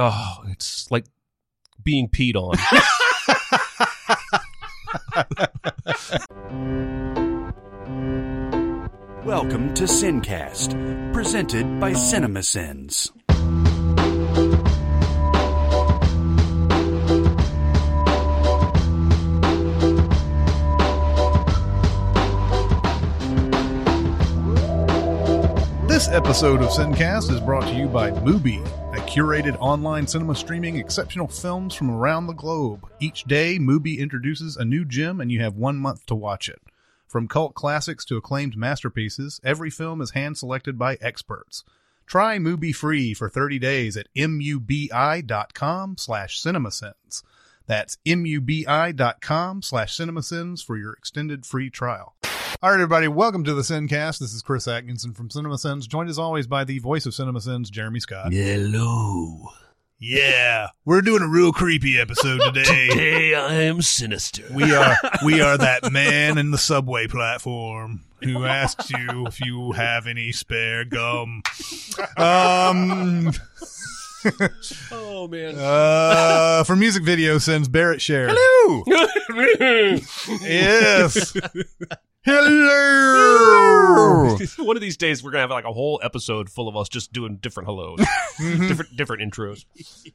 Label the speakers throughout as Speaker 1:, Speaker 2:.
Speaker 1: oh, it's like being peed on.
Speaker 2: Welcome to Sincast, presented by CinemaSins.
Speaker 3: This episode of Sincast is brought to you by Mubi, a curated online cinema streaming exceptional films from around the globe. Each day, Mubi introduces a new gem, and you have one month to watch it. From cult classics to acclaimed masterpieces, every film is hand selected by experts. Try Mubi free for 30 days at mubi.com slash cinemasins. That's mubi.com slash cinemasins for your extended free trial. All right, everybody, welcome to the Sincast. This is Chris Atkinson from CinemaSins, joined as always by the voice of CinemaSins, Jeremy Scott.
Speaker 1: Hello.
Speaker 3: Yeah, we're doing a real creepy episode today.
Speaker 1: Hey, I am sinister.
Speaker 3: we are we are that man in the subway platform who asks you if you have any spare gum. Um,
Speaker 1: Oh man.
Speaker 3: uh, for music video sins Barrett Share. Hello. Yes. Hello.
Speaker 1: One of these days, we're gonna have like a whole episode full of us just doing different hellos, different different intros.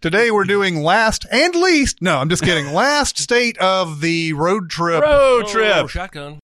Speaker 3: Today we're doing last and least. No, I'm just kidding. Last state of the road trip.
Speaker 1: Road trip, Oh, shotgun.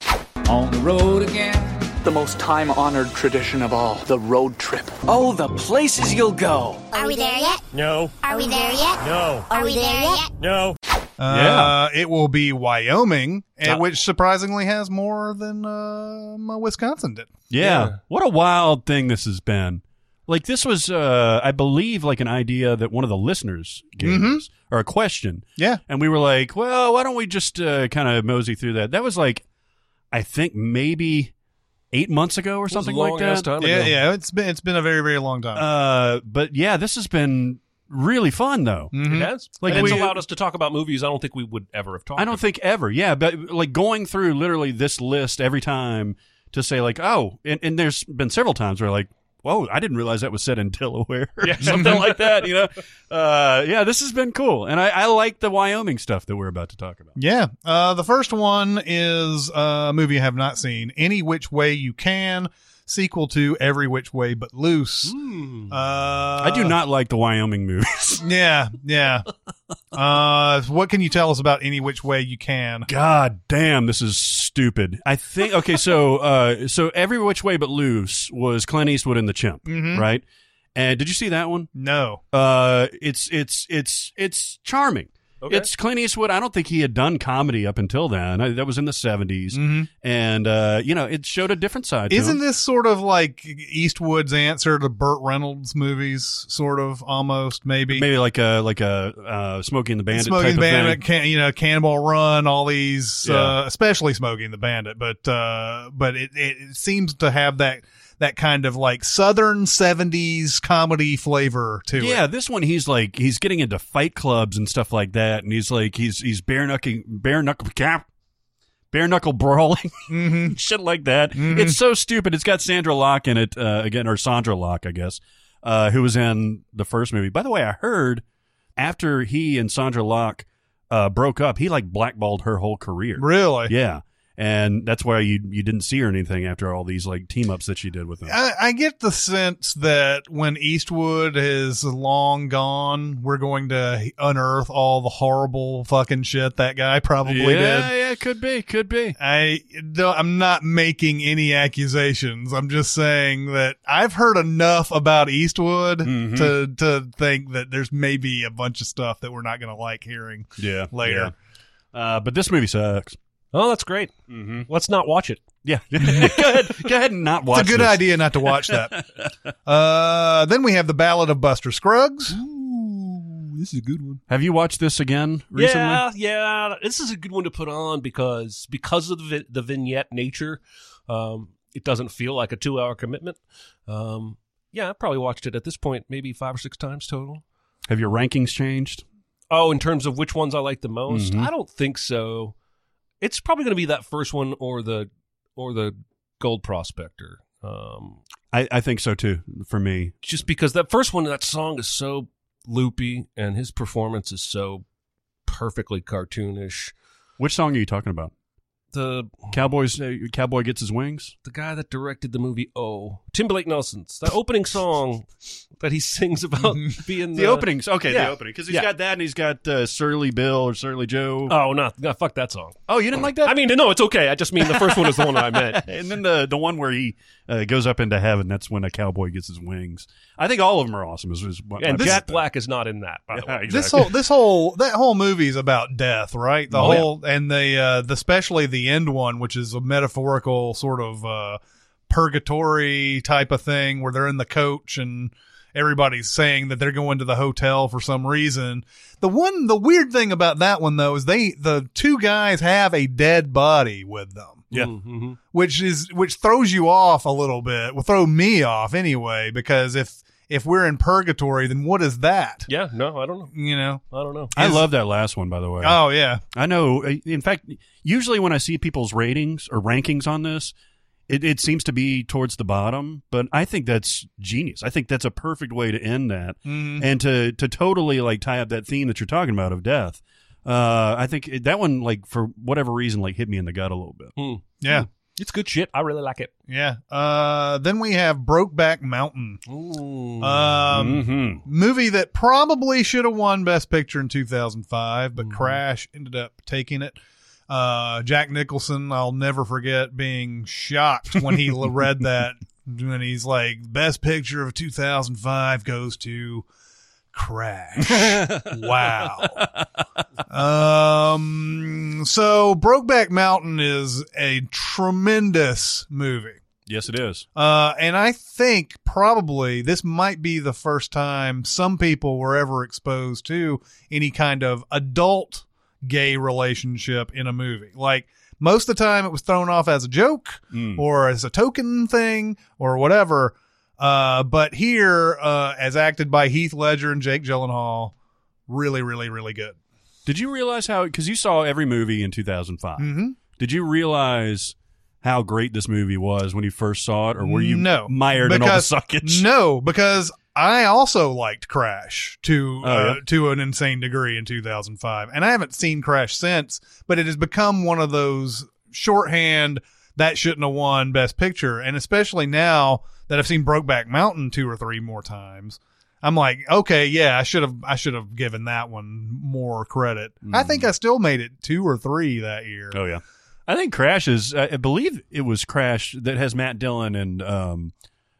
Speaker 4: On the road again.
Speaker 5: The most time honored tradition of all, the road trip. Oh, the places you'll go.
Speaker 6: Are we there yet?
Speaker 1: No,
Speaker 6: Are we there yet?
Speaker 1: no,
Speaker 6: Are we there yet?
Speaker 1: no.
Speaker 3: Uh, It will be Wyoming, and which surprisingly has more than um, uh, Wisconsin did.
Speaker 4: Yeah.
Speaker 1: Yeah.
Speaker 4: What a wild thing this has been. Like this was uh I believe like an idea that one of the listeners gave us or a question.
Speaker 3: Yeah.
Speaker 4: And we were like, well, why don't we just uh, kind of mosey through that? That was like I think maybe 8 months ago or something like that.
Speaker 3: Yeah, yeah, it's been it's been a very very long time.
Speaker 4: Uh but yeah, this has been really fun though.
Speaker 1: It has.
Speaker 4: Like,
Speaker 1: and it's
Speaker 4: we-
Speaker 1: allowed us to talk about movies I don't think we would ever have talked.
Speaker 4: I don't think ever. Yeah, but like going through literally this list every time to say like, oh, and, and there's been several times where like, whoa, I didn't realize that was said in Delaware, or something like that. You know, uh, yeah, this has been cool, and I, I like the Wyoming stuff that we're about to talk about.
Speaker 3: yeah, uh, the first one is uh, a movie I have not seen. Any which way you can, sequel to Every Which Way But Loose. Uh,
Speaker 4: I do not like the Wyoming movies.
Speaker 3: Yeah, yeah. uh, what can you tell us about Any Which Way You Can?
Speaker 4: God damn, this is stupid. I think okay, so uh, so every which way but loose was Clint Eastwood and the Chimp, right? And did you see that one?
Speaker 3: Mm-hmm. No.
Speaker 4: Uh, it's it's it's it's charming. It's Clint Eastwood. I don't think he had done comedy up until then. I, that was in the 70s and uh, you know, it showed a different side. to
Speaker 3: Mm. Mm-hmm. Isn't
Speaker 4: him.
Speaker 3: this sort of like Eastwood's answer to Burt Reynolds movies, sort of almost maybe?
Speaker 4: maybe like a like a uh, Smokey and the Bandit
Speaker 3: Smoking
Speaker 4: type
Speaker 3: the
Speaker 4: of
Speaker 3: Bandit,
Speaker 4: thing?
Speaker 3: can, you know, Cannonball Run, all these,
Speaker 4: Yeah.
Speaker 3: uh, especially Smoking the Bandit, but uh, but it, it seems to have that that kind of like Southern '70s comedy flavor to it.
Speaker 4: Yeah, this one he's like he's getting into fight clubs and stuff like that, and he's like he's he's bare knucking bare knuckle cap. Bare knuckle brawling, shit like that. It's so stupid. It's got Sandra Lock in it uh, again, or Sandra Lock, I guess, uh, who was in the first movie. By the way, I heard after he and Sandra Lock uh, broke up, he like blackballed her whole career.
Speaker 3: really.
Speaker 4: Yeah, and that's why you you didn't see her or anything after all these like team ups that she did with him.
Speaker 3: I, I get the sense that when Eastwood is long gone, we're going to unearth all the horrible fucking shit that guy probably did.
Speaker 4: yeah, yeah, could be, could be.
Speaker 3: I don't, I'm not making any accusations. I'm just saying that I've heard enough about Eastwood
Speaker 4: Mm-hmm.
Speaker 3: to to think that there's maybe a bunch of stuff that we're not going to like hearing
Speaker 4: Yeah,
Speaker 3: later.
Speaker 4: yeah. Uh, but this movie sucks.
Speaker 1: Oh, that's great. Let's not watch it.
Speaker 4: Yeah. go ahead. Go ahead and not watch.
Speaker 3: It's a good
Speaker 4: this.
Speaker 3: idea not to watch that. uh, then we have the Ballad of Buster Scruggs.
Speaker 4: Have you watched this again recently?
Speaker 1: Yeah, yeah. This is a good one to put on because because of the vi- the vignette nature, um, it doesn't feel like a two hour commitment. Um, yeah, I probably watched it at this point maybe five or six times total.
Speaker 4: Have your rankings changed?
Speaker 1: Oh, in terms of which ones I like the most, I don't think so. It's probably going to be that first one or the or the Gold Prospector. Um,
Speaker 4: I, I think so too. For me,
Speaker 1: just because that first one, that song is so loopy, and his performance is so perfectly cartoonish.
Speaker 4: Which song are you talking about?
Speaker 1: The
Speaker 4: Cowboys. Uh, Cowboy gets his wings.
Speaker 1: the guy that directed the movie Oh, Tim Blake Nelson's that opening song that he sings about being the,
Speaker 4: The openings. Okay,
Speaker 1: yeah.
Speaker 4: the opening because he's
Speaker 1: Yeah.
Speaker 4: got that and he's got uh, Surly Bill or Surly Joe.
Speaker 1: Oh no, no, fuck that song.
Speaker 4: oh, you didn't like that?
Speaker 1: I mean, no, it's okay. I just mean the first one is the one I meant.
Speaker 4: and then the the one where he uh, goes up into heaven. That's when a cowboy gets his wings. I think all of them are awesome. Is, is what
Speaker 1: And
Speaker 4: my-
Speaker 1: Jack Black is not in that. By the
Speaker 4: Yeah,
Speaker 1: way.
Speaker 3: This
Speaker 4: exactly.
Speaker 3: whole this whole that whole movie's about death, right? The
Speaker 1: Oh, yeah.
Speaker 3: whole and the uh the especially the end one, which is a metaphorical sort of uh purgatory type of thing where they're in the coach and everybody's saying that they're going to the hotel for some reason. The one the weird thing about that one though is they the two guys have a dead body with them
Speaker 4: yeah.
Speaker 1: Mhm.
Speaker 3: which is which throws you off a little bit. Will throw me off anyway because if if we're in purgatory, then what is that?
Speaker 1: Yeah, no, I don't know.
Speaker 3: You know.
Speaker 1: I don't know.
Speaker 4: I love that last one, by the way.
Speaker 3: Oh yeah.
Speaker 4: I know. uh, In fact, usually when I see people's ratings or rankings on this, it, it seems to be towards the bottom. But I think that's genius. I think that's a perfect way to end that
Speaker 3: Mm-hmm.
Speaker 4: and to to totally like tie up that theme that you're talking about of death. Uh, I think it- that one, like for whatever reason, like hit me in the gut a little bit.
Speaker 1: Hmm.
Speaker 3: Yeah.
Speaker 1: It's good shit. I really like it.
Speaker 3: Yeah. Uh, then we have Brokeback Mountain,
Speaker 1: Ooh.
Speaker 3: um,
Speaker 4: Mm-hmm.
Speaker 3: movie that probably should have won Best Picture in 2005, but Crash ended up taking it. Uh, Jack Nicholson, I'll never forget being shocked when he l- read that. When he's like, Best Picture of 2005 goes to Crash. wow. Um, so Brokeback Mountain is a tremendous movie.
Speaker 4: Yes, it is.
Speaker 3: Uh, and I think probably this might be the first time some people were ever exposed to any kind of adult gay relationship in a movie. Like most of the time, it was thrown off as a joke
Speaker 4: Hmm.
Speaker 3: or as a token thing or whatever. Uh, but here, uh, as acted by Heath Ledger and Jake Gyllenhaal, really, really, really good.
Speaker 4: Did you realize how? Because you saw every movie in 2005.
Speaker 3: Mm-hmm.
Speaker 4: Did you realize how great this movie was when you first saw it, or were you
Speaker 3: no
Speaker 4: mired in all the
Speaker 3: because-
Speaker 4: suckage?
Speaker 3: No, because I also liked Crash to
Speaker 4: Oh,
Speaker 3: uh,
Speaker 4: yeah?
Speaker 3: to an insane degree in 2005, and I haven't seen Crash since. But it has become one of those shorthand that shouldn't have won Best Picture, and especially now that I've seen Brokeback Mountain two or three more times. I'm like, okay, yeah, I should have, I should have given that one more credit. I think I still made it two or three that year.
Speaker 4: Hmm. Oh yeah, I think Crash is. I I believe it was Crash that has Matt Dillon and um.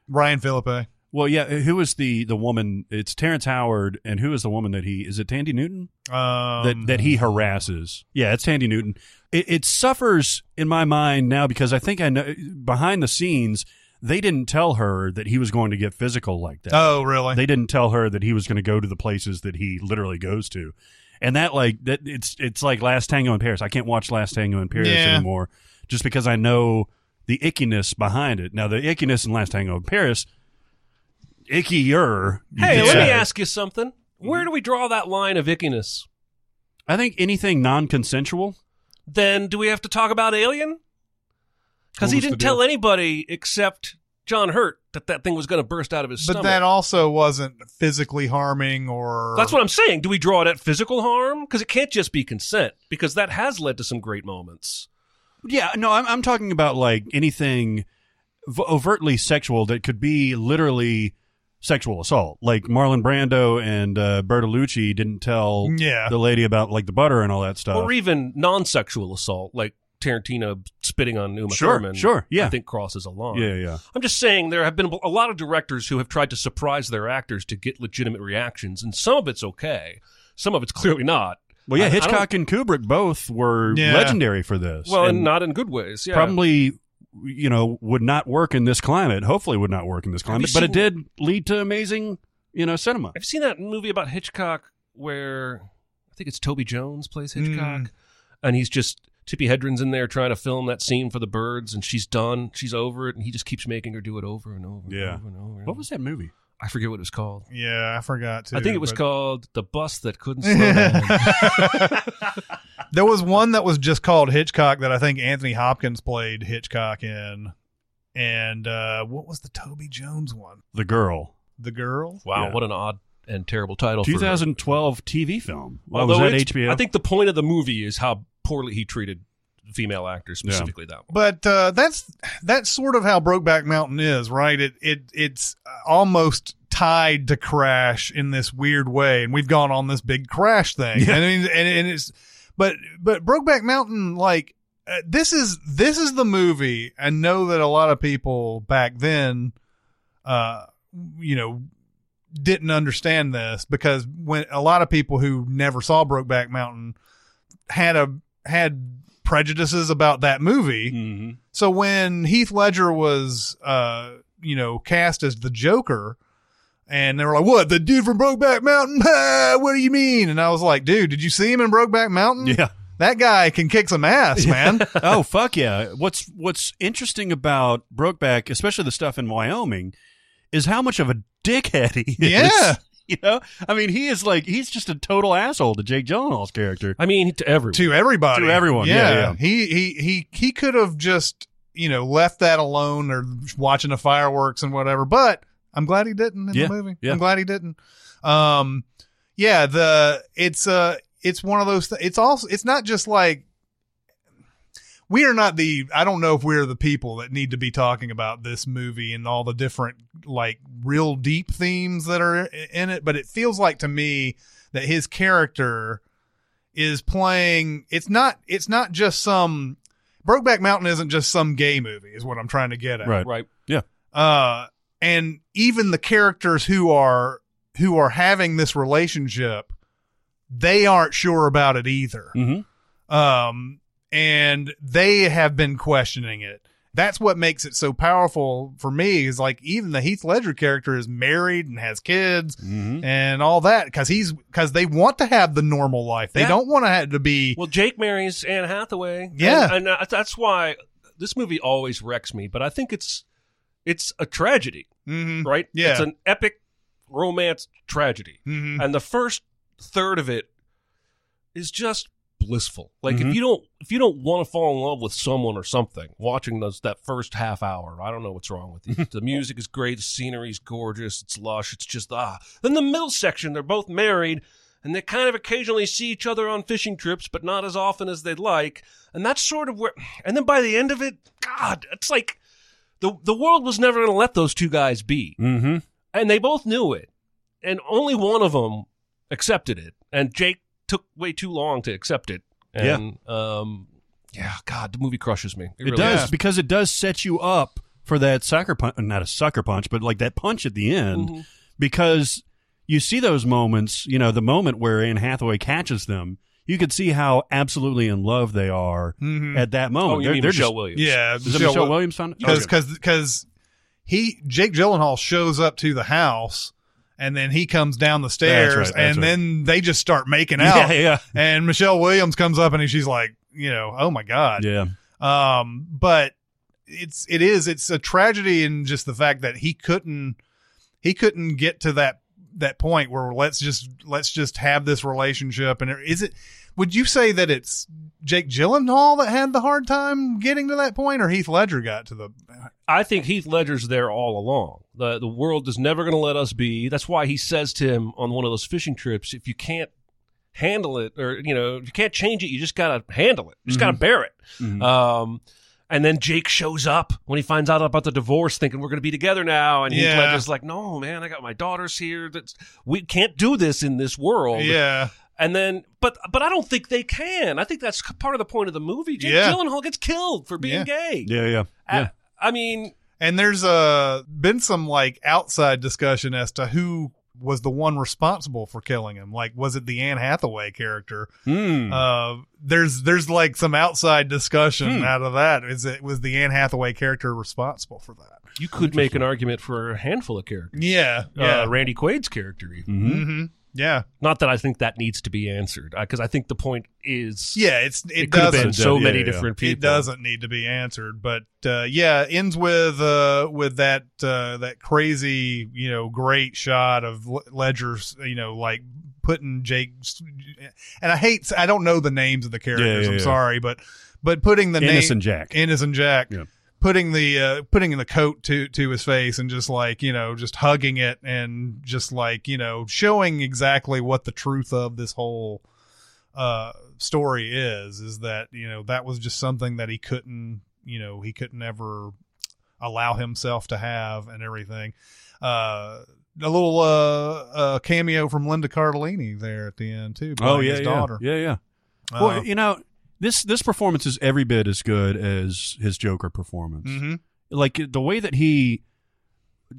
Speaker 3: Ryan Philippe,
Speaker 4: Well, yeah. Who is the the woman? It's Terrence Howard, and who is the woman that he is? It Tandy Newton
Speaker 3: um,
Speaker 4: that that he harasses. Yeah, it's Tandy Newton. It, it suffers in my mind now because I think I know behind the scenes they didn't tell her that he was going to get physical like that.
Speaker 3: oh, really?
Speaker 4: They didn't tell her that he was going to go to the places that he literally goes to, and that like that it's it's like Last Tango in Paris. I can't watch Last Tango in Paris
Speaker 3: Yeah.
Speaker 4: anymore just because I know the ickiness behind it. Now the ickiness in Last Tango in Paris, ickier. you
Speaker 1: hey,
Speaker 4: could
Speaker 1: let me
Speaker 4: say.
Speaker 1: ask you something. Where do we draw that line of ickiness?
Speaker 4: I think anything non-consensual.
Speaker 1: Then do we have to talk about Alien? Because
Speaker 3: What
Speaker 1: he
Speaker 3: was the
Speaker 1: didn't
Speaker 3: deal?
Speaker 1: tell anybody except John Hurt that that thing was going to burst out of his
Speaker 3: But
Speaker 1: stomach.
Speaker 3: that also wasn't physically harming or
Speaker 1: That's what I'm saying. Do we draw it at physical harm? Because it can't just be consent, because that has led to some great moments.
Speaker 4: Yeah, no, I'm I'm talking about like anything v- overtly sexual that could be literally sexual assault. Like Marlon Brando and uh, Bertolucci didn't tell
Speaker 3: Yeah.
Speaker 4: the lady about like the butter and all that stuff.
Speaker 1: or even non sexual assault, like Tarantino spitting on Uma
Speaker 4: Sure,
Speaker 1: Thurman.
Speaker 4: sure, yeah.
Speaker 1: I think crosses a line.
Speaker 4: yeah, yeah.
Speaker 1: I'm just saying there have been a lot of directors who have tried to surprise their actors to get legitimate reactions, and some of it's okay, some of it's clearly not.
Speaker 4: Well, yeah,
Speaker 1: I- I don't-
Speaker 4: Hitchcock and Kubrick both were
Speaker 3: Yeah.
Speaker 4: legendary for this.
Speaker 1: Well, and
Speaker 4: And
Speaker 1: not in good ways. Yeah.
Speaker 4: probably you know would not work in this climate. Hopefully, would not work in this climate.
Speaker 1: you
Speaker 4: But it
Speaker 1: seen-
Speaker 4: did lead to amazing, you know, cinema.
Speaker 1: I've seen that movie about Hitchcock where I think it's Toby Jones plays
Speaker 4: Hmm.
Speaker 1: Hitchcock,
Speaker 3: Mm.
Speaker 1: and he's just Tippi Hedren's in there trying to film that scene for the birds, and she's done, she's over it, and he just keeps making her do it over and over, and
Speaker 4: Yeah.
Speaker 1: over and over. and
Speaker 4: What
Speaker 1: over.
Speaker 4: was that movie?
Speaker 1: I forget what it was called.
Speaker 3: Yeah, I forgot to.
Speaker 1: I think it was
Speaker 3: but-
Speaker 1: called "The Bus That Couldn't Slow Down."
Speaker 3: There was one that was just called Hitchcock that I think Anthony Hopkins played Hitchcock in, and uh, what was the Toby Jones one?
Speaker 4: The Girl.
Speaker 3: The girl.
Speaker 1: Wow,
Speaker 4: Yeah.
Speaker 1: what an odd and terrible title. for-
Speaker 4: 2012 TV film. Well, was
Speaker 1: Although
Speaker 4: that
Speaker 1: it's-
Speaker 4: HBO?
Speaker 1: I think the point of the movie is how poorly he treated female actors,
Speaker 4: Yeah.
Speaker 1: specifically that one.
Speaker 3: But uh, that's that's sort of how Brokeback Mountain is, right? It it it's almost tied to Crash in this weird way, and we've gone on this big Crash thing. And I mean, and, and it's but but Brokeback Mountain, like uh, this is this is the movie. I know that a lot of people back then, uh, you know, didn't understand this because when a lot of people who never saw Brokeback Mountain had a had prejudices about that movie.
Speaker 1: Mm-hmm.
Speaker 3: So when Heath Ledger was, uh, you know, cast as the Joker, and they were like, "What the dude from Brokeback Mountain? Ah, what do you mean?" And I was like, "Dude, did you see him in Brokeback Mountain?
Speaker 4: yeah.
Speaker 3: that guy can kick some ass, man."
Speaker 4: oh fuck yeah! What's What's interesting about Brokeback, especially the stuff in Wyoming, is how much of a dickhead he is.
Speaker 3: Yeah.
Speaker 4: You know, I mean, he is like he's just a total asshole to Jake Gyllenhaal's character.
Speaker 1: I mean, to everyone.
Speaker 3: to everybody,
Speaker 4: To everyone, yeah, yeah.
Speaker 3: He he he he could have just you know left that alone or watching the fireworks and whatever. But I'm glad he didn't in
Speaker 4: Yeah,
Speaker 3: the movie.
Speaker 4: yeah.
Speaker 3: I'm glad he didn't. Um, yeah, the it's uh it's one of those. Th- it's also it's not just like. We are not the. I don't know if we're the people that need to be talking about this movie and all the different, like, real deep themes that are i- in it. But it feels like to me that his character, is playing it's not it's not just some Brokeback Mountain isn't just some gay movie is what I'm trying to get at.
Speaker 4: Right.
Speaker 1: right.
Speaker 3: Uh and even the characters who are who are having this relationship they aren't sure about it either.
Speaker 4: Mhm.
Speaker 3: Um and they have been questioning it. That's what makes it so powerful for me is like even the Heath Ledger character is married and has kids
Speaker 4: Mm-hmm.
Speaker 3: and all that because he's because they want to have the normal life. They
Speaker 1: Yeah.
Speaker 3: don't want to have to be
Speaker 1: Well, Jake marries Anne Hathaway.
Speaker 3: Yeah.
Speaker 1: and, and I- that's why this movie always wrecks me. But I think it's it's a tragedy,
Speaker 3: Mhm.
Speaker 1: right?
Speaker 3: Yeah.
Speaker 1: it's an epic romance tragedy,
Speaker 3: Mhm.
Speaker 1: and the first third of it is just blissful. Like
Speaker 4: Mhm.
Speaker 1: if you don't if you don't want to fall in love with someone or something, watching those that first half hour, I don't know what's wrong with you. the music is great, the scenery's gorgeous, it's lush, it's just ah. Then the middle section, they're both married and they kind of occasionally see each other on fishing trips, but not as often as they'd like. And that's sort of where and then by the end of it, God, it's like the the world was never gonna let those two guys be
Speaker 4: Mm-hmm.
Speaker 1: and they both knew it and only one of them accepted it and jake took way too long to accept it and yeah. um yeah god the movie crushes me
Speaker 4: It,
Speaker 1: really
Speaker 4: does
Speaker 1: does.
Speaker 4: because it does set you up for that sucker punch, not a sucker punch, but like that punch at the end
Speaker 1: Mhm.
Speaker 4: because you see those moments, you know, the moment where Anne Hathaway catches them, you could see how absolutely in love they are
Speaker 3: Mhm.
Speaker 4: at that moment.
Speaker 1: oh you
Speaker 4: they're
Speaker 1: mean
Speaker 4: they're
Speaker 1: michelle
Speaker 4: just,
Speaker 1: williams
Speaker 3: yeah
Speaker 4: Is it Michelle Williams? Son?
Speaker 3: because he Jake Gyllenhaal shows up to the house and then he comes down the stairs
Speaker 4: right, that's
Speaker 3: and
Speaker 4: right.
Speaker 3: then they just start making out
Speaker 4: yeah, yeah,
Speaker 3: and Michelle Williams comes up and she's like you know oh my god
Speaker 4: yeah.
Speaker 3: um but it's it is it's a tragedy in just the fact that he couldn't he couldn't get to that that point where let's just let's just have this relationship and it- is it would you say that it's Jake Gyllenhaal that had the hard time getting to that point or Heath Ledger got to the
Speaker 1: i think heath ledger's there all along the the world is never going to let us be that's why he says to him on one of those fishing trips if you can't handle it or you know if you can't change it you just gotta handle it you just
Speaker 3: Mm-hmm.
Speaker 1: gotta bear it um and then Jake shows up when he finds out about the divorce, thinking we're going to be together now. And Heath
Speaker 3: Yeah.
Speaker 1: Ledger's like, "No, man, I got my daughters here. That's, we can't do this in this world."
Speaker 3: yeah
Speaker 1: And then, but but I don't think they can. I think that's part of the point of the movie. Jake
Speaker 3: Yeah.
Speaker 1: Gyllenhaal gets killed for being
Speaker 3: Yeah.
Speaker 1: gay.
Speaker 4: Yeah, yeah.
Speaker 1: I-
Speaker 4: yeah.
Speaker 1: I, mean,
Speaker 3: and there's uh been some like outside discussion as to who was the one responsible for killing him like was it the Anne Hathaway character
Speaker 1: Hmm.
Speaker 4: Mm.
Speaker 3: Uh, there's there's like some outside
Speaker 1: Hmm.
Speaker 3: discussion out of that. Is it was the Anne Hathaway character responsible for that?
Speaker 1: you could make an argument for a handful of characters.
Speaker 3: Yeah,
Speaker 1: Uh, Randy Quaid's character, even.
Speaker 4: Mhm.
Speaker 3: hmm Yeah,
Speaker 1: Not that I think that needs to be answered, because I think the point is,
Speaker 3: yeah. It's it,
Speaker 1: it, could have
Speaker 3: doesn't.
Speaker 1: been so
Speaker 4: Yeah,
Speaker 1: many
Speaker 4: yeah, yeah.
Speaker 1: different people.
Speaker 3: It doesn't need to be answered, but uh, yeah, ends with uh, with that uh, that crazy you know great shot of L- Ledger's you know like putting Jake's and I hate I don't know the names of the characters.
Speaker 4: yeah,
Speaker 3: I'm
Speaker 4: yeah.
Speaker 3: sorry, but but putting the name
Speaker 4: Innocent Jack.
Speaker 3: Innocent Jack.
Speaker 4: Yeah.
Speaker 3: putting the uh, putting the coat to to his face and just like you know just hugging it and just like you know showing exactly what the truth of this whole uh story is is that you know that was just something that he couldn't you know he couldn't ever allow himself to have and everything uh a little uh, uh cameo from Linda Cardellini there at the end too.
Speaker 4: Oh
Speaker 3: playing
Speaker 4: yeah,
Speaker 3: his
Speaker 4: yeah,
Speaker 3: daughter.
Speaker 4: yeah, yeah.
Speaker 3: Uh,
Speaker 4: well, you know, this this performance is every bit as good as his Joker performance.
Speaker 1: Mm-hmm.
Speaker 3: mhm.
Speaker 4: Like the way that he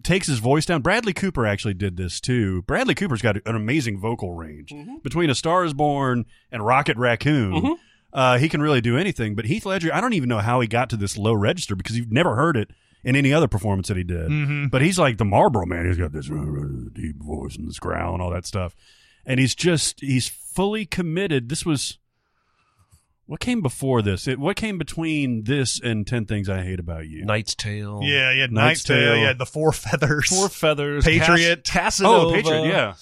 Speaker 4: takes his voice down. Bradley Cooper actually did this too. Bradley Cooper's got an amazing vocal range between A Star Is Born and Rocket Raccoon. Uh, he can really do anything. But Heath Ledger, I don't even know how he got to this low register because you've never heard it in any other performance that he did.
Speaker 3: Mhm.
Speaker 4: But he's like the Marlboro man. He's got this uh, uh, deep voice and this growl and all that stuff. And he's just he's fully committed. This was what came before this. It, what came between this and Ten Things I Hate About You?
Speaker 1: Knight's Tale.
Speaker 3: Yeah, yeah, Knight's
Speaker 4: Knight's
Speaker 3: Tale.
Speaker 4: Tale.
Speaker 3: Yeah, the four feathers.
Speaker 1: Four Feathers.
Speaker 3: Patriot.
Speaker 1: Cas-
Speaker 4: Oh,
Speaker 1: Casanova,
Speaker 4: Patriot. Yeah.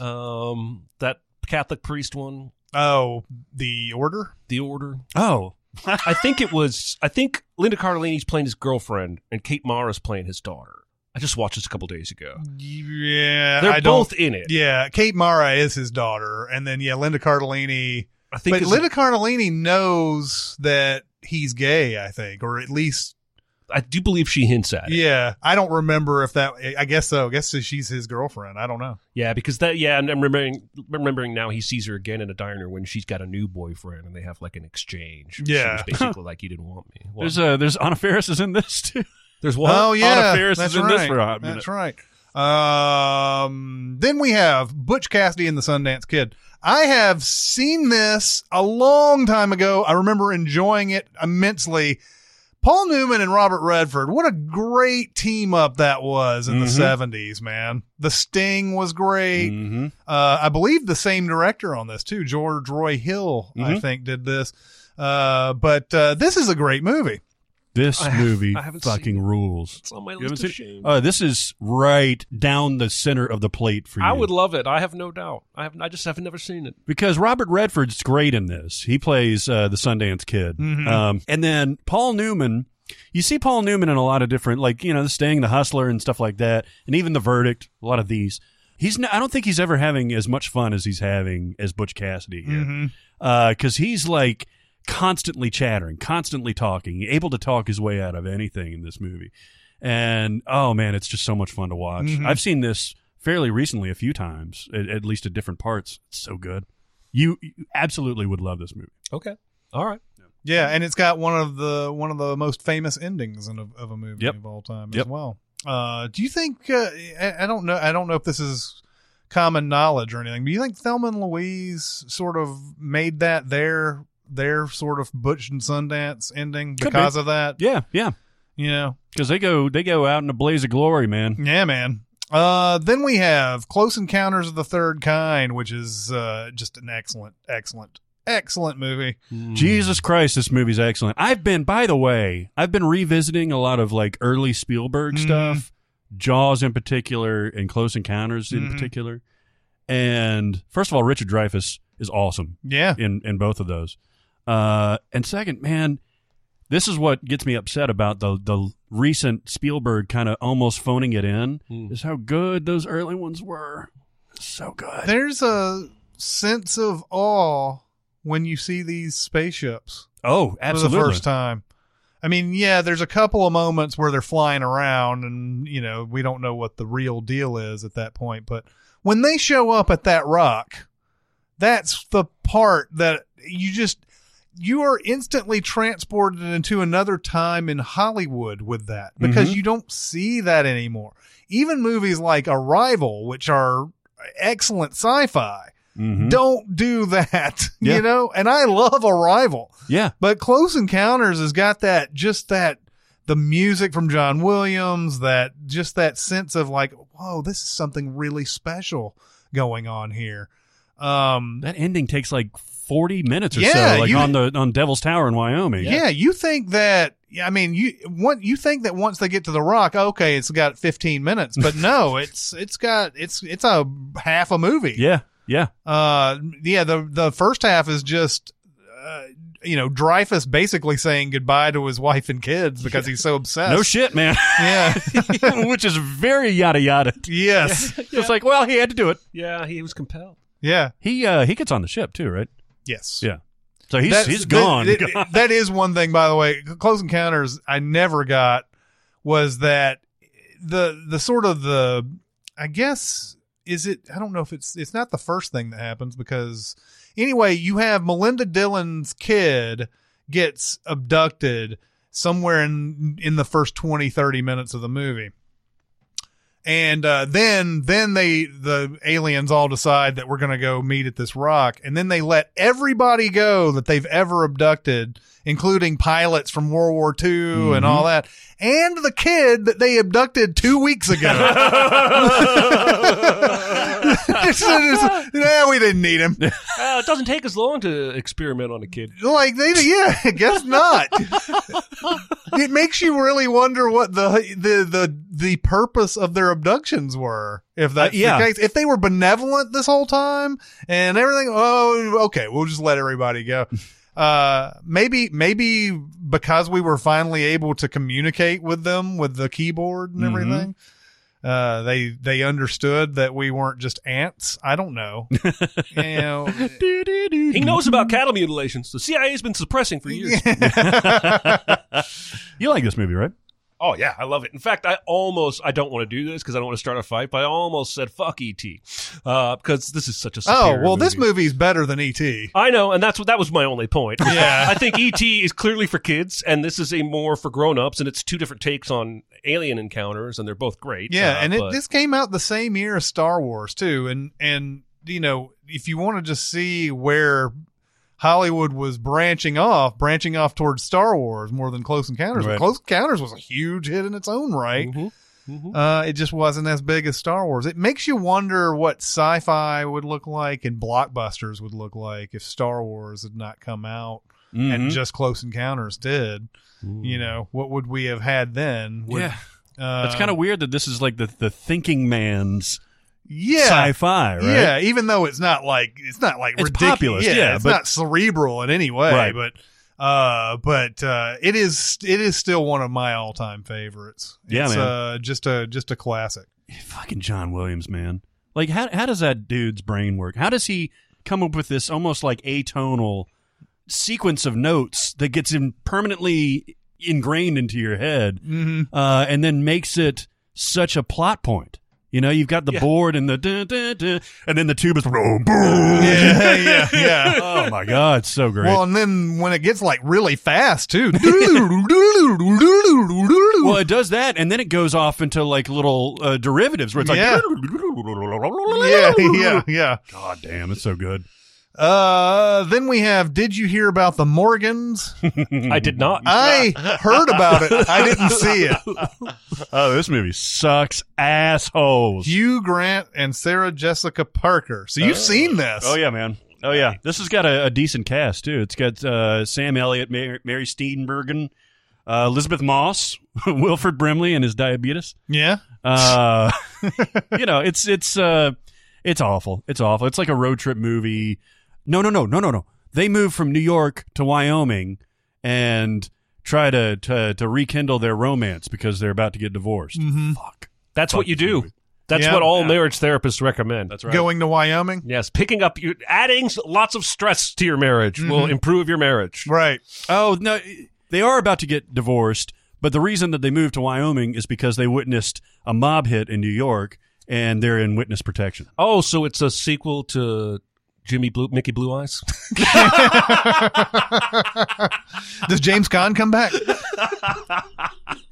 Speaker 1: Um, that Catholic priest one.
Speaker 3: Oh, the order.
Speaker 1: The Order.
Speaker 4: Oh,
Speaker 1: I think it was. I think Linda Cardellini's playing his girlfriend, and Kate Mara's playing his daughter. I just watched this a couple days ago.
Speaker 3: Yeah,
Speaker 1: They're
Speaker 3: I don't-
Speaker 1: both in it.
Speaker 3: Yeah, Kate Mara is his daughter, and then yeah, Linda Cardellini.
Speaker 1: I think
Speaker 3: But
Speaker 1: it's-
Speaker 3: Linda Cardellini knows that he's gay, I think, or at least
Speaker 1: I do believe she hints at it.
Speaker 3: yeah. I don't remember if that. I guess so. I guess she's his girlfriend. I don't know.
Speaker 1: Yeah, because that yeah, and I'm remembering remembering now he sees her again in a diner when she's got a new boyfriend and they have like an exchange. She
Speaker 3: Yeah.
Speaker 1: was basically like you didn't want me. Well,
Speaker 4: there's a there's Anna Faris is in this too.
Speaker 1: there's one
Speaker 3: oh yeah,
Speaker 4: Anna Faris
Speaker 3: that's
Speaker 4: is in
Speaker 3: right.
Speaker 4: this for a hot minute.
Speaker 3: that's right. Um, then we have Butch Cassidy and the Sundance Kid. I have seen this a long time ago. I remember enjoying it immensely. Paul Newman and Robert Redford. What a great team up that was in
Speaker 4: Mhm.
Speaker 3: the 70s, man. The Sting was great.
Speaker 4: Mm-hmm.
Speaker 3: Uh, I believe the same director on this too, George Roy Hill, I
Speaker 4: Mhm.
Speaker 3: think did this. Uh, but uh, this is a great movie.
Speaker 4: This
Speaker 1: I have-
Speaker 4: movie
Speaker 1: I haven't
Speaker 4: fucking rules.
Speaker 1: it's on my
Speaker 4: You haven't
Speaker 1: list of
Speaker 4: seen it?
Speaker 1: shame.
Speaker 4: Uh, this is right down the center of the plate for you.
Speaker 1: I would love it. I have no doubt. I have I just have never seen it.
Speaker 4: because Robert Redford's great in this. He plays uh, the Sundance Kid,
Speaker 3: Mhm.
Speaker 4: um, and then Paul Newman. You see Paul Newman in a lot of different, like you know, The Sting, The Hustler, and stuff like that, and even The Verdict. A lot of these. He's. Not, I don't think he's ever having as much fun as he's having as Butch Cassidy here, because he's like constantly chattering, constantly talking, able to talk his way out of anything in this movie. And oh man, it's just so much fun to watch.
Speaker 3: Mhm.
Speaker 4: I've seen this fairly recently a few times, at, at least at different parts. It's so good. You you absolutely would love this movie.
Speaker 1: Okay. All right.
Speaker 4: Mm-hmm.
Speaker 3: Yeah, and it's got one of the one of the most famous endings in a, of a movie
Speaker 4: Yep.
Speaker 3: of all time
Speaker 4: Yep.
Speaker 3: as well. Uh, do you think? Uh, I, I don't know. I don't know if this is common knowledge or anything. Do you think Thelma and Louise sort of made that their their sort of Butch and Sundance ending
Speaker 4: Could be.
Speaker 3: because of that?
Speaker 4: Yeah, yeah.
Speaker 3: You know.
Speaker 4: Because they go they go out in a blaze of glory, man.
Speaker 3: Yeah, man. Uh, then we have Close Encounters of the Third Kind, which is uh, just an excellent, excellent, excellent movie.
Speaker 4: Mm.
Speaker 1: Mm.
Speaker 4: Jesus Christ, this movie's excellent. I've been, by the way, I've been revisiting a lot of like early Spielberg
Speaker 3: Mhm.
Speaker 4: stuff, Jaws in particular, and Close Encounters in
Speaker 3: Mhm.
Speaker 4: particular. And first of all, Richard Dreyfuss is awesome.
Speaker 3: Yeah.
Speaker 4: in in both of those. Uh, and second, man, this is what gets me upset about the the recent Spielberg kind of almost phoning it in
Speaker 1: Hmm.
Speaker 4: is how good those early ones were. So good.
Speaker 3: There's a sense of awe when you see these spaceships
Speaker 4: oh, absolutely.
Speaker 3: for the first time. I mean, yeah, there's a couple of moments where they're flying around and, you know, we don't know what the real deal is at that point, but when they show up at that rock, that's the part that you just you are instantly transported into another time in Hollywood with that because
Speaker 4: Mhm.
Speaker 3: you don't see that anymore. Even movies like Arrival, which are excellent sci-fi,
Speaker 4: Mhm.
Speaker 3: don't do that,
Speaker 4: Yeah.
Speaker 3: you know? And I love Arrival.
Speaker 4: Yeah.
Speaker 3: But Close Encounters has got that just that the music from John Williams, that just that sense of like, whoa, this is something really special going on here. Um
Speaker 4: That ending takes like 40 minutes or
Speaker 3: Yeah,
Speaker 4: so like
Speaker 3: you-
Speaker 4: on the on Devil's Tower in Wyoming.
Speaker 3: yeah. you think that yeah, I mean you what you think that once they get to the rock, okay, it's got 15 minutes, but no, it's it's got it's it's a half a movie.
Speaker 4: Yeah. Yeah.
Speaker 3: uh yeah the the first half is just uh, you know Dreyfus basically saying goodbye to his wife and kids because he's so obsessed.
Speaker 4: No shit, man.
Speaker 3: Yeah.
Speaker 4: Which is very yada yada.
Speaker 3: yes.
Speaker 4: It's like, well, he had to do it.
Speaker 1: Yeah, he was compelled.
Speaker 3: Yeah.
Speaker 4: He uh, he gets on the ship too, right?
Speaker 3: Yes.
Speaker 4: Yeah. So he's
Speaker 3: That's-
Speaker 4: he's
Speaker 3: that-
Speaker 4: gone.
Speaker 3: that- that is one thing, by the way. Close Encounters, I never got was that the the sort of the I guess is it I don't know if it's it's not the first thing that happens because anyway, you have Melinda Dillon's kid gets abducted somewhere in in the first 20 30 minutes of the movie. And uh, then then they the aliens all decide that we're going to go meet at this rock and then they let everybody go that they've ever abducted including pilots from World War II and all that and the kid that they abducted 2 weeks ago. It's- it's- nah, we didn't need him.
Speaker 1: Uh, it doesn't take as long to experiment on a kid.
Speaker 3: Like they, yeah, I guess not. it makes you really wonder what the the the the purpose of their abductions were. If that's
Speaker 4: Uh, yeah.
Speaker 3: the case, if they were benevolent this whole time and everything, oh, okay, we'll just let everybody go. Uh, maybe maybe because we were finally able to communicate with them with the keyboard and
Speaker 4: Mhm.
Speaker 3: everything. Uh, they they understood that we weren't just ants. I don't know. you know
Speaker 1: He knows about cattle mutilations. The CIA's been suppressing for years.
Speaker 4: you like this movie, right?
Speaker 1: Oh yeah, I love it. In fact, I almost I don't want to do this because I don't want to start a fight, but I almost said fuck ET uh, because this is such a
Speaker 3: Oh
Speaker 1: superior
Speaker 3: well, this
Speaker 1: movie.
Speaker 3: movie's better than E ET.
Speaker 1: I know, and that's what that was my only point.
Speaker 3: Yeah.
Speaker 1: I think ET is clearly for kids, and this is a more for grown-ups, and it's two different takes on alien encounters, and they're both great.
Speaker 3: Yeah,
Speaker 1: uh,
Speaker 3: and it,
Speaker 1: but-
Speaker 3: this came out the same year as Star Wars too. And and you know, if you want to just see where Hollywood was branching off, branching off towards Star Wars more than Close Encounters. but
Speaker 4: Right. Mm-hmm.
Speaker 3: Close Encounters was a huge hit in its own right.
Speaker 1: Mhm, mhm.
Speaker 3: Uh, it just wasn't as big as Star Wars. It makes you wonder what sci-fi would look like and blockbusters would look like if Star Wars had not come out
Speaker 4: Mm-hmm.
Speaker 3: and just Close Encounters did. You know, what would we have had then? Would-
Speaker 4: yeah.
Speaker 3: Uh,
Speaker 4: It's kind of weird that this is like the, the thinking man's
Speaker 3: yeah,
Speaker 4: sci-fi, right?
Speaker 3: yeah. Even though it's not like it's not like
Speaker 4: It's
Speaker 3: ridiculous.
Speaker 4: populist, yeah,
Speaker 3: it's
Speaker 4: but-
Speaker 3: not cerebral in any way,
Speaker 4: Right.
Speaker 3: but uh, but uh, it is it is still one of my all time favorites.
Speaker 4: Yeah,
Speaker 3: it's,
Speaker 4: man.
Speaker 3: Uh, just a just a classic.
Speaker 4: Fucking John Williams, man. Like how how does that dude's brain work? How does he come up with this almost like atonal sequence of notes that gets him permanently ingrained into your head
Speaker 3: Mm-hmm.
Speaker 4: uh, and then makes it such a plot point? You know, you've got the board and the dun, dun, dun, and then the tube is boom, boom.
Speaker 3: Yeah, yeah, yeah.
Speaker 4: Oh my god, it's so great.
Speaker 3: Well, and then when it gets like really fast too.
Speaker 4: Well, it does that, and then it goes off into like little uh, derivatives where it's like,
Speaker 3: Yeah. yeah, yeah, yeah.
Speaker 4: God damn, it's so good.
Speaker 3: Uh, then we have. Did you hear about the Morgans?
Speaker 1: I did not.
Speaker 3: I heard about it. I didn't see it.
Speaker 4: Oh, this movie sucks, assholes.
Speaker 3: Hugh Grant and Sarah Jessica Parker. So you've seen this.
Speaker 4: Oh yeah, man. Oh yeah, this has got a, a decent cast too. It's got uh, Sam Elliott, Mary, Mary Steenburgen, uh, Elizabeth Moss, Wilfred Brimley, and his diabetes.
Speaker 3: Yeah.
Speaker 4: Uh, you know, it's it's uh, it's awful. It's awful. It's like a road trip movie. No, no, no, no, no, no. They move from New York to Wyoming and try to to, to rekindle their romance because they're about to get divorced. Fuck.
Speaker 1: That's what you do. That's
Speaker 3: Yeah.
Speaker 1: what all marriage therapists recommend.
Speaker 4: That's right.
Speaker 3: Going to Wyoming.
Speaker 1: Yes, picking up you adding s- lots of stress to your marriage will improve your marriage.
Speaker 3: Mm-hmm. Right.
Speaker 4: Oh no, they are about to get divorced, but the reason that they moved to Wyoming is because they witnessed a mob hit in New York and they're in witness protection.
Speaker 1: Oh, so it's a sequel to Jimmy Blue, Mickey Blue Eyes.
Speaker 3: Does James Caan come back?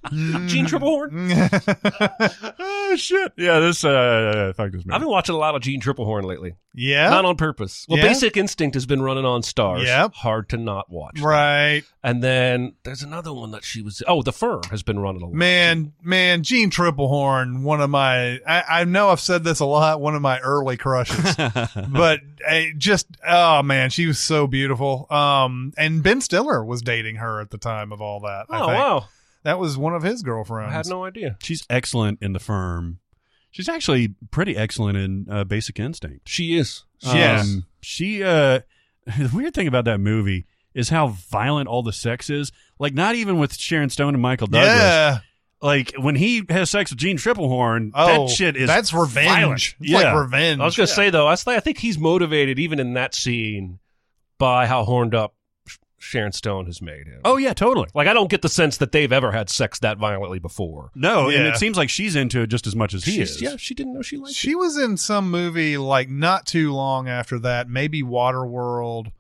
Speaker 3: Mm-hmm.
Speaker 1: Gene Triplehorn.
Speaker 4: Oh shit! Yeah, this uh, fuck this
Speaker 1: I've been watching a lot of Gene Triplehorn lately,
Speaker 3: yeah.
Speaker 1: not on purpose. Well,
Speaker 3: Yeah.
Speaker 1: Basic Instinct has been running on stars.
Speaker 3: Yep.
Speaker 1: hard to not watch.
Speaker 3: Right.
Speaker 1: And then there's another one that she was. Oh, The Firm has been running a lot.
Speaker 3: Man, man, Gene Triplehorn, one of my, I, I know I've said this a lot, one of my early crushes, but eh, just, oh man, she was so beautiful. Um, and Ben Stiller was dating her at the time of all that. I
Speaker 1: Oh
Speaker 3: think.
Speaker 1: wow,
Speaker 3: That was one of his girlfriends.
Speaker 1: I had no idea.
Speaker 4: She's excellent in the firm. She's actually pretty excellent in uh, Basic Instinct. Um,
Speaker 1: She is.
Speaker 3: Yes.
Speaker 4: she. Uh, the weird thing about that movie is how violent all the sex is. Like not even with Sharon Stone and Michael Douglas.
Speaker 3: Yeah.
Speaker 4: Like when he has sex with Gene Triplehorn,
Speaker 3: Oh,
Speaker 4: that shit is
Speaker 3: that's revenge.
Speaker 4: violent.
Speaker 3: It's
Speaker 4: yeah.
Speaker 3: like revenge.
Speaker 1: I was going to say though, I think I think he's motivated even in that scene by how horned up Sh- Sharon Stone has made him.
Speaker 4: oh yeah, totally.
Speaker 1: Like I don't get the sense that they've ever had sex that violently before.
Speaker 4: No, and
Speaker 3: Yeah.
Speaker 4: it seems like she's into it just as much as he
Speaker 1: She's-
Speaker 4: is.
Speaker 1: Yeah, she didn't know she liked
Speaker 3: She
Speaker 1: it.
Speaker 3: was in some movie like not too long after that, maybe Waterworld.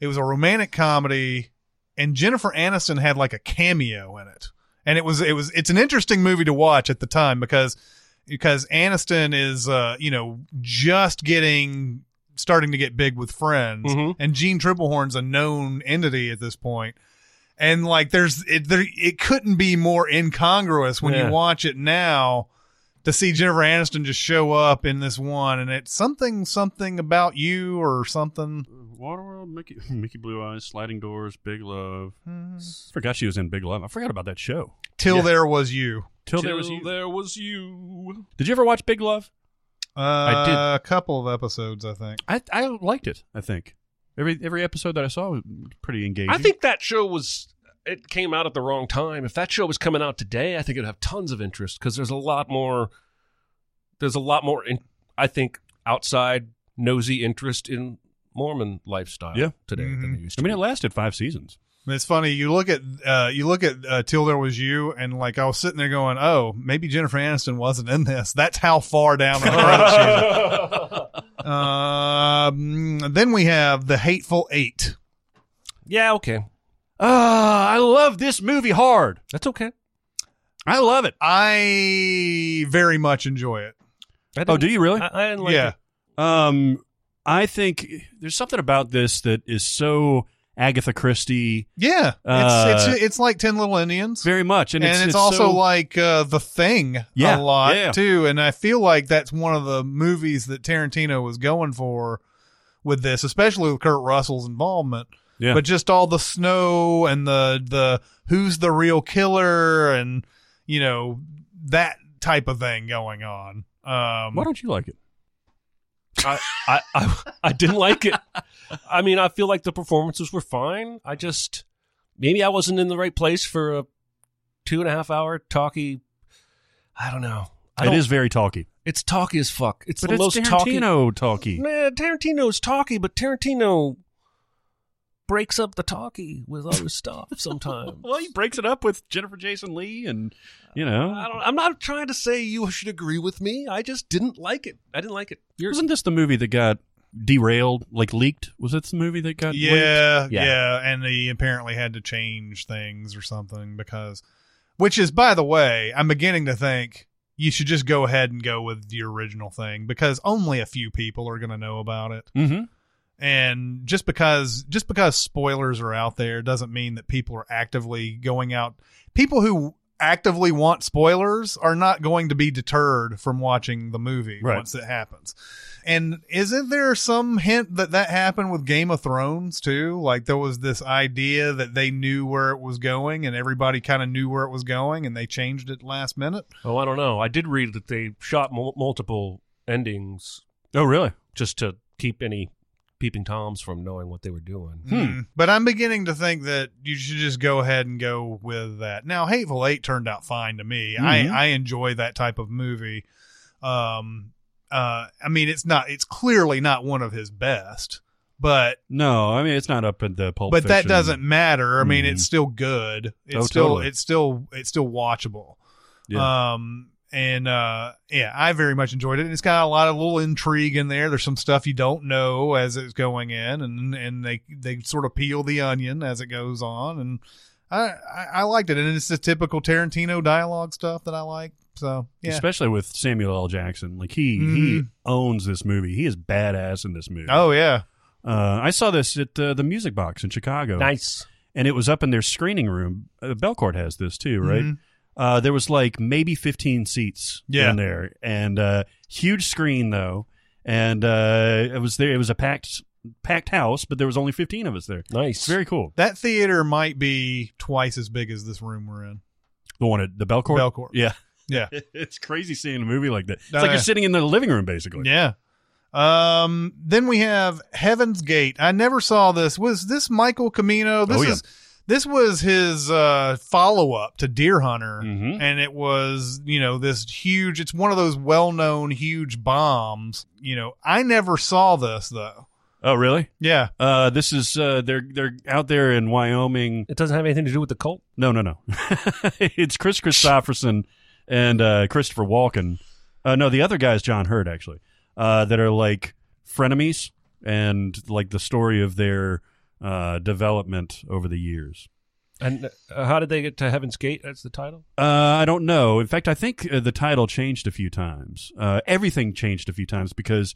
Speaker 3: It was a romantic comedy, and Jennifer Aniston had like a cameo in it. And it was it was it's an interesting movie to watch at the time because because Aniston is uh, you know just getting starting to get big with friends,
Speaker 1: Mhm.
Speaker 3: and Gene Triplehorn's a known entity at this point. And like, there's it, there, it couldn't be more incongruous when
Speaker 1: Yeah.
Speaker 3: you watch it now to see Jennifer Aniston just show up in this one, and it's something something about you or something.
Speaker 4: Waterworld, Mickey, Mickey Blue Eyes, Sliding Doors, Big Love.
Speaker 3: Hmm.
Speaker 4: Forgot she was in Big Love. I forgot about that show.
Speaker 3: Till there was you.
Speaker 4: Till, there was you.
Speaker 1: There was you.
Speaker 4: Did you ever watch Big Love?
Speaker 3: Uh,
Speaker 4: did.
Speaker 3: a couple of episodes, I think.
Speaker 4: I I liked it. I think every every episode that I saw was pretty engaging.
Speaker 1: I think that show was it came out at the wrong time. If that show was coming out today, I think it'd have tons of interest because there's a lot more. There's a lot more. In, I think outside nosy interest in Mormon lifestyle.
Speaker 4: Yeah. Mm-hmm.
Speaker 1: today than
Speaker 3: Mhm.
Speaker 1: there used
Speaker 4: I
Speaker 1: to
Speaker 4: mean, it
Speaker 1: be.
Speaker 4: lasted five seasons.
Speaker 3: And It's funny you look at uh, you look at uh, Till There Was You, and like I was sitting there going, "Oh, maybe Jennifer Aniston wasn't in this." That's how far down the road she was. Um, then we have the Hateful Eight.
Speaker 1: yeah, okay,
Speaker 4: Ah, I love this movie hard.
Speaker 1: that's okay.
Speaker 4: I love it.
Speaker 3: I very much enjoy it.
Speaker 1: I
Speaker 4: Oh,
Speaker 1: didn't-
Speaker 4: do you really?
Speaker 1: I, I didn't like
Speaker 3: yeah,
Speaker 1: it.
Speaker 4: Um, I think there's something about this that is so Agatha Christie
Speaker 3: yeah.
Speaker 4: Uh,
Speaker 3: it's, it's it's like Ten Little Indians,
Speaker 4: very much, and,
Speaker 3: and,
Speaker 4: it's,
Speaker 3: it's, also
Speaker 4: so-
Speaker 3: like uh, the Thing
Speaker 4: Yeah,
Speaker 3: a lot
Speaker 4: yeah.
Speaker 3: too. And I feel like that's one of the movies that Tarantino was going for with this, especially with Kurt Russell's involvement.
Speaker 4: Yeah.
Speaker 3: But just all the snow and the the who's the real killer and you know that type of thing going on. Um,
Speaker 4: Why don't you like it?
Speaker 1: I, I, I, I didn't like it. I mean, I feel like the performances were fine. I just maybe I wasn't in the right place for a two and a half hour talky. I don't know. I
Speaker 4: It
Speaker 1: don't-
Speaker 4: is very talky,
Speaker 1: It's talky as fuck. It's
Speaker 4: but
Speaker 1: the
Speaker 4: it's
Speaker 1: most
Speaker 4: Tarantino
Speaker 1: talky.
Speaker 4: talky.
Speaker 1: Man, Tarantino's talky, but Tarantino breaks up the talky with other stuff sometimes.
Speaker 4: Well, he breaks it up with Jennifer Jason Lee, and you know,
Speaker 1: I don't, I'm not trying to say you should agree with me. I just didn't like it. I didn't like it. You're,
Speaker 4: Wasn't this the movie that got derailed, like leaked? Was it the movie that got leaked?
Speaker 3: yeah,
Speaker 1: Yeah.
Speaker 3: yeah, and he apparently had to change things or something because, which is by the way, I'm beginning to think you should just go ahead and go with the original thing because only a few people are going to know about it,
Speaker 4: Mm-hmm.
Speaker 3: and just because just because spoilers are out there doesn't mean that people are actively going out. People who actively want spoilers are not going to be deterred from watching the movie
Speaker 4: Right.
Speaker 3: once it happens. And isn't there some hint that that happened with Game of Thrones too? Like there was this idea that they knew where it was going and everybody kind of knew where it was going and they changed it last minute.
Speaker 1: oh, I don't know. I did read that they shot mul multiple endings
Speaker 4: Oh, really?
Speaker 1: just to keep any peeping toms from knowing what they were doing.
Speaker 4: Hmm.
Speaker 3: But I'm beginning to think that you should just go ahead and go with that. Now, Hateful Eight turned out fine to me.
Speaker 4: Mhm.
Speaker 3: I, I enjoy that type of movie. Um, uh, I mean, it's not. It's clearly not one of his best, but
Speaker 4: No, I mean it's not up at the pulp.
Speaker 3: but that
Speaker 4: Fiction.
Speaker 3: doesn't matter. I mean,
Speaker 4: Mhm.
Speaker 3: it's still good. It's
Speaker 4: Oh,
Speaker 3: still
Speaker 4: totally.
Speaker 3: it's still it's still watchable.
Speaker 4: Yeah.
Speaker 3: Um, and uh, yeah, I very much enjoyed it. And it's got a lot of little intrigue in there. There's some stuff you don't know as it's going in, and and they they sort of peel the onion as it goes on. And I I, I liked it, and it's the typical Tarantino dialogue stuff that I like. So yeah.
Speaker 4: Especially with Samuel L. Jackson, like he he
Speaker 3: Mhm.
Speaker 4: owns this movie. He is badass in this movie.
Speaker 3: Oh yeah,
Speaker 4: uh, I saw this at uh, the Music Box in
Speaker 1: Hmm.
Speaker 4: Chicago,
Speaker 1: Nice.
Speaker 4: and it was up in their screening room. Uh, Belcourt has this too, right?
Speaker 3: Mhm.
Speaker 4: Uh, there was like maybe 15 seats
Speaker 3: Yeah.
Speaker 4: in there, and uh, huge screen though, and uh, it was there. It was a packed packed house, but there was only 15 of us there.
Speaker 1: Nice.
Speaker 4: It's very cool.
Speaker 3: That theater might be twice as big as this room we're in.
Speaker 4: The one at the Belcourt.
Speaker 3: Belcourt.
Speaker 4: Yeah,
Speaker 3: Yeah.
Speaker 4: it's crazy seeing a movie like that. It's
Speaker 3: Oh,
Speaker 4: like
Speaker 3: yeah.
Speaker 4: you're sitting in the living room basically.
Speaker 3: Yeah. Um, then we have Heaven's Gate. I never saw this. Was this Michael Camino? This
Speaker 4: Oh, yeah.
Speaker 3: is this was his uh, follow up to Deer Hunter,
Speaker 4: Mm-hmm.
Speaker 1: Mhm.
Speaker 3: and it was you know this huge. It's one of those well known huge bombs. You know, I never saw this though.
Speaker 4: Oh, really?
Speaker 3: Yeah,
Speaker 4: Uh, this is uh, they're they're out there in Wyoming.
Speaker 1: It doesn't have anything to do with the cult.
Speaker 4: No, no, no. it's Chris Christopherson and uh, Christopher Walken. Uh, no, the other guy's John Hurt actually. Uh, that are like frenemies and like the story of their uh, development over the years.
Speaker 1: And uh, how did they get to Heaven's Gate? That's the title.
Speaker 4: Uh, I don't know. In fact, I think uh, the title changed a few times. Uh, everything changed a few times because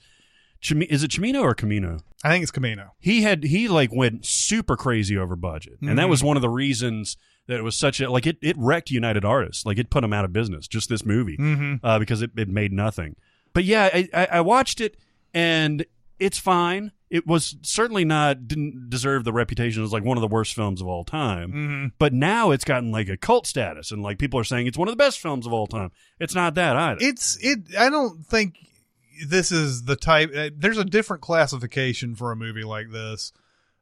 Speaker 4: Chim- is it Chimino or Camino?
Speaker 3: I think it's Camino.
Speaker 4: he had he like went super crazy over budget and that was one of the reasons that it was such a like it, it wrecked united artists like it put them out of business just this movie
Speaker 3: Mm-hmm.
Speaker 4: uh, because it, it made nothing but yeah I, I, I watched it and it's fine it was certainly not didn't deserve the reputation as like one of the worst films of all time
Speaker 3: Mm-hmm.
Speaker 4: but now it's gotten like a cult status and like people are saying it's one of the best films of all time it's not that either
Speaker 3: It's it. I don't think this is the type. Uh, there's a different classification for a movie like this.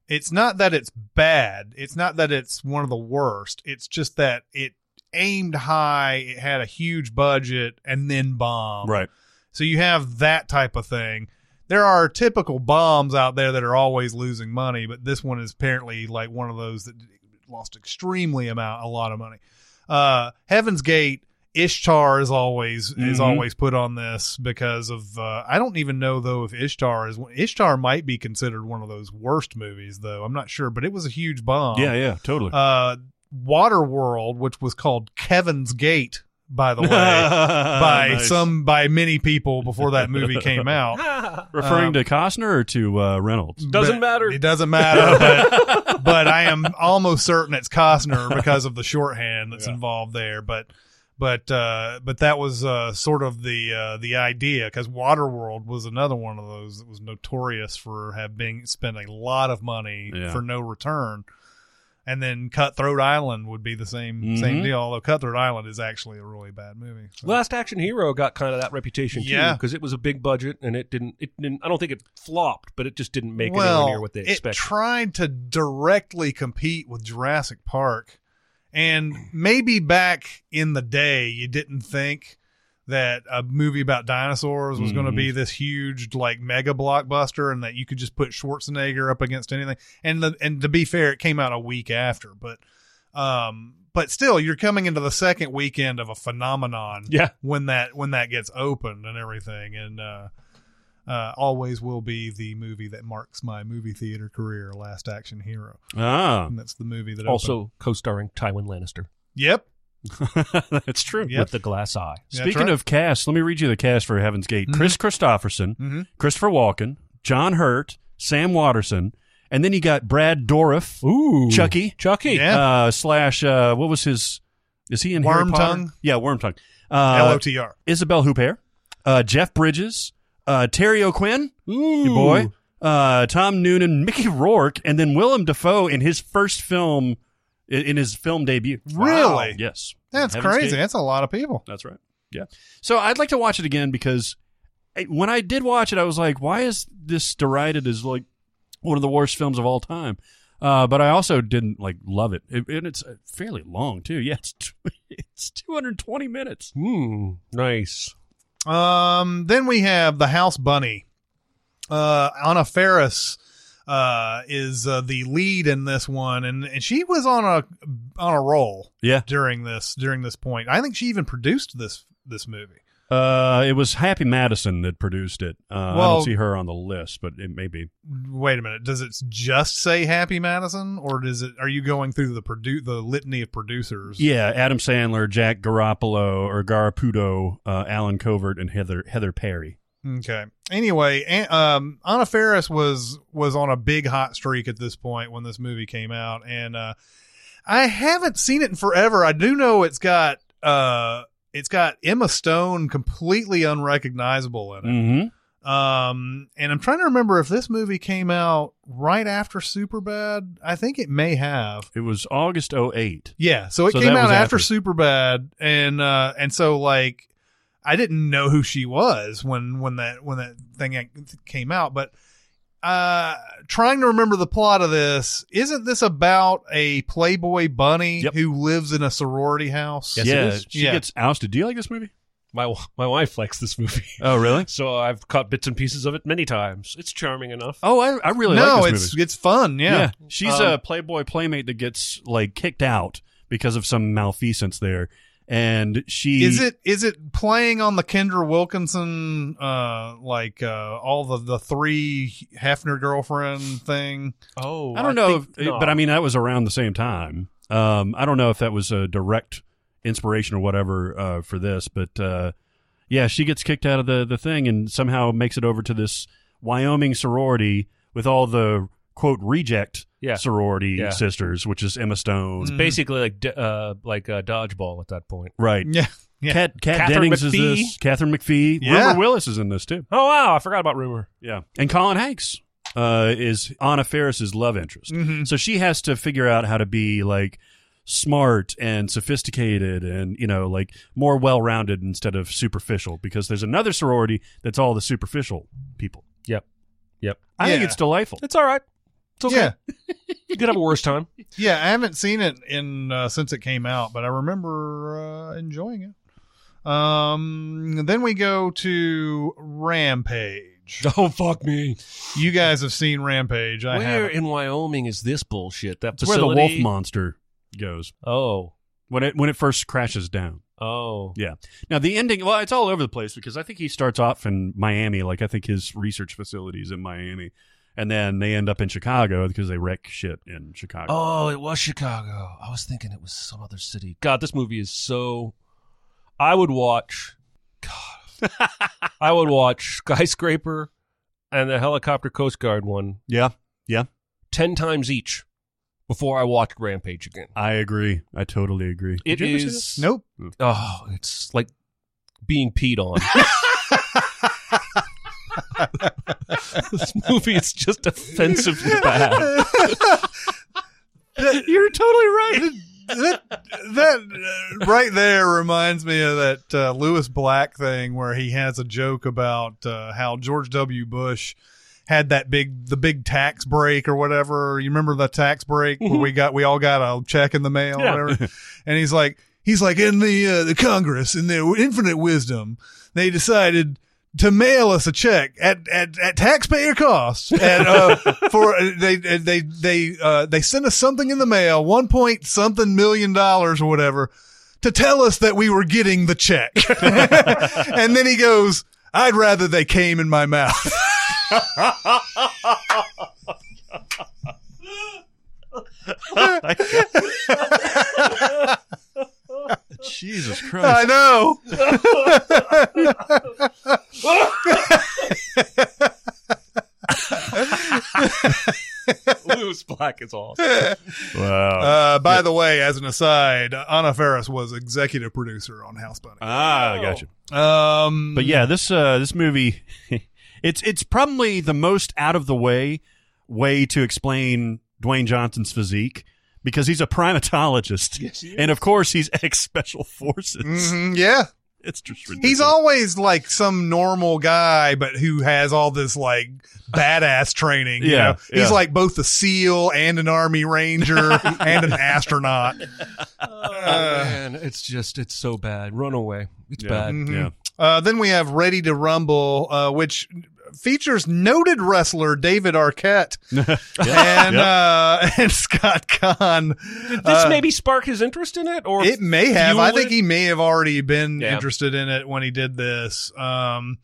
Speaker 3: It's not that it's bad. It's not that it's one of the worst. It's just that it aimed high. It had a huge budget and then bombed.
Speaker 4: right
Speaker 3: So you have that type of thing. There are typical bombs out there that are always losing money, but this one is apparently like one of those that lost extremely amount a lot of money. Uh, Heaven's Gate, Ishtar is always is
Speaker 4: Mhm.
Speaker 3: always put on this because of uh, I don't even know though if Ishtar is Ishtar might be considered one of those worst movies though I'm not sure, but it was a huge bomb.
Speaker 4: yeah yeah totally
Speaker 3: Um, Uh, Waterworld, which was called Kevin's Gate, by the way. by
Speaker 4: Uh, Nice.
Speaker 3: some by many people before that movie came out. um,
Speaker 4: referring to Costner or to uh, Reynolds.
Speaker 1: Doesn't
Speaker 3: But
Speaker 1: matter.
Speaker 3: It doesn't matter. But, but I am almost certain it's Costner because of the shorthand that's involved there. But but uh, but that was uh, sort of the uh, the idea because Waterworld was another one of those that was notorious for have been spent a lot of money
Speaker 4: Yeah.
Speaker 3: for no return. And then Cutthroat Island would be the same same
Speaker 4: Mhm.
Speaker 3: deal, although Cutthroat Island is actually a really bad movie. so.
Speaker 1: Last Action Hero got kind of that reputation too,
Speaker 3: Yeah.
Speaker 1: because it was a big budget and it didn't. It didn't. I don't think it flopped, but it just didn't make anywhere near what they
Speaker 3: it
Speaker 1: expected.
Speaker 3: tried to directly compete with Jurassic Park, and maybe back in the day, you didn't think that a movie about dinosaurs was going to
Speaker 1: Mm-hmm.
Speaker 3: be this huge like mega blockbuster and that you could just put Schwarzenegger up against anything and the, and to be fair it came out a week after but um but still you're coming into the second weekend of a phenomenon
Speaker 1: Yeah.
Speaker 3: when that when that gets opened and everything and uh uh, always will be the movie that marks my movie theater career, Last Action Hero.
Speaker 4: Ah,
Speaker 3: And that's the movie that opened.
Speaker 1: also co-starring Tywin Lannister
Speaker 3: yep,
Speaker 4: that's true.
Speaker 3: Yep.
Speaker 1: with the glass eye.
Speaker 3: That's
Speaker 4: Speaking
Speaker 3: right. Mm-hmm.
Speaker 4: of cast, let me read you the cast for Heaven's Gate: Chris Christopherson, Christopher Walken, John Hurt, Sam Watterson, and then you got Brad Dourif,
Speaker 1: Ooh,
Speaker 4: Chucky,
Speaker 1: Chucky.
Speaker 3: Yeah.
Speaker 4: uh, slash uh, what was his? Is he in Harry Potter?
Speaker 3: Wormtongue?
Speaker 4: Yeah, Wormtongue. Uh,
Speaker 3: LOTR.
Speaker 4: Isabel Huppert, uh, Jeff Bridges, uh, Terry O'Quinn, your boy, uh, Tom Noonan, Mickey Rourke, and then Willem Dafoe in his first film, i- in his film debut.
Speaker 3: Really?
Speaker 4: Yes.
Speaker 3: That's
Speaker 4: Heaven's
Speaker 3: crazy.
Speaker 4: Gate.
Speaker 3: That's a lot of people.
Speaker 4: That's right. Yeah. So I'd like to watch it again because I- when I did watch it, I was like, why is this derided as like one of the worst films of all time? Uh, but I also didn't like love it. It- and it's uh, fairly long too. Yeah, it's t- it's 220 minutes.
Speaker 1: Hmm. Nice.
Speaker 3: Um, then we have the House Bunny. Uh, Anna Ferris uh, is uh, the lead in this one, and, and she was on a on a roll
Speaker 4: Yeah.
Speaker 3: during this during this point. I think she even produced this this movie.
Speaker 4: Uh, it was Happy Madison that produced it. Uh, I
Speaker 3: Well-
Speaker 4: don't see her on the list, but it may be.
Speaker 3: Wait a minute, does it just say Happy Madison, or does it? Are you going through the produ- the litany of producers?
Speaker 4: Yeah, Adam Sandler, Jack Garoppolo or Garaputo, uh, Alan Covert, and Heather Heather Perry.
Speaker 3: Okay. Anyway, An- um, Anna Ferris was was on a big hot streak at this point when this movie came out, and uh, I haven't seen it in forever. I do know it's got uh, it's got Emma Stone completely unrecognizable in it.
Speaker 4: Mm-hmm.
Speaker 3: Um, and I'm trying to remember if this movie came out right after Superbad. I think it may have.
Speaker 4: It was August 08.
Speaker 3: Yeah, so it
Speaker 4: So
Speaker 3: came
Speaker 4: that
Speaker 3: out
Speaker 4: was after.
Speaker 3: after Superbad, and uh, and so like I didn't know who she was when when that when that thing came out, but uh trying to remember the plot of this isn't this about a playboy bunny
Speaker 4: Yep.
Speaker 3: who lives in a sorority house
Speaker 1: Yes, it
Speaker 4: yeah,
Speaker 1: is.
Speaker 4: she
Speaker 3: Yeah.
Speaker 4: gets ousted. Do you like this movie?
Speaker 1: My my wife likes this movie,
Speaker 4: Oh, really?
Speaker 1: so I've caught bits and pieces of it many times. It's charming enough.
Speaker 4: Oh, I, I really
Speaker 3: no
Speaker 4: like this
Speaker 3: it's
Speaker 4: movie.
Speaker 3: it's fun yeah,
Speaker 4: She's
Speaker 1: Um,
Speaker 4: a Playboy playmate that gets like kicked out because of some malfeasance there, and she
Speaker 1: E.
Speaker 3: is it is it playing on the kendra wilkinson uh like uh all the the three hefner girlfriend thing
Speaker 1: Oh,
Speaker 4: I don't know,
Speaker 1: think-
Speaker 4: if,
Speaker 1: no.
Speaker 4: but I mean that was around the same time. Um, I don't know if that was a direct inspiration or whatever uh, for this, but uh, yeah, she gets kicked out of the the thing and somehow makes it over to this Wyoming sorority with all the quote reject
Speaker 1: Yeah.
Speaker 4: sorority
Speaker 1: Yeah. Mm.
Speaker 4: sisters, which is Emma Stone,
Speaker 1: it's basically like d- uh, like uh, dodgeball at that point.
Speaker 4: right?
Speaker 3: yeah yeah
Speaker 4: Cat Cat
Speaker 1: Catherine
Speaker 4: Dennings is
Speaker 1: McPhee.
Speaker 4: this. Catherine McPhee.
Speaker 3: Yeah.
Speaker 4: Rumor Willis is in this too.
Speaker 1: Oh wow, I forgot about rumor.
Speaker 4: Yeah. And Colin Hanks uh, is Anna Ferris's love interest.
Speaker 3: Mm-hmm.
Speaker 4: So she has to figure out how to be like smart and sophisticated and you know like more well-rounded instead of superficial because there's another sorority that's all the superficial people.
Speaker 1: Yep, yep.
Speaker 4: I think
Speaker 3: Yeah.
Speaker 4: it's delightful.
Speaker 1: It's all right. It's okay.
Speaker 3: yeah
Speaker 1: You could have a worse time.
Speaker 3: Yeah, I haven't seen it in uh, since it came out, but I remember uh, enjoying it. Um, then we go to Rampage.
Speaker 1: Don't fuck me.
Speaker 3: You guys have seen Rampage. I
Speaker 1: Where
Speaker 3: have.
Speaker 1: in Wyoming is this bullshit? That
Speaker 4: It's where the
Speaker 1: facility.
Speaker 4: wolf monster goes
Speaker 1: Oh,
Speaker 4: when it when it first crashes down.
Speaker 1: oh,
Speaker 4: Yeah. Now the ending, well, it's all over the place because I think he starts off in Miami, like I think his research facility is in Miami, and then they end up in Chicago because they wreck shit in Chicago.
Speaker 1: oh. It was Chicago. I was thinking it was some other city. God, this movie is so. I would watch. God, I would watch skyscraper, and the helicopter Coast Guard one
Speaker 4: Yeah, yeah,
Speaker 1: ten times each before I watched Rampage again.
Speaker 4: I agree. I totally agree.
Speaker 1: It
Speaker 4: Did you ever see
Speaker 1: is
Speaker 4: this?
Speaker 3: Nope.
Speaker 1: Oh, it's like being peed on. this movie is just offensively bad.
Speaker 4: You're totally right.
Speaker 3: that that uh, right there reminds me of that uh, Lewis Black thing where he has a joke about uh, how George W. Bush had that big the big tax break or whatever. You remember the tax break where we got we all got a check in the mail
Speaker 1: Yeah.
Speaker 3: or whatever, and he's like he's like in the uh, the Congress in their infinite wisdom they decided. To mail us a check at, at, at taxpayer cost, and uh, for they they they uh, they sent us something in the mail, one point something million dollars or whatever, to tell us that we were getting the check. and then he goes, I'd rather they came in my mouth.
Speaker 4: Jesus
Speaker 3: I
Speaker 4: Christ.
Speaker 3: know.
Speaker 1: Lewis Black is awesome.
Speaker 4: Wow.
Speaker 3: Uh, by the way, as an aside, Anna Ferris was executive producer on House Bunny.
Speaker 4: ah, I got you.
Speaker 3: Um,
Speaker 4: But yeah, this uh, this movie, it's it's probably the most out of the way way to explain Dwayne Johnson's physique because he's a primatologist, and of course he's ex special forces.
Speaker 3: mhm, yeah,
Speaker 4: It's just ridiculous.
Speaker 3: he's always like some normal guy, but who has all this like badass training. you
Speaker 4: Yeah,
Speaker 3: know?
Speaker 4: yeah.
Speaker 3: he's like both a SEAL and an Army Ranger and an astronaut.
Speaker 1: man, it's just it's so bad. Run away. It's
Speaker 4: yeah. Mm.
Speaker 1: bad.
Speaker 4: Yeah.
Speaker 3: Uh, then we have Ready to Rumble, uh, which features noted wrestler David Arquette and
Speaker 4: Yep.
Speaker 3: uh, and Scott Kahn.
Speaker 1: Did this
Speaker 3: Uh,
Speaker 1: maybe spark his interest in it, or
Speaker 3: it may have. I
Speaker 1: fuel
Speaker 3: think
Speaker 1: it?
Speaker 3: he may have already been
Speaker 1: Yeah.
Speaker 3: interested in it when he did this. Um,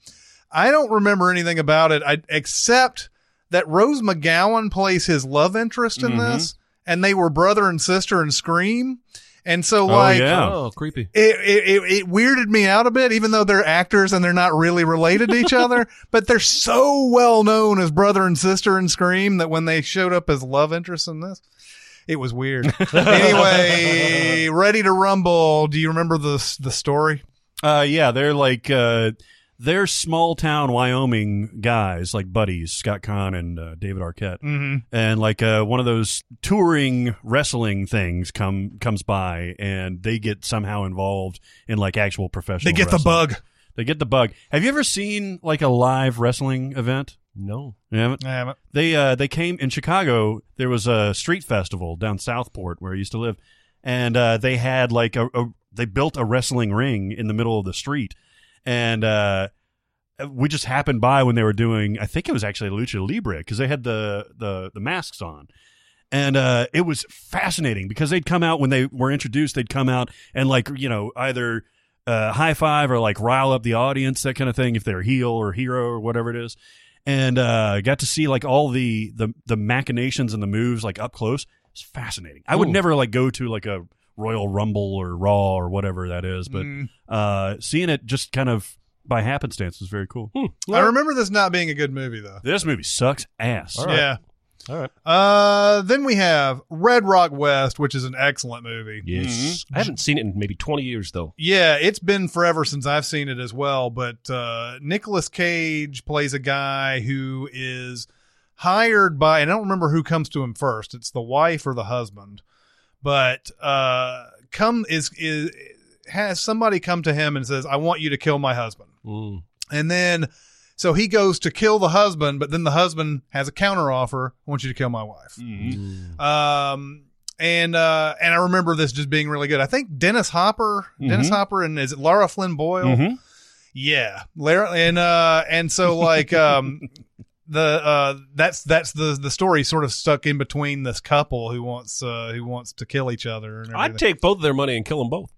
Speaker 3: I don't remember anything about it, I, except that Rose McGowan plays his love interest
Speaker 1: Mm-hmm.
Speaker 3: in this, and they were brother and sister in Scream. And so, like,
Speaker 4: yeah.
Speaker 1: oh, creepy.
Speaker 3: it, it, it, it weirded me out a bit, even though they're actors and they're not really related to each other, but they're so well known as brother and sister in Scream that when they showed up as love interests in this, it was weird. anyway, Ready to Rumble. Do you remember the the story?
Speaker 4: Uh, yeah, they're like uh, they're small town Wyoming guys, like buddies, Scott Kahn and uh, David Arquette, mm-hmm. and like uh, one of those touring wrestling things come comes by, and they get somehow involved in like actual professional.
Speaker 3: They get the
Speaker 4: wrestling.
Speaker 3: bug.
Speaker 4: They get the bug. Have you ever seen like a live wrestling event?
Speaker 1: No.
Speaker 4: You haven't?
Speaker 3: I haven't.
Speaker 4: They uh, they came in Chicago. There was a street festival down Southport where I used to live, and uh, they had like a, a they built a wrestling ring in the middle of the street, and uh, we just happened by when they were doing. I think it was actually Lucha Libre because they had the the the masks on. And uh, it was fascinating because they'd come out when they were introduced. They'd come out and like you know either uh, high five or like rile up the audience, that kind of thing. If they're heel or hero or whatever it is, and uh, got to see like all the the the machinations and the moves like up close. It's fascinating. I would
Speaker 1: Ooh.
Speaker 4: never like go to like a Royal Rumble or Raw or whatever that is,
Speaker 3: Mm.
Speaker 4: but uh, seeing it just kind of by happenstance was very cool.
Speaker 3: I remember this not being a good movie though.
Speaker 4: This movie sucks ass.
Speaker 1: All right.
Speaker 3: Yeah.
Speaker 1: All right.
Speaker 3: Uh, then we have Red Rock West, which is an excellent movie.
Speaker 1: Yes.
Speaker 4: Mm-hmm.
Speaker 1: I haven't seen it in maybe 20 years, though.
Speaker 3: Yeah, it's been forever since I've seen it as well, but uh Nicolas Cage plays a guy who is hired by and I don't remember who comes to him first. It's the wife or the husband. But uh come is is has somebody come to him and says, "I want you to kill my husband."
Speaker 1: Mm.
Speaker 3: And then so he goes to kill the husband, but then the husband has a counter offer, "I want you to kill my wife."
Speaker 4: Mm-hmm.
Speaker 3: Um, and uh, and I remember this just being really good. I think Dennis Hopper,
Speaker 4: Mm-hmm.
Speaker 3: Dennis Hopper, and is it Laura Flynn Boyle?
Speaker 4: Mhm.
Speaker 3: Yeah, Lara, and uh, and so like um, the uh, that's that's the the story sort of stuck in between this couple who wants uh, who wants to kill each other. And
Speaker 1: I'd
Speaker 3: everything.
Speaker 1: take both of their money and kill them both.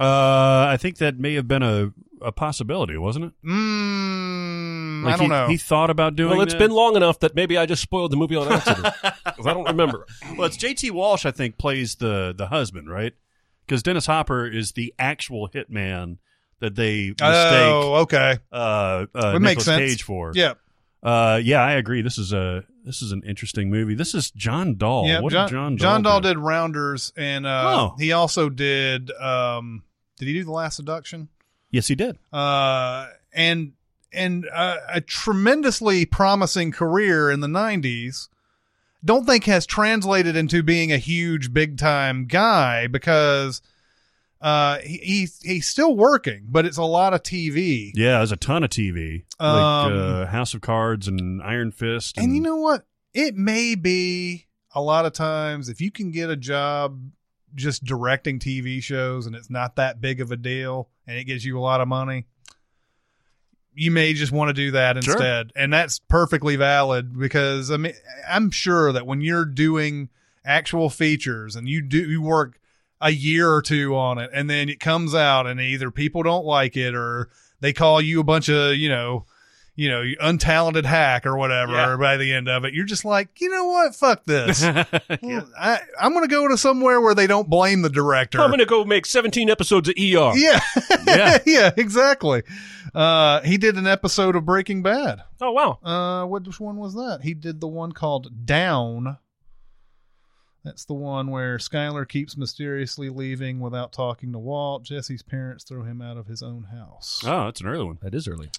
Speaker 4: Uh, I think that may have been a, a possibility, wasn't it?
Speaker 3: Mm, I
Speaker 4: Like,
Speaker 3: don't
Speaker 4: he,
Speaker 3: know.
Speaker 4: He thought about doing.
Speaker 1: Well, it's
Speaker 4: that.
Speaker 1: been long enough that maybe I just spoiled the movie on accident. 'Cause I don't remember.
Speaker 4: well. It's J.T. Walsh, I think, plays the the husband, right? Because Dennis Hopper is the actual hitman that they mistake
Speaker 3: oh, okay.
Speaker 4: uh, uh,
Speaker 3: Would make
Speaker 4: Nicolas
Speaker 3: sense.
Speaker 4: Cage for.
Speaker 3: Yeah,
Speaker 4: uh, yeah, I agree. This is a this is an interesting movie. This is John Dahl.
Speaker 3: yeah.
Speaker 4: what
Speaker 3: John,
Speaker 4: did John Dahl
Speaker 3: John Dahl
Speaker 4: do?
Speaker 3: did Rounders, and uh,
Speaker 4: Oh.
Speaker 3: he also did. Um, did he do the Last Seduction?
Speaker 4: Yes, he did.
Speaker 3: uh, and and uh, a tremendously promising career in the 90s don't think has translated into being a huge big time guy because uh, he, he's he's still working but it's a lot of tv
Speaker 4: Yeah, there's a ton of TV, like
Speaker 3: Um,
Speaker 4: uh, House of Cards and Iron Fist,
Speaker 3: and you know what it may be a lot of times if you can get a job just directing tv shows and it's not that big of a deal and it gives you a lot of money you may just want to do that
Speaker 4: Sure.
Speaker 3: instead and that's perfectly valid because i mean i'm sure that when you're doing actual features and you do you work a year or two on it and then it comes out and either people don't like it or they call you a bunch of you know you know untalented hack or whatever by the end of it you're just like you know what fuck this Well, I, i'm gonna go to somewhere where they don't blame the director
Speaker 1: I'm going to go make 17 episodes of ER.
Speaker 4: E-
Speaker 3: yeah
Speaker 4: Yeah.
Speaker 3: yeah exactly uh he did an episode of breaking bad
Speaker 1: Oh, wow.
Speaker 3: uh, which one was that? He did the one called Down. That's the one where Skyler keeps mysteriously leaving without talking to Walt. Jesse's parents throw him out of his own house.
Speaker 4: oh, that's an early one.
Speaker 1: That is early.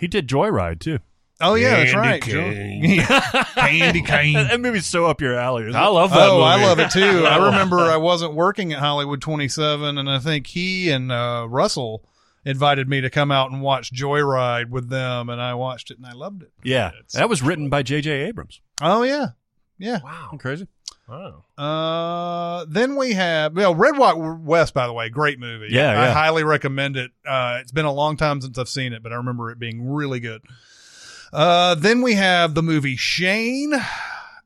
Speaker 4: He did Joyride too.
Speaker 3: oh yeah, that's
Speaker 1: Candy
Speaker 3: right.
Speaker 1: cane.
Speaker 3: Joe. Yeah. Candy cane.
Speaker 4: That, that movie's so up your alley. isn't it?
Speaker 1: I love that
Speaker 3: Oh,
Speaker 1: movie.
Speaker 3: I love it too. I remember I wasn't working at Hollywood 27, and I think he and uh, Russell invited me to come out and watch Joyride with them, and I watched it and I loved it.
Speaker 4: yeah, that was written by J.J. Abrams.
Speaker 3: Oh yeah, yeah.
Speaker 1: Wow.
Speaker 4: Crazy.
Speaker 1: Wow.
Speaker 3: Uh, then we have well, Red Rock West. By the way, great movie.
Speaker 4: Yeah,
Speaker 3: I
Speaker 4: yeah.
Speaker 3: highly recommend it. Uh, it's been a long time since I've seen it, but I remember it being really good. Uh, then we have the movie Shane.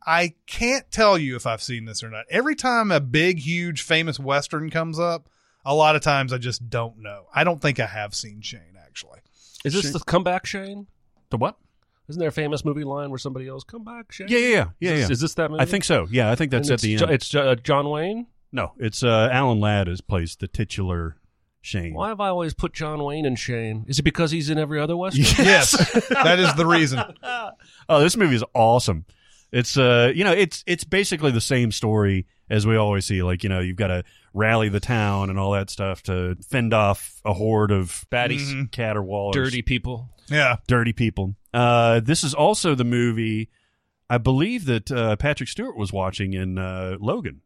Speaker 3: I can't tell you if I've seen this or not. Every time a big, huge, famous western comes up, a lot of times I just don't know. I don't think I have seen Shane actually.
Speaker 1: Is this the comeback, Shane?
Speaker 4: The what?
Speaker 1: Isn't there a famous movie line where somebody else come back? Shane?
Speaker 4: Yeah, yeah, yeah, yeah.
Speaker 1: Is,
Speaker 4: yeah.
Speaker 1: this- is this that movie?
Speaker 4: I think so. Yeah, I think that's
Speaker 1: And
Speaker 4: at the
Speaker 1: it's
Speaker 4: end.
Speaker 1: Jo- it's uh, John Wayne.
Speaker 4: no, it's uh, Alan Ladd is plays the titular Shane.
Speaker 1: Why have I always put John Wayne in Shane? Is it because he's in every other western?
Speaker 3: Yes, that is the reason.
Speaker 4: Oh, this movie is awesome. It's uh, you know, it's it's basically the same story as we always see. Like you know, you've got to rally the town and all that stuff to fend off a horde of
Speaker 1: Baddies.
Speaker 4: Mhm. caterwaulers,
Speaker 1: Dirty people.
Speaker 3: Yeah,
Speaker 4: dirty people. Uh, this is also the movie I believe that uh, Patrick Stewart was watching in uh, Logan.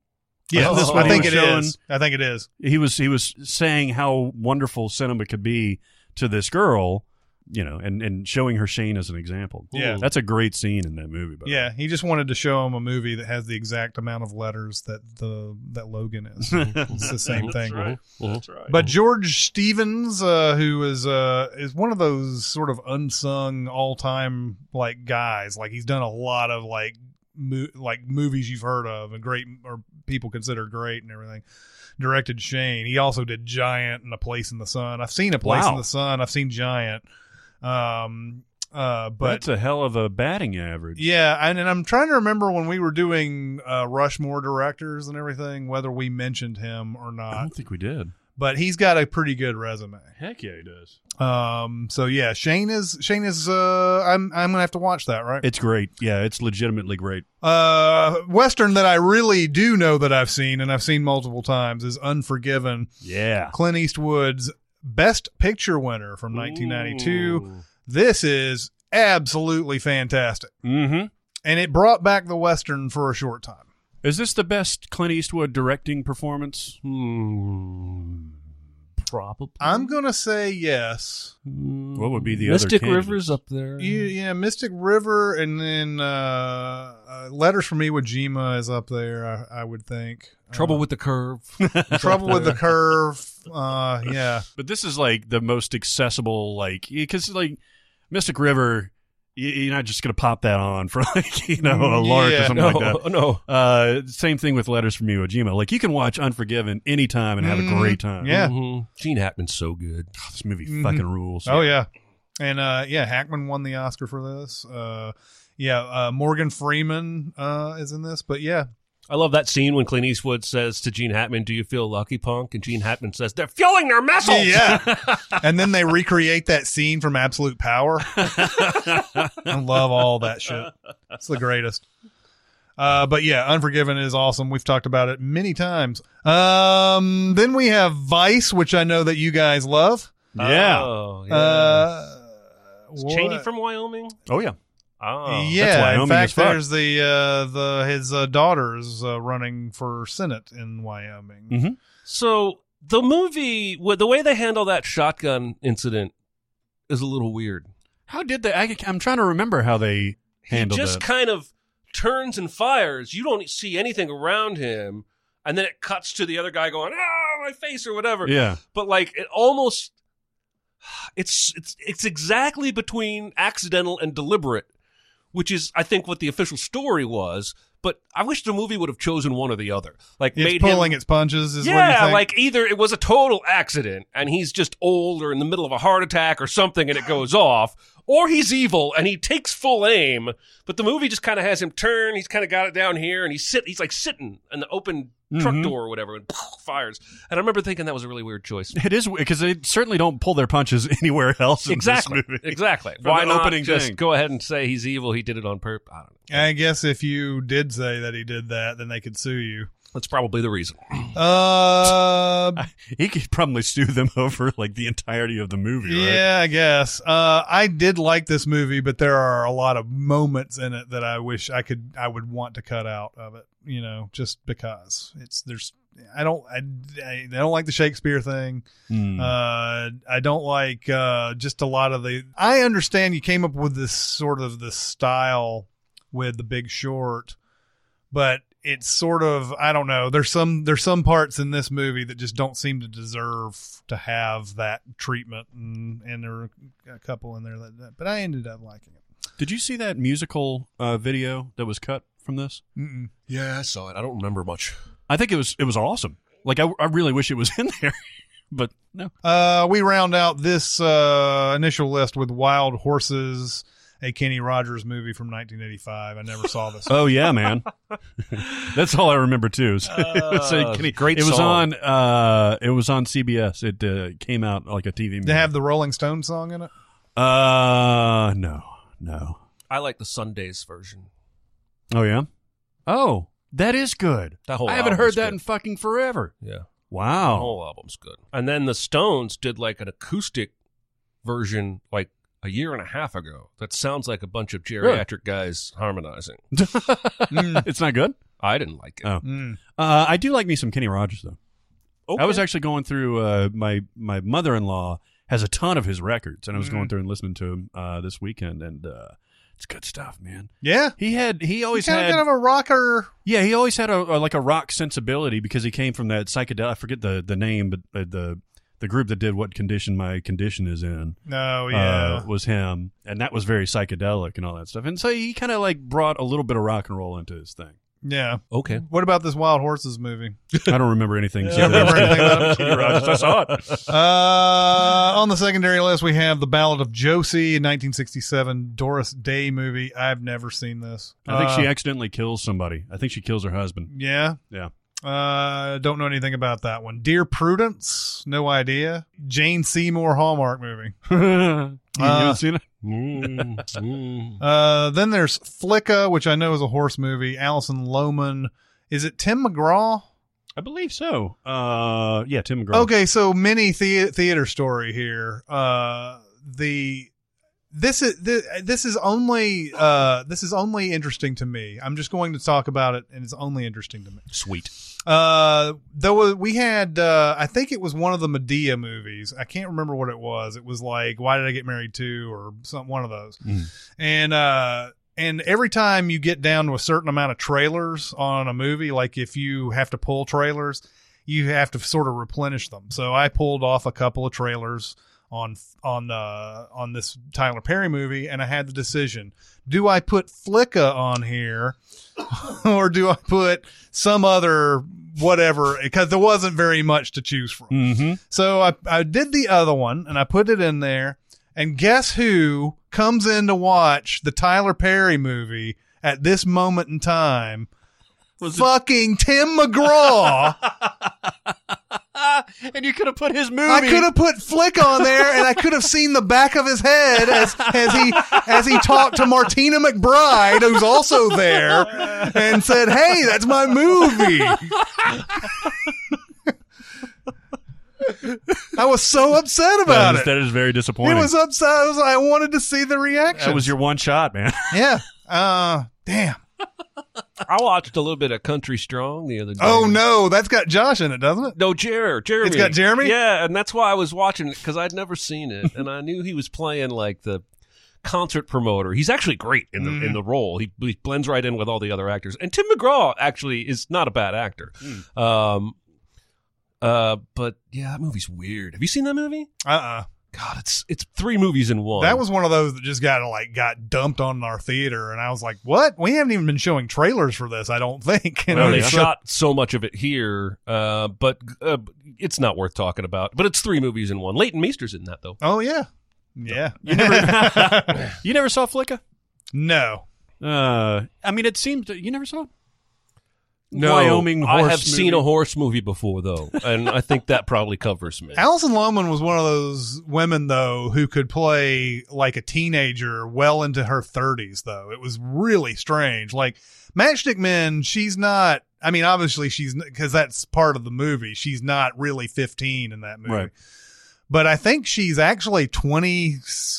Speaker 3: yeah.
Speaker 4: Oh,
Speaker 3: this,
Speaker 4: oh,
Speaker 3: I think
Speaker 4: oh.
Speaker 3: it is. I think it is.
Speaker 4: He was he was saying how wonderful cinema could be to this girl, you know, and and showing her Shane as an example.
Speaker 3: Yeah.
Speaker 4: that's a great scene in that movie. By the
Speaker 3: Yeah, he just wanted to show him a movie that has the exact amount of letters that the that Logan is.
Speaker 4: way.
Speaker 3: It's the same thing.
Speaker 4: That's right.
Speaker 3: But George Stevens, uh, who is uh, is one of those sort of unsung all time like guys. Like he's done a lot of like mo- like movies you've heard of and great or people consider great and everything. Directed Shane. He also did Giant and A Place in the Sun. I've seen A Place in
Speaker 4: Wow.
Speaker 3: the Sun. I've seen Giant. Um, uh, but
Speaker 4: that's a hell of a batting average.
Speaker 3: yeah, and, and I'm trying to remember when we were doing uh, Rushmore directors and everything, whether we mentioned him or
Speaker 4: I
Speaker 3: not.
Speaker 4: don't think we did.
Speaker 3: But he's got a pretty good resume.
Speaker 4: Heck yeah, he does.
Speaker 3: Um, so yeah, Shane is Shane is. Uh, I'm I'm gonna have to watch that, right?
Speaker 4: It's great. Yeah, it's legitimately great.
Speaker 3: Uh, Western that I really do know that I've seen and I've seen multiple times is Unforgiven.
Speaker 4: Yeah.
Speaker 3: Clint Eastwood's Best Picture winner from 1992. This is absolutely fantastic,
Speaker 4: Mm-hmm.
Speaker 3: and it brought back the Western for a short time.
Speaker 4: Is this the best Clint Eastwood directing performance?
Speaker 1: Hmm. Probably. Hmm,
Speaker 3: I'm gonna say yes.
Speaker 4: What would be the other
Speaker 1: Mystic
Speaker 4: candidates?
Speaker 1: Rivers up there?
Speaker 3: You, yeah, Mystic River, and then uh, uh, Letters from Iwo Jima is up there. I, I would think
Speaker 1: Trouble
Speaker 3: Uh,
Speaker 1: with the curve.
Speaker 3: Trouble with the Curve. Uh, yeah,
Speaker 4: But this is like the most accessible, like because like Mystic River, y- you're not just gonna pop that on for like you know a lark or
Speaker 3: Yeah.
Speaker 4: something
Speaker 1: no,
Speaker 4: like that.
Speaker 1: no.
Speaker 4: Uh, same thing with Letters from Iwo Jima. Like you can watch Unforgiven anytime and have
Speaker 3: Mhm.
Speaker 4: a great time.
Speaker 3: Yeah.
Speaker 1: Mhm. Gene Hackman's so good.
Speaker 4: God, this movie
Speaker 3: Mhm.
Speaker 4: fucking rules.
Speaker 3: Oh yeah, and uh, yeah, Hackman won the Oscar for this. Uh, yeah, uh, Morgan Freeman uh, is in this, but yeah,
Speaker 1: I love that scene when Clint Eastwood says to Gene Hackman, "Do you feel lucky, punk?" And Gene Hackman says, "They're fueling their muscles."
Speaker 3: yeah. and then they recreate that scene from Absolute Power. I love all that shit. It's the greatest. Uh, but yeah, Unforgiven is awesome. We've talked about it many times. Um, then we have Vice, which I know that you guys love.
Speaker 4: yeah.
Speaker 1: Oh, yeah.
Speaker 3: Uh,
Speaker 1: Is Cheney
Speaker 3: what-
Speaker 1: from Wyoming.
Speaker 4: oh yeah.
Speaker 1: Oh,
Speaker 3: yeah, in
Speaker 4: Wyoming
Speaker 3: fact,
Speaker 4: as fuck.
Speaker 3: there's the uh, the his uh, daughter's uh, running for senate in Wyoming.
Speaker 1: Mm-hmm.
Speaker 4: Mhm.
Speaker 1: So the movie, with the way they handle that shotgun incident, is a little weird.
Speaker 4: How did they? I, I'm trying to remember how they handled
Speaker 1: he just
Speaker 4: that.
Speaker 1: kind of turns and fires. You don't see anything around him, and then it cuts to the other guy going, "Ah, my face" or whatever.
Speaker 4: yeah.
Speaker 1: But like, it almost it's it's it's exactly between accidental and deliberate, which is I think what the official story was. But I wish the movie would have chosen one or the other. Like
Speaker 3: It's
Speaker 1: made him
Speaker 3: pulling its punches. Is what you
Speaker 1: yeah,
Speaker 3: think?
Speaker 1: like either it was a total accident and he's just old or in the middle of a heart attack or something and it goes off, or he's evil and he takes full aim, but the movie just kind of has him turn. He's kind of got it down here and he's sit he's like sitting in the open truck
Speaker 4: Mhm.
Speaker 1: door or whatever and fires. And I remember thinking that was a really weird choice.
Speaker 4: It is because they certainly don't pull their punches anywhere else in
Speaker 1: Exactly.
Speaker 4: this movie.
Speaker 1: Exactly.
Speaker 4: From
Speaker 1: Why
Speaker 4: the
Speaker 1: not
Speaker 4: opening
Speaker 1: just
Speaker 4: thing.
Speaker 1: go ahead and say he's evil? He did it on purpose. I don't know.
Speaker 3: I guess if you did say that he did that, then they could sue you.
Speaker 1: That's probably the reason.
Speaker 3: Uh,
Speaker 4: He could probably sue them over like the entirety of the movie, right?
Speaker 3: yeah, I guess. Uh, I did like this movie, but there are a lot of moments in it that I wish I could, I would want to cut out of it. You know, just because it's there's, I don't, I, I don't like the Shakespeare thing.
Speaker 4: Hmm.
Speaker 3: Uh, I don't like uh, just a lot of the. I understand you came up with this sort of this style with The Big Short, but it's sort of I don't know. There's some there's some parts in this movie that just don't seem to deserve to have that treatment, and and there are a couple in there that, that but I ended up liking it.
Speaker 4: Did you see that musical uh, video that was cut from this?
Speaker 3: Mm-mm.
Speaker 1: Yeah, I saw it. I don't remember much.
Speaker 4: I think it was it was awesome. Like I, I really wish it was in there, but no.
Speaker 3: Uh, we round out this uh, initial list with Wild Horses. A Kenny Rogers movie from 1985. I never saw this.
Speaker 4: Oh yeah, man. That's all I remember too. So,
Speaker 1: Uh,
Speaker 4: Kenny-
Speaker 1: great
Speaker 4: It was
Speaker 1: song.
Speaker 4: on. Uh, it was on CBS. It uh, came out like a TV.
Speaker 3: They
Speaker 4: movie.
Speaker 3: have the Rolling Stone song in it.
Speaker 4: uh, no, no.
Speaker 1: I like the Sundays version.
Speaker 4: Oh yeah. Oh, that is good.
Speaker 1: That whole
Speaker 4: I haven't
Speaker 1: album's
Speaker 4: heard
Speaker 1: Oh,
Speaker 4: that
Speaker 1: good.
Speaker 4: in fucking forever.
Speaker 1: Yeah. Oh. The
Speaker 4: Wow.
Speaker 1: whole album's good. And then the Stones did like an acoustic version like a year and a half ago that sounds like a bunch of geriatric guys harmonizing.
Speaker 4: it's not good.
Speaker 1: I didn't like it.
Speaker 4: Oh.
Speaker 3: Mm.
Speaker 4: Uh,
Speaker 1: Oh,
Speaker 4: I do like me some Kenny Rogers though. I was actually going through uh, my my mother in law has a ton of his records, and I was
Speaker 1: Mm-hmm.
Speaker 4: going through and listening to him uh, this weekend, and uh, it's good stuff, man.
Speaker 3: Yeah.
Speaker 4: He had he
Speaker 3: He's
Speaker 4: always
Speaker 3: kind
Speaker 4: had
Speaker 3: of kind of a rocker.
Speaker 4: yeah, he always had a, a- like a rock sensibility because he came from that psychedelic. I forget the the name, but uh, the the group that did "What Condition My Condition Is In"
Speaker 3: No,
Speaker 4: uh, was him, and that was very psychedelic and all that stuff. And so he kind of like brought a little bit of rock and roll into his thing.
Speaker 3: yeah.
Speaker 1: Okay.
Speaker 3: What about this Wild Horses movie?
Speaker 4: I don't remember anything.
Speaker 3: I don't remember anything about it.
Speaker 4: Kenny Rogers, I saw it.
Speaker 3: Uh, on the secondary list, we have The Ballad of Josie, 1967, Doris Day movie. I've never seen this.
Speaker 4: I think she
Speaker 3: Uh,
Speaker 4: accidentally kills somebody. I think she kills her husband.
Speaker 3: Yeah.
Speaker 4: Yeah.
Speaker 3: Uh, don't know anything about that one. Dear Prudence, no idea. Jane Seymour Hallmark movie.
Speaker 4: you haven't
Speaker 3: Uh,
Speaker 4: seen it?
Speaker 1: Mm, mm.
Speaker 3: Uh, then there's Flicka, which I know is a horse movie. Allison Lohman. Is it Tim McGraw?
Speaker 4: I believe so. Uh, yeah, Tim McGraw.
Speaker 3: Okay, so mini the- theater story here. Uh, the this is this, this is only uh, this is only interesting to me. I'm just going to talk about it, and it's only interesting to me.
Speaker 4: Sweet.
Speaker 3: Uh, there was we had uh, I think it was one of the Medea movies. I can't remember what it was. It was like Why Did I Get Married to or some one of those. And uh and every time you get down to a certain amount of trailers on a movie, like if you have to pull trailers, you have to sort of replenish them. So I pulled off a couple of trailers on on uh on this Tyler Perry movie and I had the decision. Do I put Flicka on here or do I put some other whatever because there wasn't very much to choose from.
Speaker 4: Mm-hmm.
Speaker 3: So I, I did the other one and I put it in there. And guess who comes in to watch the Tyler Perry movie at this moment in time? Fucking Tim McGraw.
Speaker 4: and you could have put his movie.
Speaker 3: I could have put Flick on there and I could have seen the back of his head as, as he as he talked to Martina McBride, who's also there, and said, Hey, that's my movie. I was so upset about
Speaker 4: That is,
Speaker 3: it.
Speaker 4: that is very disappointing.
Speaker 3: It was upside. I, was, I wanted to see the reaction.
Speaker 4: that was your one shot, man.
Speaker 3: yeah. Uh, damn.
Speaker 1: I watched a little bit of Country Strong the other day.
Speaker 3: Oh no, that's got Josh in it, doesn't it?
Speaker 1: No, Jer, Jeremy.
Speaker 3: It's got Jeremy?
Speaker 1: Yeah, and that's why I was watching it because I'd never seen it, and I knew he was playing like the concert promoter. He's actually great in the
Speaker 3: Mm-hmm.
Speaker 1: in the role. He, he blends right in with all the other actors. And Tim McGraw actually is not a bad actor.
Speaker 3: Hmm.
Speaker 1: Um, uh, but yeah, that movie's weird. Have you seen that movie?
Speaker 3: Uh. uh
Speaker 1: God, it's it's three movies in one.
Speaker 3: That was one of those that just got like got dumped on our theater, and I was like, "What? We haven't even been showing trailers for this. I don't think." And
Speaker 1: Well,
Speaker 3: it
Speaker 1: they
Speaker 3: was so-
Speaker 1: shot so much of it here, uh, but uh, it's not worth talking about. But it's three movies in one. Leighton Meester's in that though.
Speaker 3: Oh yeah, yeah.
Speaker 4: You never saw Flicka?
Speaker 3: no,
Speaker 4: Uh, I mean, it seemed you never saw.
Speaker 1: No,
Speaker 4: Wyoming
Speaker 1: I
Speaker 4: horse
Speaker 1: have seen
Speaker 4: movie.
Speaker 1: a horse movie before though, and I think that probably covers me.
Speaker 3: Allison Lohman was one of those women though who could play like a teenager well into her thirties. Though it was really strange. Like Matchstick Men, she's not. I mean, obviously she's because that's part of the movie. She's not really fifteen in that movie.
Speaker 4: Right.
Speaker 3: But I think she's actually twenty.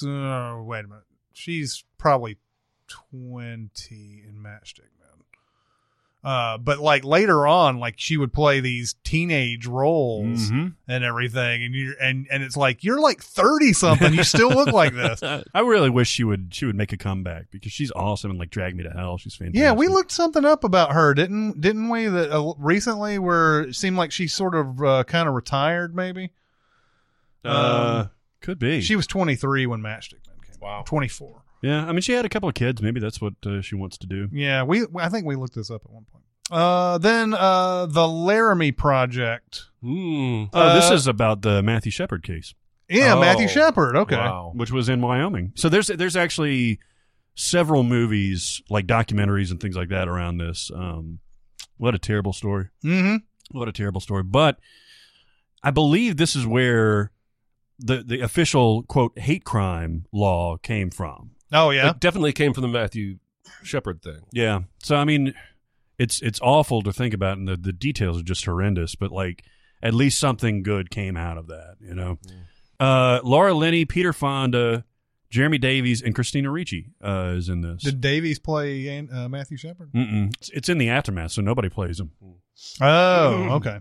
Speaker 3: Uh, wait a minute, she's probably twenty in Matchstick Men. Uh, but like later on, like she would play these teenage roles and everything and you and and it's like you're like 30 something you still look like this
Speaker 4: I really wish she would she would make a comeback because she's awesome and like drag me to hell. She's fantastic.
Speaker 3: yeah we looked something up about her didn't didn't we that uh, recently where it seemed like she sort of uh, kind of retired maybe
Speaker 4: Uh,
Speaker 3: Um,
Speaker 4: could be.
Speaker 3: she was 23 when matchstick men came wow 24
Speaker 4: yeah, I mean, she had a couple of kids. Maybe that's what uh, she wants to do.
Speaker 3: yeah we i think we looked this up at one point uh then uh the laramie project
Speaker 1: Mm.
Speaker 3: Uh,
Speaker 4: Oh, this is about the Matthew Shepard case,
Speaker 3: yeah
Speaker 1: Oh.
Speaker 3: matthew shepard okay
Speaker 1: Wow.
Speaker 4: which was in Wyoming. So there's there's actually several movies, like documentaries and things like that, around this. Um, what a terrible story.
Speaker 3: mm-hmm
Speaker 4: What a terrible story. But I believe this is where the the official quote hate crime law came from.
Speaker 3: oh yeah
Speaker 1: It definitely came from the Matthew Shepard thing.
Speaker 4: Yeah. So I mean, it's it's awful to think about, and the the details are just horrendous. But like, at least something good came out of that, you know. Uh, Laura Linney, Peter Fonda, Jeremy Davies, and Christina Ricci uh, is in this.
Speaker 3: did davies play uh, matthew shepard
Speaker 4: Mm-mm. It's, it's in the aftermath, so nobody plays him.
Speaker 3: oh okay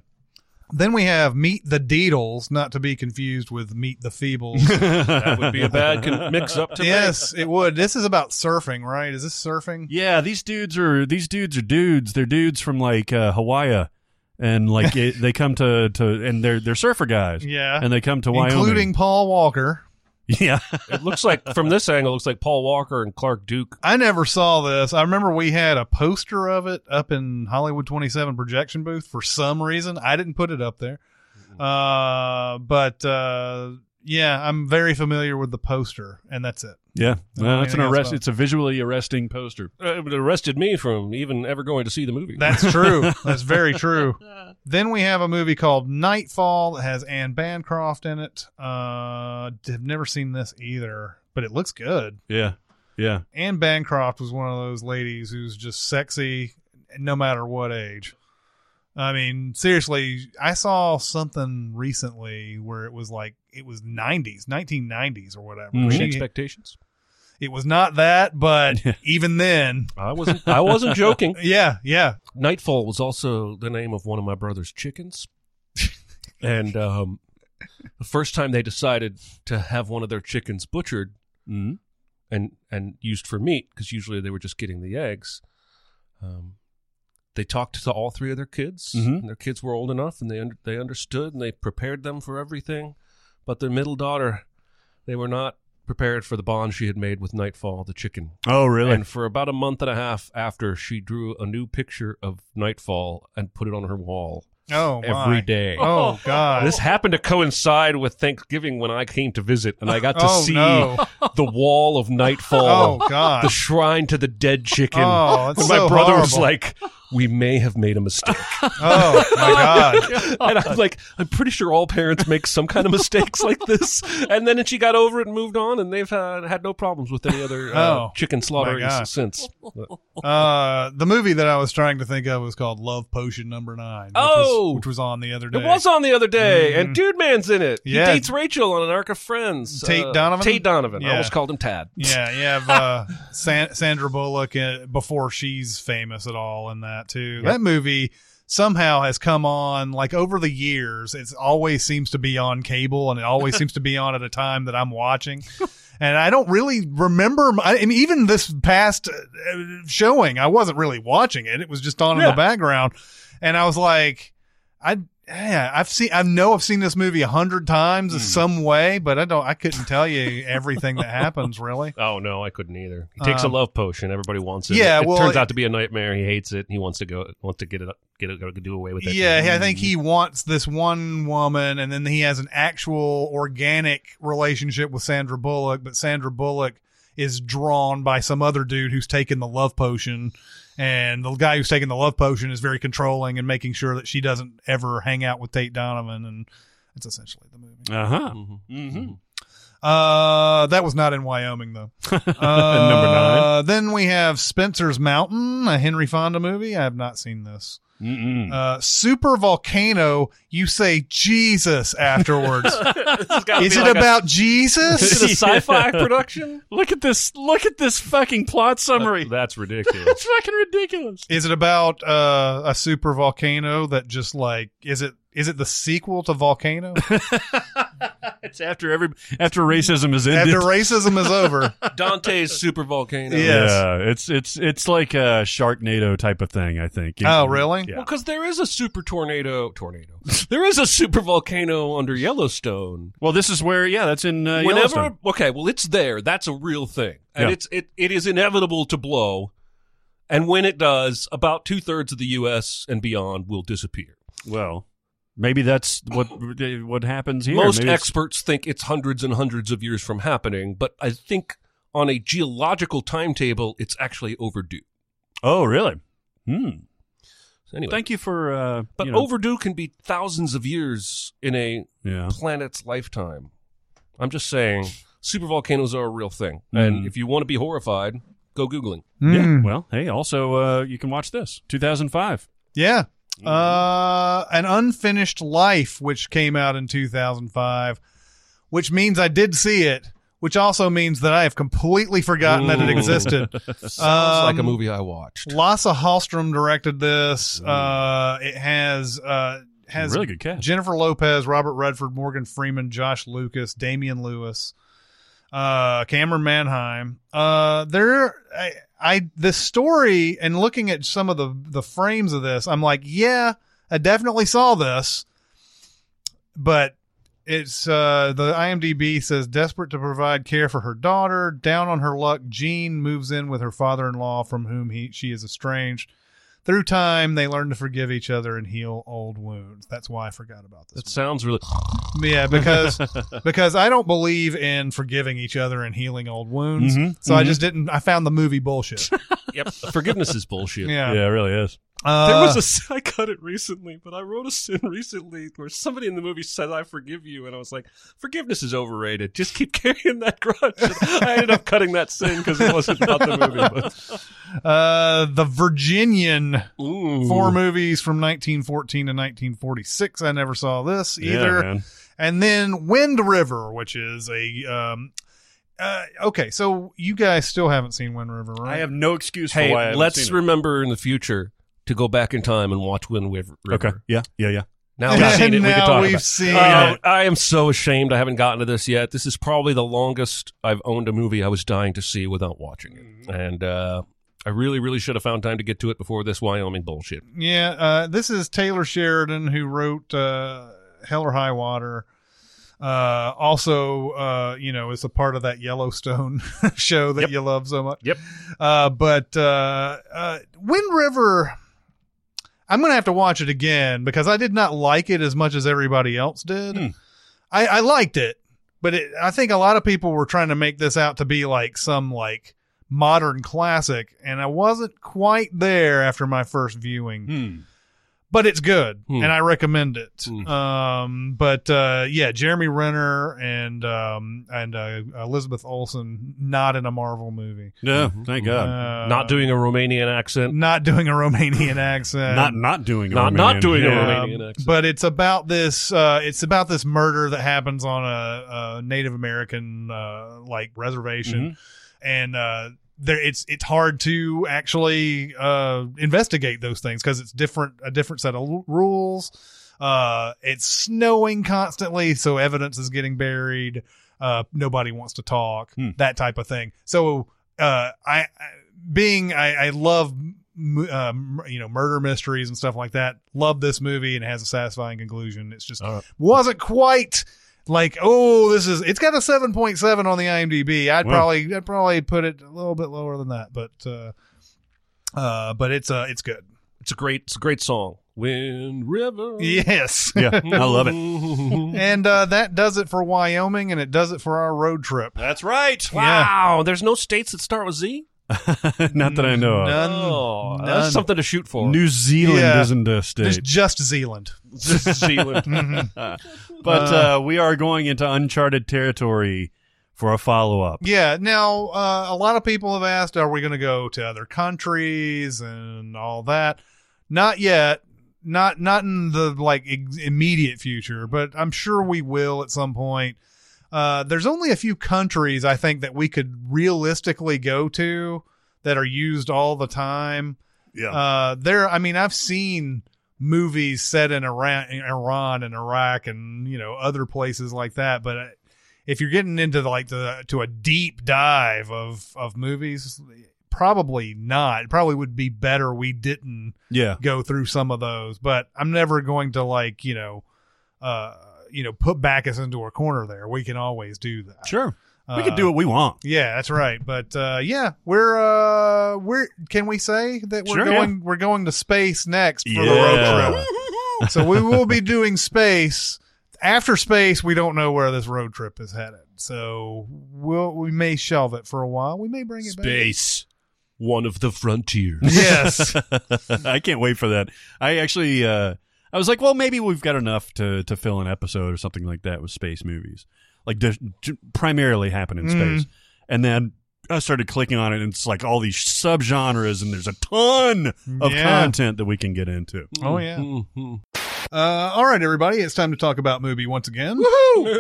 Speaker 3: Then we have Meet the Deedles, not to be confused with Meet the Feebles.
Speaker 1: That would be a bad con- mix up to me.
Speaker 3: yes, it would. This is about surfing, right? Is this surfing?
Speaker 4: Yeah, these dudes are these dudes are dudes. They're dudes from like uh, Hawaii, and like it, they come to to and they're they're surfer guys.
Speaker 3: Yeah.
Speaker 4: and they come to Wyoming.
Speaker 3: Including Paul Walker.
Speaker 4: yeah,
Speaker 1: It looks like from this angle, it looks like Paul Walker and Clark Duke.
Speaker 3: I never saw this. I remember we had a poster of it up in Hollywood 27 projection booth for some reason. I didn't put it up there.
Speaker 4: Mm-hmm.
Speaker 3: Uh, but uh, yeah, I'm very familiar with the poster, and that's it.
Speaker 4: yeah.
Speaker 3: Oh,
Speaker 4: Well, that's an
Speaker 3: anything else
Speaker 4: arrest.
Speaker 3: about-
Speaker 4: It's a visually arresting poster.
Speaker 1: Uh, It arrested me from even ever going to see the movie.
Speaker 3: That's true. That's very true. Then we have a movie called Nightfall that has Anne Bancroft in it. Uh, have never seen this either, but it looks good.
Speaker 4: Yeah, yeah.
Speaker 3: Anne Bancroft was one of those ladies who's just sexy no matter what age. I mean, seriously, I saw something recently where it was like it was 90s, 1990s or whatever.
Speaker 4: Mhm.
Speaker 1: Great
Speaker 3: She-
Speaker 1: expectations.
Speaker 3: it was not that, but even then,
Speaker 1: I wasn't. I wasn't joking.
Speaker 3: yeah, yeah.
Speaker 1: Nightfall was also the name of one of my brother's chickens. and um, the first time they decided to have one of their chickens butchered
Speaker 3: Mm-hmm.
Speaker 4: Mm.
Speaker 1: and, and used for meat, because usually they were just getting the eggs, um, they talked to all three of their kids.
Speaker 3: Mm-hmm.
Speaker 4: Mhm.
Speaker 1: And their kids were old enough and they, under, they understood and they prepared them for everything. But their middle daughter, they were not prepared for the bond she had made with Nightfall, the chicken.
Speaker 4: Oh, really?
Speaker 1: And for about a month and a half after, she drew a new picture of Nightfall and put it on her wall
Speaker 3: Oh, my.
Speaker 1: every day.
Speaker 3: Oh, God.
Speaker 1: This happened to coincide with Thanksgiving when I came to visit, and I got to
Speaker 3: Oh,
Speaker 1: see
Speaker 3: no.
Speaker 1: the wall of
Speaker 3: Oh,
Speaker 1: Nightfall,
Speaker 3: God.
Speaker 1: the shrine to the dead chicken.
Speaker 3: Oh, that's
Speaker 1: and my
Speaker 3: so
Speaker 1: brother was
Speaker 3: horrible.
Speaker 1: like, "We may have made a mistake,"
Speaker 3: Oh my god.
Speaker 1: and I'm like, "I'm pretty sure all parents make some kind of mistakes like this." And then she got over it and moved on, and they've had, had no problems with any other uh,
Speaker 3: Oh,
Speaker 1: chicken slaughtering
Speaker 3: God.
Speaker 1: since.
Speaker 3: Uh the movie that I was trying to think of was called Love Potion Number Nine. Which
Speaker 1: Oh!
Speaker 3: was, which was on the other day.
Speaker 1: It was on the other day, and Dude Man's in it.
Speaker 3: Mm-hmm. Yeah.
Speaker 1: He dates Rachel on an arc of friends. uh,
Speaker 3: Tate Donovan?
Speaker 1: Tate Donovan.
Speaker 3: Yeah.
Speaker 1: I almost called him Tad.
Speaker 3: Yeah, you have uh, San- Sandra Bullock uh, before she's famous at all in that too. That movie somehow has come on like over the years. It's always seems to be on cable, and it always seems to be on at a time that I'm watching. And I don't really remember. My, I mean, even this past uh, showing, I wasn't really watching it. It was just on in the
Speaker 1: Yeah.
Speaker 3: background, and I was like, I. Yeah, I've seen. I know I've seen this movie a hundred times in some way, but I don't. I couldn't tell you everything that happens. Really,
Speaker 1: Oh, no, I couldn't either. He takes
Speaker 3: Um,
Speaker 1: a love potion. Everybody wants it.
Speaker 3: yeah,
Speaker 1: It
Speaker 3: well,
Speaker 1: turns
Speaker 3: it-
Speaker 1: out to be a nightmare. He hates it. He wants to go, wants to get it, get it, do away with it.
Speaker 3: Yeah, he- I think he wants this one woman, and then he has an actual organic relationship with Sandra Bullock, but Sandra Bullock is drawn by some other dude who's taken the love potion. And the guy who's taking the love potion is very controlling and making sure that she doesn't ever hang out with Tate Donovan. And that's essentially the movie.
Speaker 4: Uh huh.
Speaker 1: Mm-hmm.
Speaker 3: Uh, that was not in Wyoming though. Uh, Number
Speaker 4: nine.
Speaker 3: Then we have Spencer's Mountain, a Henry Fonda movie. I have not seen this.
Speaker 4: Mm-mm.
Speaker 3: uh, super volcano, you say Jesus afterwards. Is it about
Speaker 1: Is it a
Speaker 3: Jesus?
Speaker 1: sci fi production? Uh,
Speaker 4: Look at this! Look at this fucking plot summary.
Speaker 1: That's ridiculous.
Speaker 4: That's fucking ridiculous.
Speaker 3: Is it about uh, a super volcano that just like is it is it the sequel to Volcano?
Speaker 4: It's after every after racism is ended.
Speaker 3: After racism is over,
Speaker 1: Dante's super volcano.
Speaker 3: Yeah. Yes.
Speaker 4: Yeah, it's it's it's like a Sharknado type of thing. I think.
Speaker 3: Oh, really?
Speaker 4: Yeah.
Speaker 1: because there is a super tornado. Tornado. There is a super volcano under Yellowstone.
Speaker 4: Well, this is where yeah, that's in uh,
Speaker 1: whenever
Speaker 4: Yellowstone.
Speaker 1: okay well it's there that's a real thing and
Speaker 4: Yeah.
Speaker 1: it's it, it is inevitable to blow and when it does about two-thirds of the us and beyond will disappear
Speaker 4: Well, maybe that's what what happens here.
Speaker 1: most
Speaker 4: Maybe it's-
Speaker 1: experts think it's hundreds and hundreds of years from happening but i think on a geological timetable it's actually overdue
Speaker 4: Oh, really? Hmm.
Speaker 1: So anyway
Speaker 4: Thank you for. Uh,
Speaker 1: but
Speaker 4: you know-
Speaker 1: overdue can be thousands of years in a
Speaker 4: Yeah.
Speaker 1: planet's lifetime i'm just saying supervolcanoes are a real thing
Speaker 4: Mm.
Speaker 3: Mm-hmm.
Speaker 1: and if you want to be horrified go googling
Speaker 4: Yeah.
Speaker 3: Mm,
Speaker 4: Well, hey, also uh, you can watch this 2005.
Speaker 3: yeah. Uh, an unfinished life, which came out in 2005, which means I did see it, which also means that I have completely forgotten that it
Speaker 1: Ooh.
Speaker 3: existed.
Speaker 1: sounds
Speaker 3: Um,
Speaker 1: like a movie i watched
Speaker 3: Lasse Hallström directed this. Uh, it has uh, has
Speaker 4: Really good cast.
Speaker 3: Jennifer Lopez, Robert Redford, Morgan Freeman, Josh Lucas, Damian Lewis, uh, Cameron Manheim. Uh, there, I, I, the story and looking at some of the the frames of this, I'm like, yeah, I definitely saw this, but it's uh, the IMDb says desperate to provide care for her daughter, down on her luck, Jean moves in with her father-in-law from whom he she is estranged. Through time, they learn to forgive each other and heal old wounds. That's why I forgot about this.
Speaker 1: That sounds really.
Speaker 3: Yeah, because because I don't believe in forgiving each other and healing old wounds.
Speaker 1: Mm-hmm.
Speaker 4: Mhm,
Speaker 3: so I just didn't. I found the movie bullshit.
Speaker 1: Yep. Forgiveness is bullshit.
Speaker 3: Yeah.
Speaker 4: Yeah, it really is.
Speaker 3: Uh,
Speaker 1: There was a s- I cut it recently, but I wrote a sin recently where somebody in the movie said, "I forgive you," and I was like, "Forgiveness is overrated. Just keep carrying that grudge." And I ended up cutting that sin because it wasn't about the movie. But,
Speaker 3: uh, the Virginian
Speaker 1: ooh,
Speaker 3: four movies from 1914 to 1946. I never saw this
Speaker 4: Yeah,
Speaker 3: either.
Speaker 4: man.
Speaker 3: and then Wind River, which is a um, uh, okay. So you guys still haven't seen Wind River, right?
Speaker 4: I have no excuse for why I
Speaker 1: Hey,
Speaker 4: haven't
Speaker 1: let's
Speaker 4: seen it.
Speaker 1: remember in the future to go back in time and watch Wind River.
Speaker 4: Okay. Yeah. Yeah. Yeah.
Speaker 1: Now we've seen it. we
Speaker 3: Now
Speaker 1: can talk
Speaker 3: we've
Speaker 1: about. it.
Speaker 3: seen
Speaker 1: Oh,
Speaker 3: it.
Speaker 1: I am so ashamed. I haven't gotten to this yet. This is probably the longest I've owned a movie I was dying to see without watching it, and uh, I really, really should have found time to get to it before this Wyoming bullshit.
Speaker 3: Yeah, uh, this is Taylor Sheridan who wrote uh, Hell or High Water. Uh, also, uh, you know, is a part of that Yellowstone show that you love so much.
Speaker 1: Yep.
Speaker 3: Uh, but uh, uh, Wind River, I'm gonna have to watch it again because I did not like it as much as everybody else did. I, I liked it, but it, I think a lot of people were trying to make this out to be like some like modern classic, and I wasn't quite there after my first viewing.
Speaker 4: Hmm.
Speaker 3: But it's good,
Speaker 1: Hmm.
Speaker 3: and I recommend it.
Speaker 1: Hmm.
Speaker 3: Um, but uh, yeah, Jeremy Renner and um, and uh, Elizabeth Olsen not in a Marvel movie.
Speaker 4: No. Thank God.
Speaker 3: Uh,
Speaker 1: not doing a Romanian accent.
Speaker 3: not doing a Romanian accent.
Speaker 4: not not doing a
Speaker 1: Not- not
Speaker 4: Romanian.
Speaker 1: doing a
Speaker 4: Yeah.
Speaker 1: Romanian.
Speaker 3: Um,
Speaker 1: accent.
Speaker 3: But it's about this. Uh, it's about this murder that happens on a, a Native American uh, like reservation, and uh, there it's it's hard to actually uh, investigate those things because it's different a different set of l- rules. Uh, it's snowing constantly, so evidence is getting buried. Uh, nobody wants to talk,
Speaker 4: Hmm.
Speaker 3: that type of thing. So, uh, I, I being I, I love m- uh, m- you know murder mysteries and stuff like that. Love this movie and it has a satisfying conclusion. It's just wasn't quite like oh this is it's got a 7.7 on the IMDb. I'd
Speaker 4: Wow.
Speaker 3: probably I'd probably put it a little bit lower than that, but uh uh but it's uh it's good.
Speaker 1: It's a great, it's a great song. Wind River.
Speaker 3: Yes.
Speaker 4: Yeah. I love it.
Speaker 3: and uh that does it for Wyoming and it does it for our road trip.
Speaker 4: That's right.
Speaker 1: Wow, there's no states that start with Z.
Speaker 4: not that I know of.
Speaker 3: None,
Speaker 1: Oh,
Speaker 3: none.
Speaker 1: that's something to shoot for.
Speaker 4: New Zealand
Speaker 3: Yeah.
Speaker 4: isn't a
Speaker 3: There's
Speaker 4: state.
Speaker 3: just Zealand.
Speaker 1: This is Zealand.
Speaker 3: Mm-hmm.
Speaker 4: But uh, we are going into uncharted territory for a follow up.
Speaker 3: Yeah. Now, uh, a lot of people have asked, are we going to go to other countries and all that? Not yet. Not not in the like ex- immediate future, but I'm sure we will at some point. Uh, there's only a few countries I think that we could realistically go to that are used all the time.
Speaker 4: Yeah.
Speaker 3: Uh, there, I mean, I've seen movies set in Iran, in Iran and Iraq, and you know other places like that. But uh, if you're getting into the, like the to a deep dive of of movies, probably not. It probably would be better we didn't
Speaker 4: yeah.
Speaker 3: go through some of those. But I'm never going to like you know, uh, you know, put Backus into a corner. There, we can always do that.
Speaker 4: Sure. we
Speaker 3: Uh,
Speaker 4: can do what we want.
Speaker 3: Yeah, that's right. But uh, yeah, we're uh, we're can we say that we're
Speaker 4: Sure,
Speaker 3: going we're going to space next for the road trip. so we will be doing space. After space, we don't know where this road trip is headed. So we'll we may shelve it for a while. We may bring it
Speaker 1: Space, one of the frontiers.
Speaker 3: back. Yes.
Speaker 4: I can't wait for that. I actually, uh, I was like, well, maybe we've got enough to, to fill an episode or something like that with space movies, like just j- primarily happen in
Speaker 3: Mm.
Speaker 4: space. And then I started clicking on it, and it's like all these subgenres, and there's a ton of
Speaker 3: Yeah.
Speaker 4: content that we can get into.
Speaker 3: oh yeah.
Speaker 1: Mhm.
Speaker 3: Uh, all right, everybody. It's time to talk about movie once again.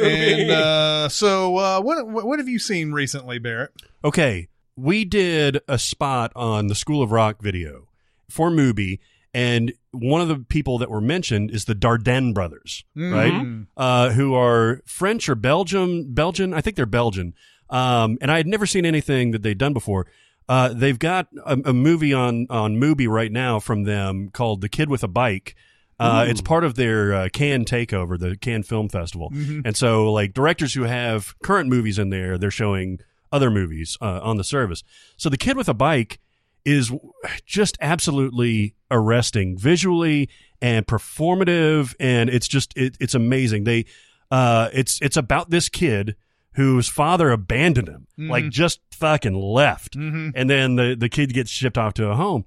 Speaker 3: And uh, so, uh, what what have you seen recently, Barrett?
Speaker 4: Okay, we did a spot on the School of Rock video for Mubi, And one of the people that were mentioned is the Dardenne brothers,
Speaker 3: Mhm.
Speaker 4: right? Uh, who are French or Belgium, Belgian? I think they're Belgian. Um, and I had never seen anything that they'd done before. Uh, they've got a, a movie on on Mubi right now from them called The Kid with a Bike. Uh, it's part of their uh, Cannes takeover, the Cannes Film Festival, and so like directors who have current movies in there, they're showing other movies uh, on the service. So the kid with a bike is w- just absolutely arresting visually and performative, and it's just it, it's amazing. They uh, it's it's about this kid whose father abandoned him, like just fucking left, and then the the kid gets shipped off to a home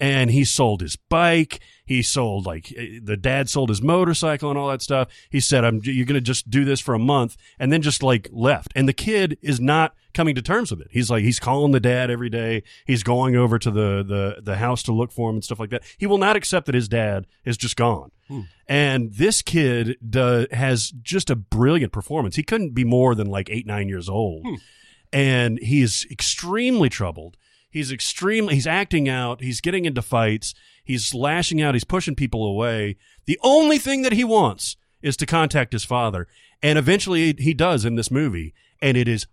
Speaker 4: and he sold his bike. He sold like eh, the dad sold his motorcycle and all that stuff. He said, "I'm you're gonna just do this for a month," and then just like left. And the kid is not coming to terms with it. He's like he's calling the dad every day. He's going over to the the the house to look for him and stuff like that. He will not accept that his dad is just gone. And this kid does, has just a brilliant performance. He couldn't be more than like eight nine years old and he is extremely troubled. He's extremely he's acting out, he's getting into fights, he's lashing out, he's pushing people away. The only thing that he wants is to contact his father, and eventually he does in this movie, and it is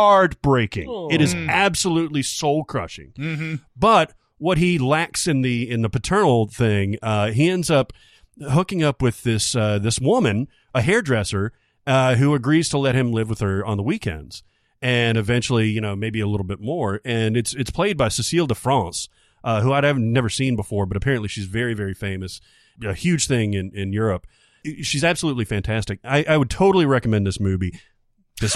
Speaker 4: heartbreaking. It is absolutely soul-crushing. But what he lacks in the in the paternal thing, uh, he ends up hooking up with this uh, this woman, a hairdresser, uh, who agrees to let him live with her on the weekends, and eventually, you know, maybe a little bit more. And it's it's played by Cecile de France, uh, who I'd have never seen before, but apparently she's very very famous, a huge thing in in Europe. She's absolutely fantastic. I, I would totally recommend this movie. This,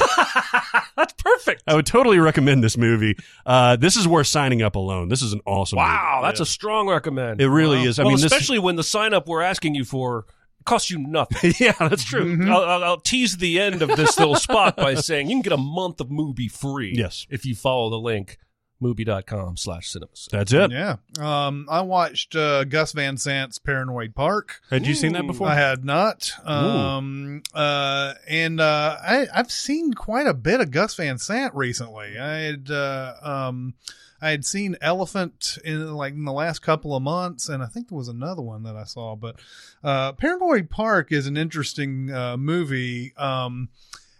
Speaker 1: That's perfect.
Speaker 4: I would totally recommend this movie. Uh, this is worth signing up alone. This is an awesome.
Speaker 1: Wow,
Speaker 4: movie.
Speaker 1: that's a strong recommend.
Speaker 4: It really is. I
Speaker 1: well,
Speaker 4: mean, this-
Speaker 1: especially when the sign up we're asking you for costs you nothing. Mm-hmm.
Speaker 4: yeah, that's true.
Speaker 1: I'll, I'll, I'll tease the end of this little spot by saying you can get a month of movie free.
Speaker 4: Yes.
Speaker 1: if you follow the link movie.com slash cinemas.
Speaker 4: That's it.
Speaker 3: Yeah. Um, I watched uh, Gus Van Sant's Paranoid Park.
Speaker 4: Had you seen that before?
Speaker 3: I had not. Um, uh, and uh, I, I've seen quite a bit of Gus Van Sant recently. I had uh, um, I had seen Elephant in like in the last couple of months, and I think there was another one that I saw. But uh, Paranoid Park is an interesting uh, movie. Um,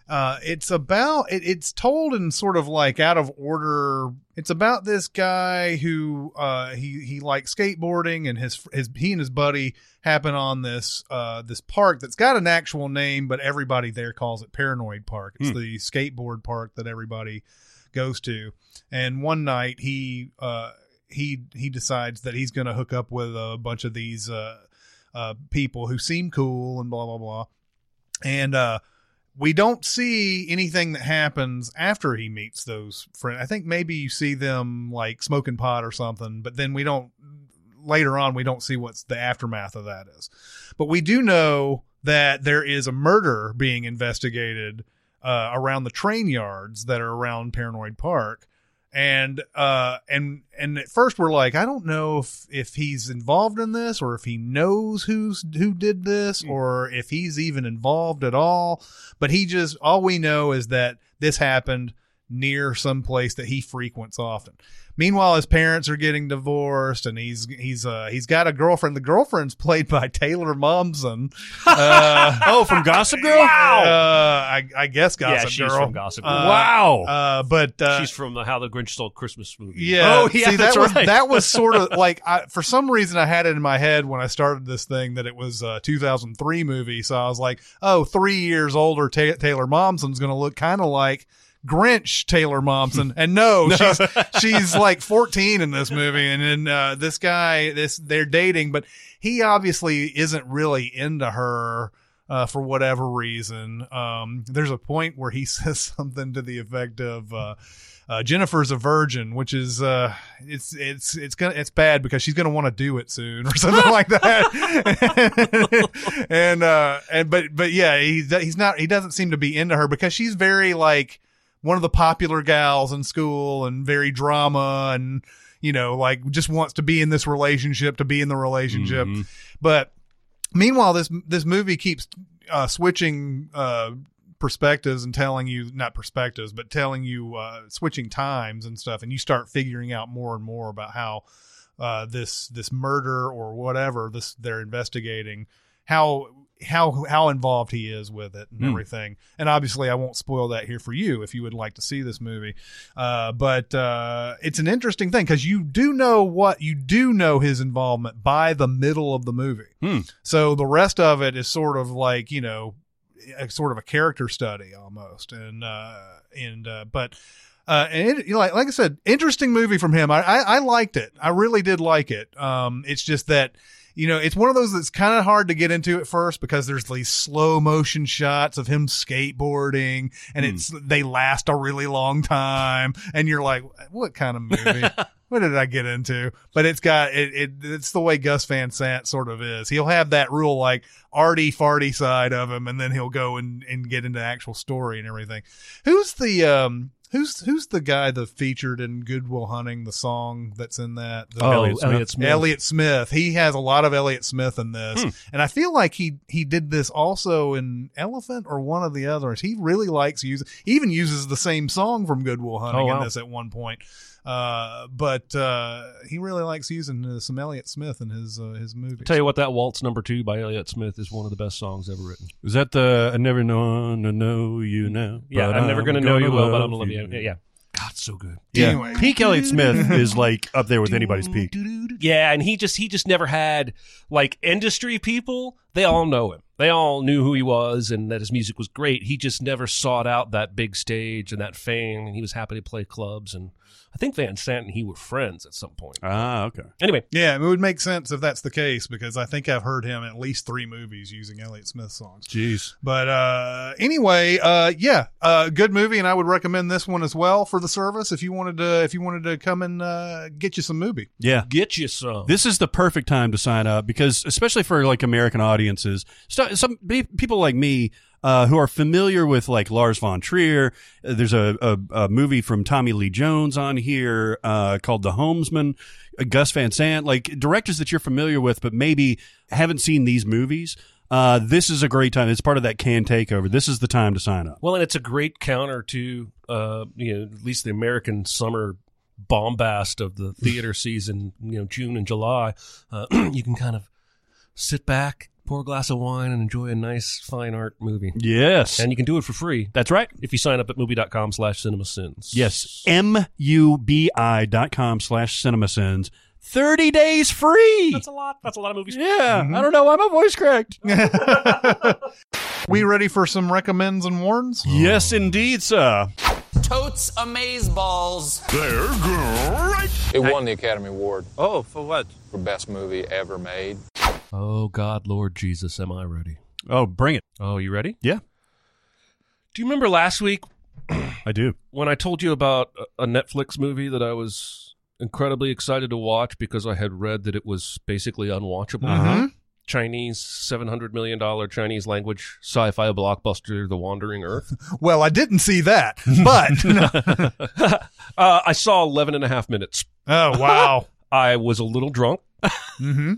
Speaker 3: uh, it's about it, it's told in sort of like out of order. It's about this guy who uh, he he likes skateboarding, and his his he and his buddy happen on this uh, this park that's got an actual name, but everybody there calls it Paranoid Park. It's the skateboard park that everybody goes to. And one night he uh, he he decides that he's going to hook up with a bunch of these uh, uh, people who seem cool and blah blah blah. And uh, we don't see anything that happens after he meets those friends. I think maybe you see them like smoking pot or something, but then we don't later on we don't see what's the aftermath of that is. But we do know that there is a murder being investigated uh, around the train yards that are around Paranoid Park. And uh and and at first we're like I don't know if if he's involved in this or if he knows who's who did this
Speaker 1: Hmm.
Speaker 3: or if he's even involved at all but he just all we know is that this happened near some place that he frequents often. Meanwhile, his parents are getting divorced, and he's he's uh, he's got a girlfriend. The girlfriend's played by Taylor Momsen. Uh,
Speaker 4: oh, from Gossip Girl.
Speaker 3: Uh, I, I guess Gossip
Speaker 1: yeah, she's
Speaker 3: Girl.
Speaker 1: from Gossip Girl.
Speaker 3: Uh,
Speaker 4: wow.
Speaker 3: Uh, but uh,
Speaker 1: she's from the How the Grinch Stole Christmas movie.
Speaker 3: yeah.
Speaker 4: Oh, yeah,
Speaker 3: See,
Speaker 4: that's
Speaker 3: that was
Speaker 4: right.
Speaker 3: that was sort of like I, for some reason I had it in my head when I started this thing that it was a 2003 movie. So I was like, oh, three years older Ta- Taylor Momsen's going to look kind of like Grinch Taylor Momsen, and no, she's she's like 14 in this movie, and then uh, this guy, this they're dating, but he obviously isn't really into her. Uh, for whatever reason, um, there's a point where he says something to the effect of, uh, uh, Jennifer's a virgin, which is uh, it's it's it's gonna it's bad because she's gonna want to do it soon or something like that. and uh, and but but yeah, he's he's not he doesn't seem to be into her because she's very like one of the popular gals in school and very drama and you know like just wants to be in this relationship to be in the relationship, but meanwhile this this movie keeps uh, switching uh, perspectives and telling you not perspectives but telling you uh, switching times and stuff and you start figuring out more and more about how uh, this this murder or whatever this they're investigating, how how how involved he is with it and
Speaker 4: Hmm.
Speaker 3: everything. And obviously, I won't spoil that here for you if you would like to see this movie. Uh, but uh, it's an interesting thing because you do know what you do know his involvement by the middle of the movie.
Speaker 4: Hmm.
Speaker 3: So the rest of it is sort of like you know, a, sort of a character study almost, and uh, and uh, but. Uh, and it, you know, like, like I said, interesting movie from him. I, I, I liked it. I really did like it. Um, it's just that, you know, it's one of those that's kind of hard to get into at first because there's these slow motion shots of him skateboarding and it's, they last a really long time. And you're like, what kind of movie? what did I get into? But it's got, it, it, it's the way Gus Van Sant sort of is. He'll have that real like arty farty side of him and then he'll go and, and get into actual story and everything. Who's the, um, Who's who's the guy that featured in Goodwill Hunting the song that's in that? The-
Speaker 1: Oh,
Speaker 4: Elliot Smith.
Speaker 1: Elliot Smith. Hmm.
Speaker 3: Elliot Smith. He has a lot of Elliot Smith in this, and I feel like he he did this also in Elephant or one of the others. He really likes using. He even uses the same song from Goodwill Hunting
Speaker 1: Oh, wow.
Speaker 3: in this at one point. Uh, but uh, he really likes using uh, some Elliot Smith in his uh, his movies.
Speaker 1: Tell you what, that waltz number two by Elliott Smith is one of the best songs ever written.
Speaker 4: Is that the I never know to know you now?
Speaker 1: Yeah,
Speaker 4: but
Speaker 1: I'm never gonna, know you well, but I'm gonna love you. Yeah,
Speaker 4: Yeah.
Speaker 1: yeah. God, so good.
Speaker 4: yeah.
Speaker 3: Anyway.
Speaker 4: Peak Elliot Smith is like up there with anybody's peak.
Speaker 1: Yeah, and he just he just never had like industry people. They all know him. They all knew who he was and that his music was great. He just never sought out that big stage and that fame, and he was happy to play clubs. And I think Van Sant and he were friends at some point.
Speaker 4: Ah, okay.
Speaker 1: Anyway,
Speaker 3: yeah, it would make sense if that's the case because I think I've heard him in at least three movies using Elliot Smith songs.
Speaker 4: Jeez.
Speaker 3: But uh, anyway, uh, yeah, uh, good movie, and I would recommend this one as well for the service if you wanted to if you wanted to come and uh, get you some movie.
Speaker 4: Yeah.
Speaker 1: get you some.
Speaker 4: This is the perfect time to sign up because, especially for like American audiences, st- some pe- people like me uh, who are familiar with like Lars von Trier. uh, There's a, a, a movie from Tommy Lee Jones on here uh, called The Homesman. uh, Gus Van Sant, like directors that you're familiar with, but maybe haven't seen these movies. Uh, this is a great time. It's part of that can takeover. This is the time to sign up.
Speaker 1: Well, and it's a great counter to, uh, you know, at least the American summer bombast of the theater season, you know, June and July. Uh, you can kind of sit back, pour a glass of wine, and enjoy a nice fine art movie.
Speaker 4: Yes.
Speaker 1: And you can do it for free
Speaker 4: that's right.
Speaker 1: if you sign up at movie.com slash cinemasins.
Speaker 4: Yes. M-U-B-I dot com slash CinemaSins. 30 days free.
Speaker 1: That's a lot. That's a lot of movies.
Speaker 4: Yeah, I don't know why my voice cracked.
Speaker 3: We ready for some recommends and warns?
Speaker 4: yes, indeed, sir.
Speaker 7: Totes amaze balls.
Speaker 8: It won the Academy Award
Speaker 9: Oh, for what?
Speaker 8: for Best Movie Ever Made.
Speaker 1: Oh, God, Lord Jesus, am I ready?
Speaker 4: Oh, bring it.
Speaker 1: Oh, you ready?
Speaker 4: Yeah,
Speaker 1: Do you remember last week
Speaker 4: I do.
Speaker 1: when I told you about a- a Netflix movie that I was incredibly excited to watch because I had read that it was basically unwatchable. Chinese seven hundred million dollar Chinese language sci-fi blockbuster, The Wandering Earth.
Speaker 3: Well, I didn't see that, but
Speaker 1: Uh, I saw 11 and a half minutes.
Speaker 3: oh wow, Mm-hmm.
Speaker 1: I was a little drunk, and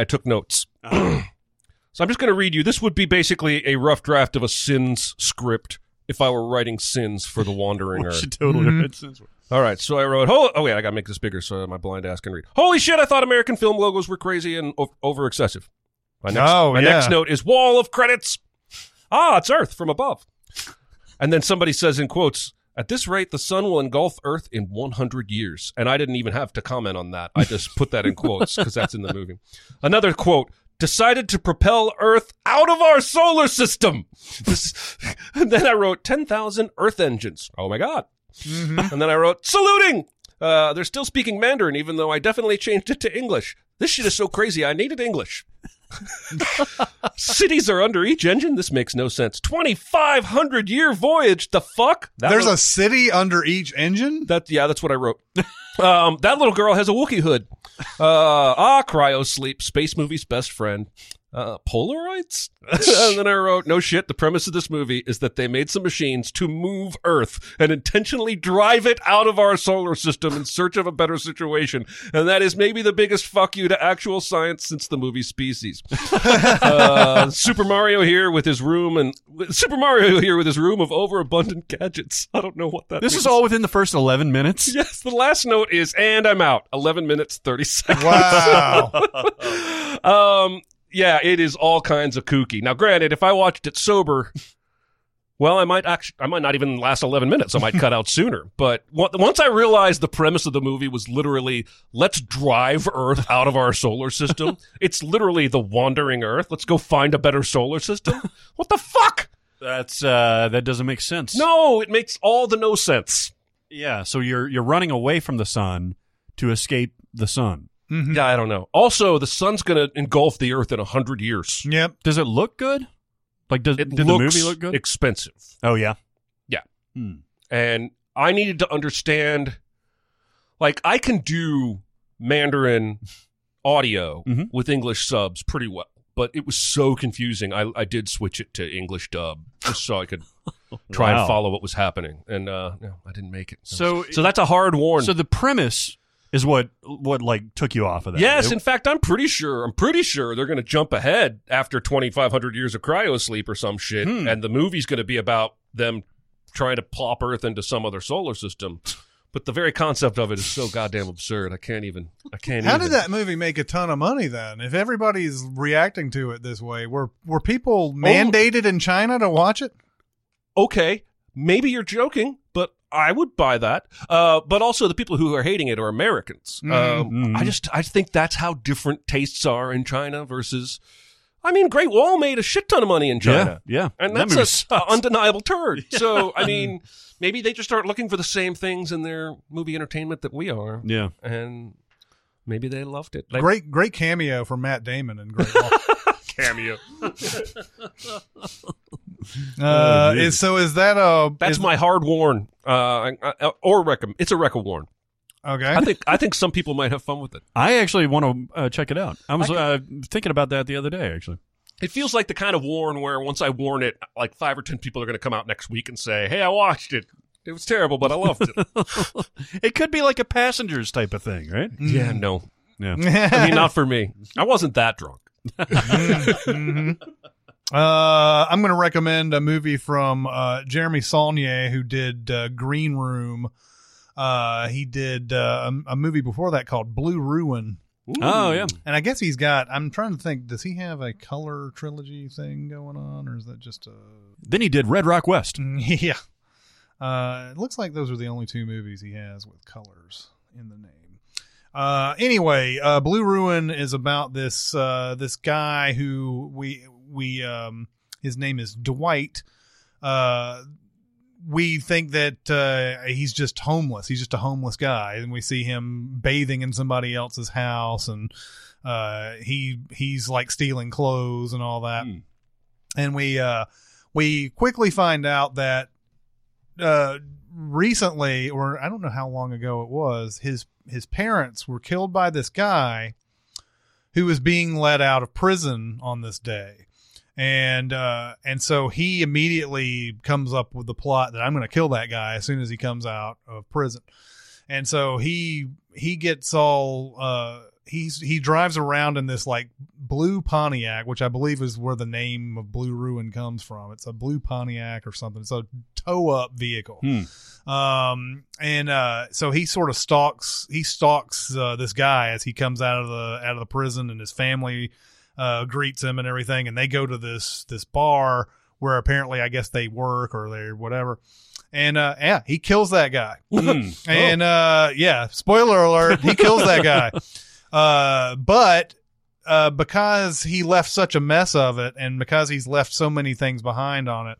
Speaker 1: I took notes.
Speaker 3: Uh-huh.
Speaker 1: so I'm just going to read you. This would be basically a rough draft of a sins script if I were write writing sins for The Wandering Earth.
Speaker 4: totally.
Speaker 3: Mm-hmm.
Speaker 1: All right, so I wrote, "Hol- oh, wait, I got to make this bigger so my blind ass can read. Holy shit, I thought American film logos were crazy and o- over excessive. My next,
Speaker 3: Oh,
Speaker 1: my
Speaker 3: yeah.
Speaker 1: next note is wall of credits. Ah, it's Earth from above. And then somebody says in quotes, at this rate, the sun will engulf Earth in 100 years. And I didn't even have to comment on that. I just put that in quotes because that's in the movie. Another quote decided to propel Earth out of our solar system. This- and then I wrote 10,000 Earth engines. Oh my God. And then I wrote, saluting! Uh, they're still speaking Mandarin, even though I definitely changed it to English. This shit is so crazy. I needed English. Cities are under each engine. This makes no sense. 2,500 year voyage. The fuck? That
Speaker 3: there's
Speaker 1: was-
Speaker 3: a city under each engine.
Speaker 1: that yeah, that's what I wrote. um, that little girl has a Wookiee hood. Uh, ah, cryo sleep, space movie's best friend. Uh, Polaroids? and then I wrote, no shit, the premise of this movie is that they made some machines to move Earth and intentionally drive it out of our solar system in search of a better situation. And that is maybe the biggest fuck you to actual science since the movie Species. Uh, Super Mario here with his room and Super Mario here with his room of overabundant gadgets. I don't know what that
Speaker 4: This
Speaker 1: means.
Speaker 4: is all within the first 11 minutes.
Speaker 1: Yes, the last note note is, and I'm out. 11 minutes, 30 seconds.
Speaker 3: Wow.
Speaker 1: Um, yeah, it is all kinds of kooky. Now, granted, if I watched it sober, well, I might actually, I might not even last 11 minutes. I might cut out sooner. But on- once I realized the premise of the movie was literally, let's drive Earth out of our solar system. it's literally the wandering Earth. Let's go find a better solar system. what the fuck?
Speaker 4: That's uh, that doesn't make sense.
Speaker 1: No, it makes all the no sense.
Speaker 4: Yeah. So you're you're running away from the sun to escape the sun.
Speaker 3: Mm-hmm.
Speaker 1: Yeah, I don't know. Also, the sun's going to engulf the Earth in 100 years.
Speaker 3: yep.
Speaker 4: Does it look good? Like does
Speaker 1: It
Speaker 4: did the
Speaker 1: looks
Speaker 4: movie look good?
Speaker 1: expensive.
Speaker 4: oh yeah.
Speaker 1: and I needed to understand like I can do Mandarin audio
Speaker 4: Mhm.
Speaker 1: with English subs pretty well, but it was so confusing. I, I did switch it to English dub just so I could try
Speaker 4: Wow.
Speaker 1: and follow what was happening, and uh, no, I didn't make it.
Speaker 4: So-
Speaker 1: so that's a hard warn.
Speaker 4: So the premise is what what like took you off of that.
Speaker 1: Yes,
Speaker 4: It-
Speaker 1: in fact, I'm pretty sure. I'm pretty sure they're going to jump ahead after 2,500 years of cryo sleep or some shit,
Speaker 3: Hmm.
Speaker 1: and the movie's going to be about them trying to plop Earth into some other solar system. But the very concept of it is so goddamn absurd. I can't even. I can't.
Speaker 3: How
Speaker 1: even.
Speaker 3: did that movie make a ton of money then? If everybody's reacting to it this way, were were
Speaker 1: Oh.
Speaker 3: people mandated in China to watch it?
Speaker 1: Okay, maybe you're joking, but I would buy that. Uh, but also, the people who are hating it are Americans.
Speaker 3: Hmm.
Speaker 1: Um, I just, I think that's how different tastes are in China versus. I mean, Great Wall made a shit ton of money in China.
Speaker 4: yeah, yeah.
Speaker 1: and
Speaker 4: That
Speaker 1: that's
Speaker 4: movie
Speaker 1: a
Speaker 4: sucks.
Speaker 1: a undeniable turd. So I mean, maybe they just aren't looking for the same things in their movie entertainment that we are,
Speaker 4: yeah.
Speaker 1: and maybe they loved it. Like,
Speaker 3: Great great cameo from Matt Damon in Great Wall.
Speaker 1: cameo.
Speaker 3: uh, is, so is that a
Speaker 1: That's
Speaker 3: is-
Speaker 1: my hard warn, uh, I- I- or recommend. It's a record warn.
Speaker 3: okay?
Speaker 1: I think I think some people might have fun with it.
Speaker 4: I actually want to uh, check it out. I was uh, thinking about that the other day actually.
Speaker 1: It feels like the kind of warn where once I warn it, like five or ten people are going to come out next week and say, "Hey, I watched it. It was terrible, but I loved it."
Speaker 4: It could be like a passengers type of thing, right?
Speaker 3: Mm.
Speaker 1: yeah, no,
Speaker 4: Yeah.
Speaker 1: I mean not for me. I wasn't that drunk.
Speaker 3: Uh, I'm going to recommend a movie from uh, Jeremy Saulnier, who did uh, Green Room. Uh, he did uh, a, a movie before that called Blue Ruin.
Speaker 4: oh yeah.
Speaker 3: And I guess he's got, I'm trying to think, does he have a color trilogy thing going on, or is that just a.
Speaker 4: Then he did Red Rock West.
Speaker 3: yeah. Uh, it looks like those are the only two movies he has with colors in the name. Uh, anyway, uh, Blue Ruin is about this uh, this guy who we we um, his name is Dwight. Uh, we think that uh, he's just homeless. He's just a homeless guy, and we see him bathing in somebody else's house, and uh, he he's like stealing clothes and all that. And we uh, we quickly find out that uh, recently, or I don't know how long ago it was, his his parents were killed by this guy who was being let out of prison on this day. And uh, and so he immediately comes up with the plot that I'm going to kill that guy as soon as he comes out of prison. And so he he gets all uh, he's he drives around in this like blue Pontiac, which I believe is where the name of Blue Ruin comes from. It's a blue Pontiac or something. It's a tow up vehicle um and uh so he sort of stalks he stalks uh, this guy as he comes out of the out of the prison and his family uh greets him and everything and they go to this this bar where apparently i guess they work or they whatever and uh yeah he kills that guy
Speaker 4: Mm. Oh,
Speaker 3: and uh yeah spoiler alert he kills that guy uh but uh because he left such a mess of it and because he's left so many things behind on it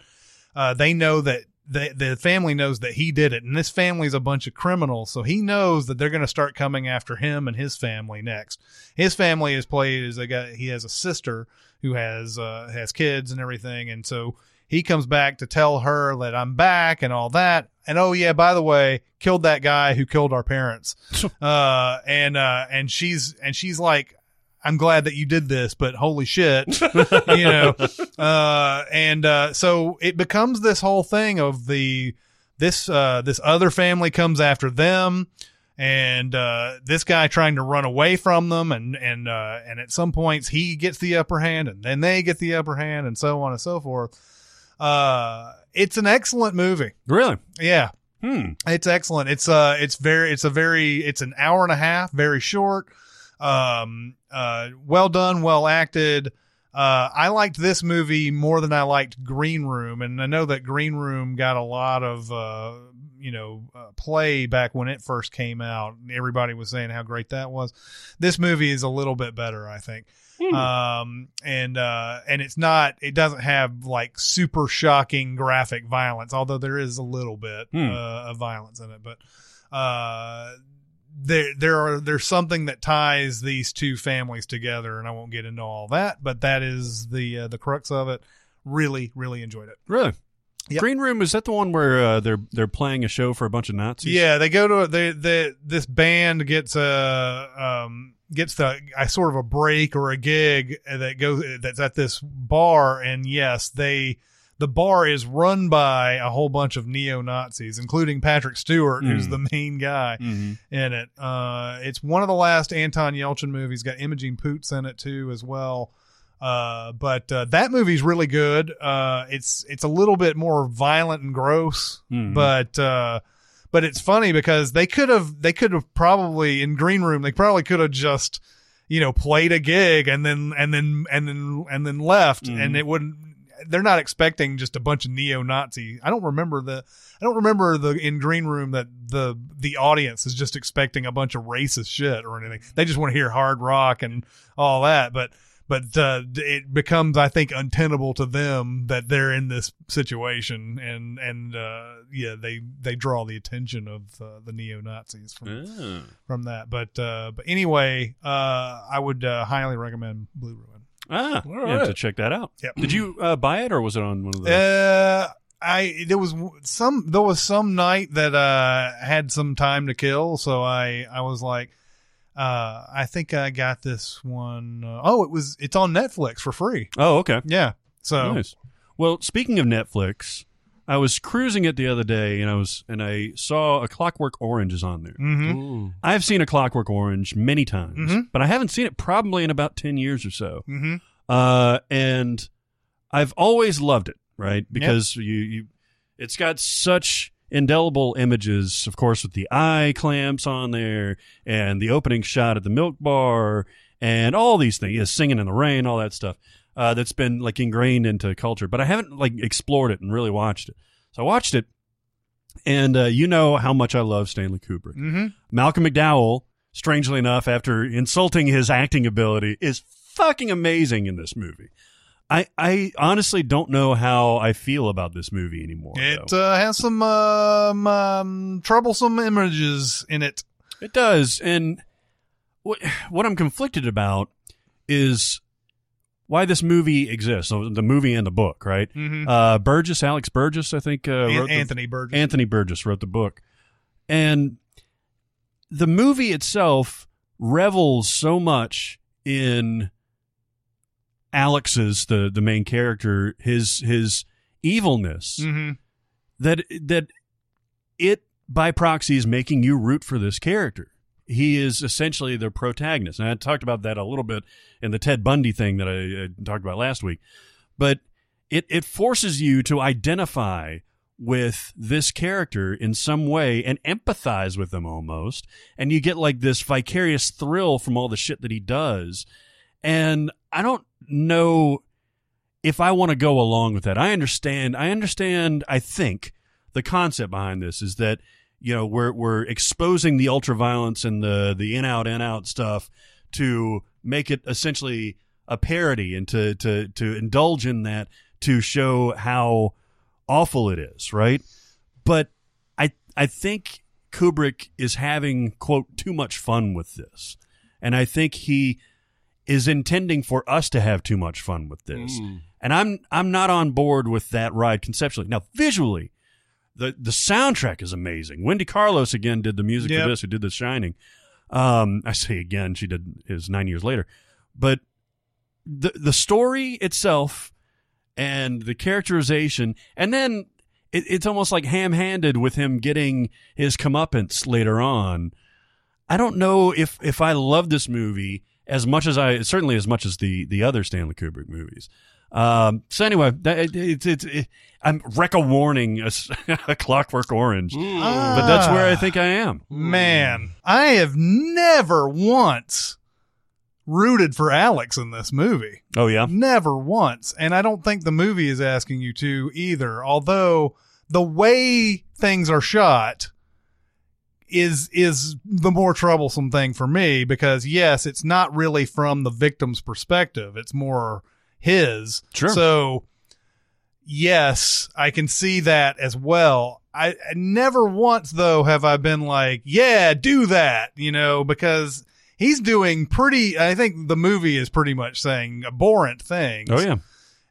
Speaker 3: uh, they know that the, the family knows that he did it and this family's a bunch of criminals so he knows that they're going to start coming after him and his family next his family is played as a guy he has a sister who has uh, has kids and everything and so he comes back to tell her that i'm back and all that and oh yeah by the way killed that guy who killed our parents uh, and uh, and she's and she's like I'm glad that you did this, but holy shit, you know. Uh, and uh, so it becomes this whole thing of the this uh, this other family comes after them, and uh, this guy trying to run away from them, and and uh, and at some points he gets the upper hand, and then they get the upper hand, and so on and so forth. Uh, it's an excellent movie.
Speaker 4: Really?
Speaker 3: Yeah.
Speaker 4: Hmm.
Speaker 3: It's excellent. It's uh it's very it's a very it's an hour and a half, very short. Um uh well done, well acted. Uh I liked this movie more than I liked Green Room and I know that Green Room got a lot of uh you know uh, play back when it first came out. Everybody was saying how great that was. This movie is a little bit better, I think. Um and uh and it's not it doesn't have like super shocking graphic violence, although there is a little bit
Speaker 4: Hmm.
Speaker 3: uh, of violence in it, but uh there there are there's something that ties these two families together and I won't get into all that, but that is the uh, the crux of it. Really really enjoyed it.
Speaker 4: Really?
Speaker 3: Yep.
Speaker 4: Green Room is that the one where uh, they're they're playing a show for a bunch of Nazis?
Speaker 3: Yeah, they go to they the this band gets a um gets the I sort of a break or a gig that goes that's at this bar and yes, they the bar is run by a whole bunch of neo Nazis, including Patrick Stewart, who's
Speaker 4: Mm.
Speaker 3: the main guy
Speaker 4: Mhm.
Speaker 3: in it. Uh, it's one of the last Anton Yelchin movies. Got Imogene Poots in it too, as well. Uh, but uh, that movie's really good. Uh, it's it's a little bit more violent and gross,
Speaker 4: Mhm.
Speaker 3: but uh, but it's funny because they could have they could have probably in Green Room they probably could have just you know played a gig and then and then and then and then left
Speaker 4: Mhm.
Speaker 3: and it wouldn't. They're not expecting just a bunch of neo-Nazi. I don't remember the I don't remember the in green room that the the audience is just expecting a bunch of racist shit or anything. They just want to hear hard rock and all that, but but uh, d- it becomes I think untenable to them that they're in this situation and and uh, yeah they they draw the attention of uh, the neo Nazis from
Speaker 4: Ah.
Speaker 3: from that. But uh, but anyway, uh, I would uh, highly recommend Blue Ruin.
Speaker 4: Ah,
Speaker 1: All
Speaker 4: you have to
Speaker 1: right.
Speaker 4: check that out.
Speaker 3: Yep.
Speaker 4: Did you uh, buy it or was it on one of the?
Speaker 3: Uh, I there was w- some there was some night that uh had some time to kill, so I I was like, uh, I think I got this one oh oh, it was it's on Netflix for free.
Speaker 4: oh, okay.
Speaker 3: Yeah, so
Speaker 4: Nice. Well, speaking of Netflix, I was cruising it the other day, and I was and I saw a Clockwork Orange is on there.
Speaker 3: mhm.
Speaker 4: I've seen a Clockwork Orange many times, but I haven't seen it probably in about ten years or so.
Speaker 3: Mhm.
Speaker 4: Uh, and I've always loved it, right? Because you you, it's got such indelible images, of course, with the eye clamps on there and the opening shot at the milk bar and all these things, yeah, singing in the rain, all that stuff. Uh, that's been like ingrained into culture, but I haven't like explored it and really watched it. So I watched it, and uh, you know how much I love Stanley Kubrick.
Speaker 3: Mhm.
Speaker 4: Malcolm McDowell, strangely enough, after insulting his acting ability, is fucking amazing in this movie. I, I honestly don't know how I feel about this movie anymore.
Speaker 3: It
Speaker 4: though.
Speaker 3: uh, has some um, um, troublesome images in it.
Speaker 4: it does. And what, what I'm conflicted about is why this movie exists so the movie and the book, right?
Speaker 3: Mhm.
Speaker 4: Uh, Burgess, Alex Burgess, I think, uh,
Speaker 3: An-
Speaker 4: wrote the-
Speaker 3: Anthony Burgess.
Speaker 4: Anthony Burgess wrote the book. And the movie itself revels so much in Alex's the the main character his his evilness
Speaker 3: Mhm.
Speaker 4: that that it by proxy is making you root for this character. He is essentially the protagonist, and I talked about that a little bit in the Ted Bundy thing that I, I talked about last week. But it it forces you to identify with this character in some way and empathize with them almost, and you get like this vicarious thrill from all the shit that he does. And I don't know if I want to go along with that, I understand. I understand. I think the concept behind this is that you know we're we're exposing the ultraviolence and the the in out in out stuff to make it essentially a parody and to to to indulge in that to show how awful it is, right? But I I think Kubrick is having quote too much fun with this, and I think he is intending for us to have too much fun with this. And I'm I'm not on board with that ride conceptually. Now visually, the the soundtrack is amazing. Wendy Carlos again did the music
Speaker 3: Yep.
Speaker 4: for this, who did The Shining. Um, I say again, she did is nine years later. But the the story itself and the characterization and then it, it's almost like ham handed with him getting his comeuppance later on. I don't know if if I love this movie as much as I certainly as much as the the other Stanley Kubrick movies. Um, so anyway, that, it, it's it's it, I'm wreck a warning a, s- a clockwork orange, Hmm. but that's where I think I am.
Speaker 3: Ah, Man, I have never once rooted for Alex in this movie.
Speaker 4: Oh yeah,
Speaker 3: Never once. And I don't think the movie is asking you to either. Although the way things are shot is is the more troublesome thing for me because yes, it's not really from the victim's perspective. It's more his.
Speaker 4: Sure.
Speaker 3: So yes, I can see that as well. I, I never once though have I been like, yeah, do that, you know, because he's doing pretty I think the movie is pretty much saying abhorrent things
Speaker 4: oh yeah.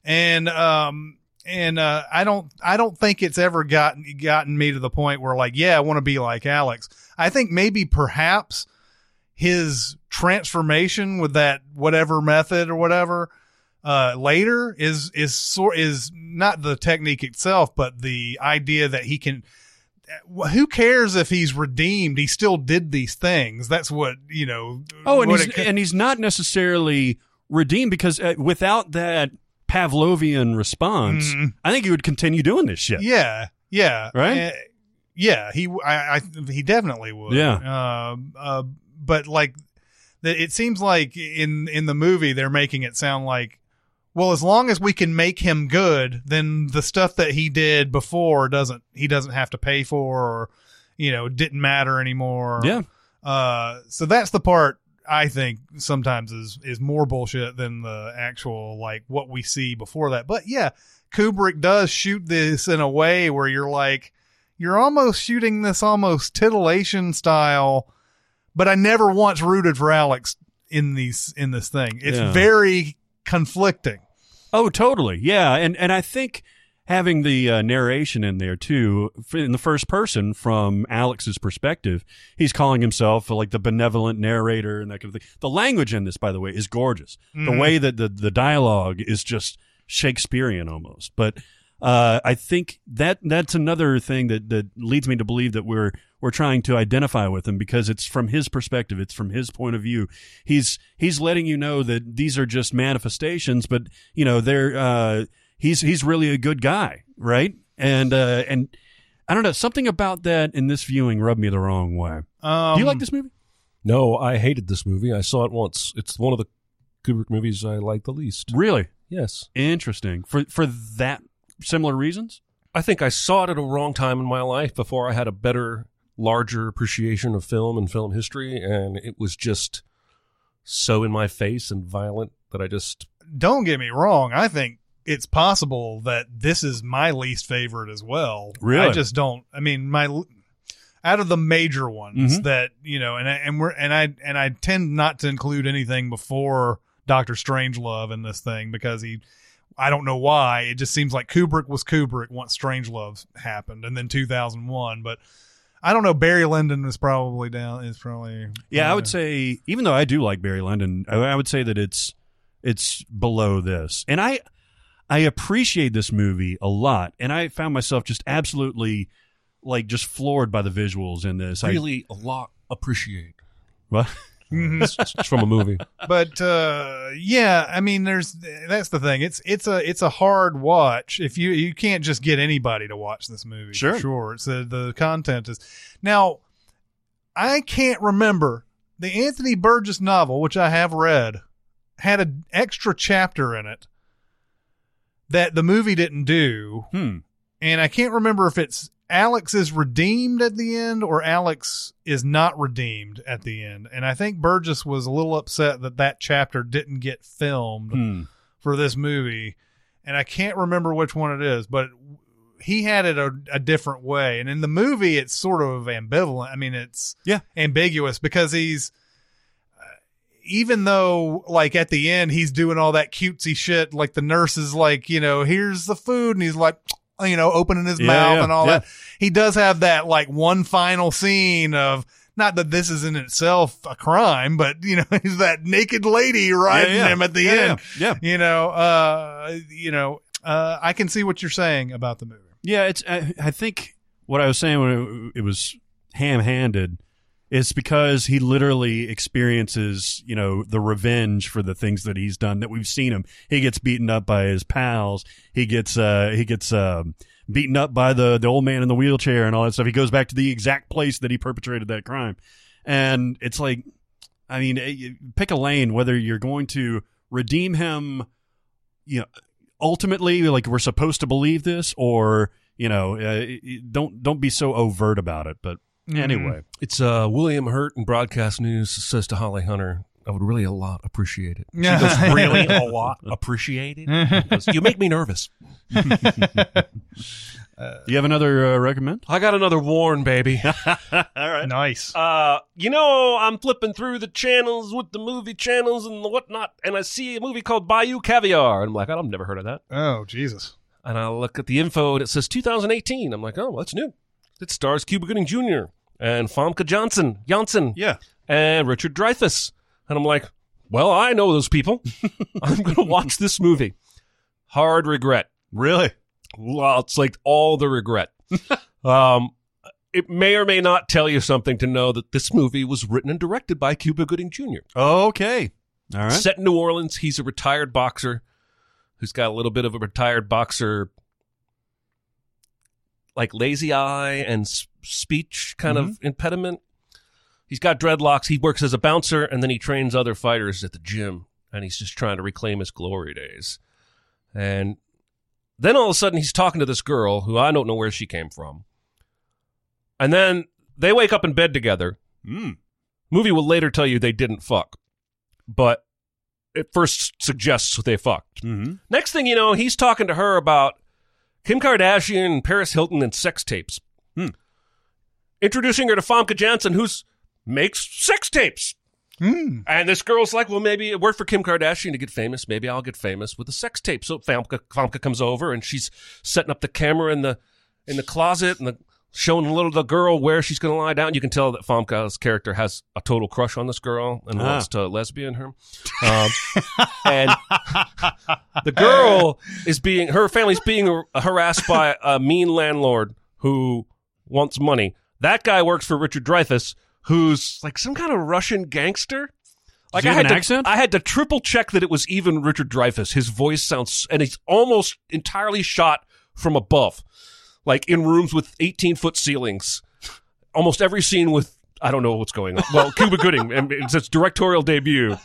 Speaker 3: and um and uh I don't I don't think it's ever gotten gotten me to the point where like yeah I want to be like Alex. I think maybe perhaps his transformation with that whatever method or whatever uh later is is sort is not the technique itself but the idea that he can uh, who cares if he's redeemed he still did these things that's what you know
Speaker 4: Oh, and
Speaker 3: what
Speaker 4: he's,
Speaker 3: it co-
Speaker 4: and he's not necessarily redeemed because uh, without that Pavlovian response,
Speaker 3: Mm-hmm.
Speaker 4: I think he would continue doing this shit.
Speaker 3: Yeah, yeah,
Speaker 4: Right?
Speaker 3: Eh, yeah, he, w- I, I, he definitely would.
Speaker 4: Yeah.
Speaker 3: Uh, uh, but like, th- it seems like in in the movie they're making it sound like, well, as long as we can make him good, then the stuff that he did before doesn't he doesn't have to pay for, or you know, didn't matter anymore.
Speaker 4: Yeah.
Speaker 3: Uh, so that's the part I think sometimes is is more bullshit than the actual like what we see before that. But yeah, Kubrick does shoot this in a way where you're like you're almost shooting this almost titillation style, but I never once rooted for Alex in these in this thing. It's
Speaker 4: Yeah.
Speaker 3: very conflicting.
Speaker 4: Oh, totally. Yeah, and and I think having the uh, narration in there too, f- in the first person from Alex's perspective, he's calling himself uh, like the benevolent narrator and that kind of thing. The language in this, by the way, is gorgeous. The way that the the dialogue is just Shakespearean almost, but. Uh, I think that that's another thing that, that leads me to believe that we're we're trying to identify with him because it's from his perspective, it's from his point of view. He's he's letting you know that these are just manifestations, but you know they're uh, he's he's really a good guy, right? And uh, and I don't know something about that in this viewing rubbed me the wrong way.
Speaker 3: Um,
Speaker 4: Do you like this movie?
Speaker 1: No, I hated this movie. I saw it once. It's one of the Kubrick movies I like the least.
Speaker 4: Really
Speaker 1: Yes.
Speaker 4: interesting for for that similar reasons.
Speaker 1: I think I saw it at a wrong time in my life before I had a better, larger appreciation of film and film history, and it was just so in my face and violent that I just
Speaker 3: Don't get me wrong. I think it's possible that this is my least favorite as well.
Speaker 4: Really?
Speaker 3: I just don't. I mean, my out of the major ones
Speaker 4: Mhm.
Speaker 3: that you know, and I, and we're and I and I tend not to include anything before Doctor Strangelove in this thing because he. I don't know why. It just seems like Kubrick was Kubrick once Strangelove happened, and then 2001. But I don't know. Barry Lyndon is probably down. Is probably
Speaker 4: Yeah, I would say even though I do like Barry Lyndon, I, I would say that it's it's below this, and I I appreciate this movie a lot, and I found myself just absolutely like just floored by the visuals in this. I-
Speaker 1: really a lot appreciate.
Speaker 4: What?
Speaker 1: It's, it's from a movie.
Speaker 3: but uh yeah i mean there's that's the thing it's it's a it's a hard watch if you you can't just get anybody to watch this movie
Speaker 4: Sure.
Speaker 3: for sure it's a, the content is now i can't remember the anthony burgess novel which i have read had an extra chapter in it that the movie didn't do
Speaker 4: Hmm.
Speaker 3: and I can't remember if it's Alex is redeemed at the end or Alex is not redeemed at the end. And I think Burgess was a little upset that that chapter didn't get filmed
Speaker 4: Hmm.
Speaker 3: for this movie. And I can't remember which one it is, but he had it a, a different way. And in the movie, it's sort of ambivalent. I mean, it's
Speaker 4: Yeah.
Speaker 3: ambiguous because he's uh, even though like at the end he's doing all that cutesy shit, like the nurse is like, you know, here's the food, and he's like, you know, opening his
Speaker 4: Yeah,
Speaker 3: mouth
Speaker 4: yeah,
Speaker 3: and all
Speaker 4: yeah.
Speaker 3: that. He does have that like one final scene of not that this is in itself a crime, but you know, he's that naked lady riding
Speaker 4: yeah.
Speaker 3: him at the
Speaker 4: Yeah,
Speaker 3: end.
Speaker 4: yeah,
Speaker 3: You know, uh you know, uh I can see what you're saying about the movie.
Speaker 4: Yeah, it's. I, I think what I was saying when it, it was ham-handed It's because he literally experiences, you know, the revenge for the things that he's done that we've seen him. He gets beaten up by his pals. He gets uh he gets um beaten up by the the old man in the wheelchair and all that stuff. He goes back to the exact place that he perpetrated that crime. And it's like I mean, eh, you- pick a lane whether you're going to redeem him, you know, ultimately like we're supposed to believe this or, you know, uh, don't don't be so overt about it, but anyway.
Speaker 1: It's uh, William Hurt in Broadcast News says to Holly Hunter, I would really a lot appreciate it.
Speaker 3: Mm-hmm.
Speaker 1: She goes, really a lot appreciate it? He goes, you make me nervous.
Speaker 4: Do you have another uh, recommend?
Speaker 1: I got another Warren, baby.
Speaker 3: Nice.
Speaker 1: Uh, you know, I'm flipping through the channels with the movie channels and the whatnot, and I see a movie called Bayou Caviar. And I'm like, I've never heard of that.
Speaker 3: Oh, Jesus.
Speaker 1: And I look at the info and it says 2018. I'm like, oh, that's new. It stars Cuba Gooding Jr. and Famke Johnson, Johnson,
Speaker 4: Yeah.
Speaker 1: and Richard Dreyfuss. And I'm like, well, I know those people. I'm going to watch this movie. Hard regret.
Speaker 4: Really?
Speaker 1: Well, it's like all the regret. um, it may or may not tell you something to know that this movie was written and directed by Cuba Gooding Jr.
Speaker 4: Okay. All right.
Speaker 1: Set in New Orleans, he's a retired boxer who's got a little bit of a retired boxer, like lazy eye and s- speech kind of
Speaker 4: Mm-hmm.
Speaker 1: impediment. He's got dreadlocks. He works as a bouncer and then he trains other fighters at the gym. And he's just trying to reclaim his glory days. And then all of a sudden, he's talking to this girl who I don't know where she came from. And then they wake up in bed together.
Speaker 4: Mm.
Speaker 1: Movie will later tell you they didn't fuck, but it first suggests they fucked.
Speaker 4: Mm-hmm.
Speaker 1: Next thing you know, he's talking to her about Kim Kardashian, Paris Hilton, and sex tapes.
Speaker 4: Hmm.
Speaker 1: Introducing her to Famke Janssen, who's makes sex tapes.
Speaker 4: Hmm.
Speaker 3: Mm.
Speaker 1: And this girl's like, well, maybe it worked for Kim Kardashian to get famous. Maybe I'll get famous with a sex tape. So Famke, Famke comes over and she's setting up the camera in the in the closet and the, showing the little the girl where she's going to lie down. You can tell that Famke's character has a total crush on this girl and
Speaker 4: Ah.
Speaker 1: wants to lesbian her. Um, and the girl is being her family's being harassed by a mean landlord who wants money. That guy works for Richard Dreyfuss, who's like some kind of Russian gangster. Like
Speaker 4: he
Speaker 1: I
Speaker 4: have
Speaker 1: had
Speaker 4: an
Speaker 1: to,
Speaker 4: accent?
Speaker 1: I had to triple check that it was even Richard Dreyfuss. His voice sounds, and he's almost entirely shot from above, like in rooms with eighteen foot ceilings. Almost every scene with I don't know what's going on. Well, Cuba Gooding, and it's its directorial debut.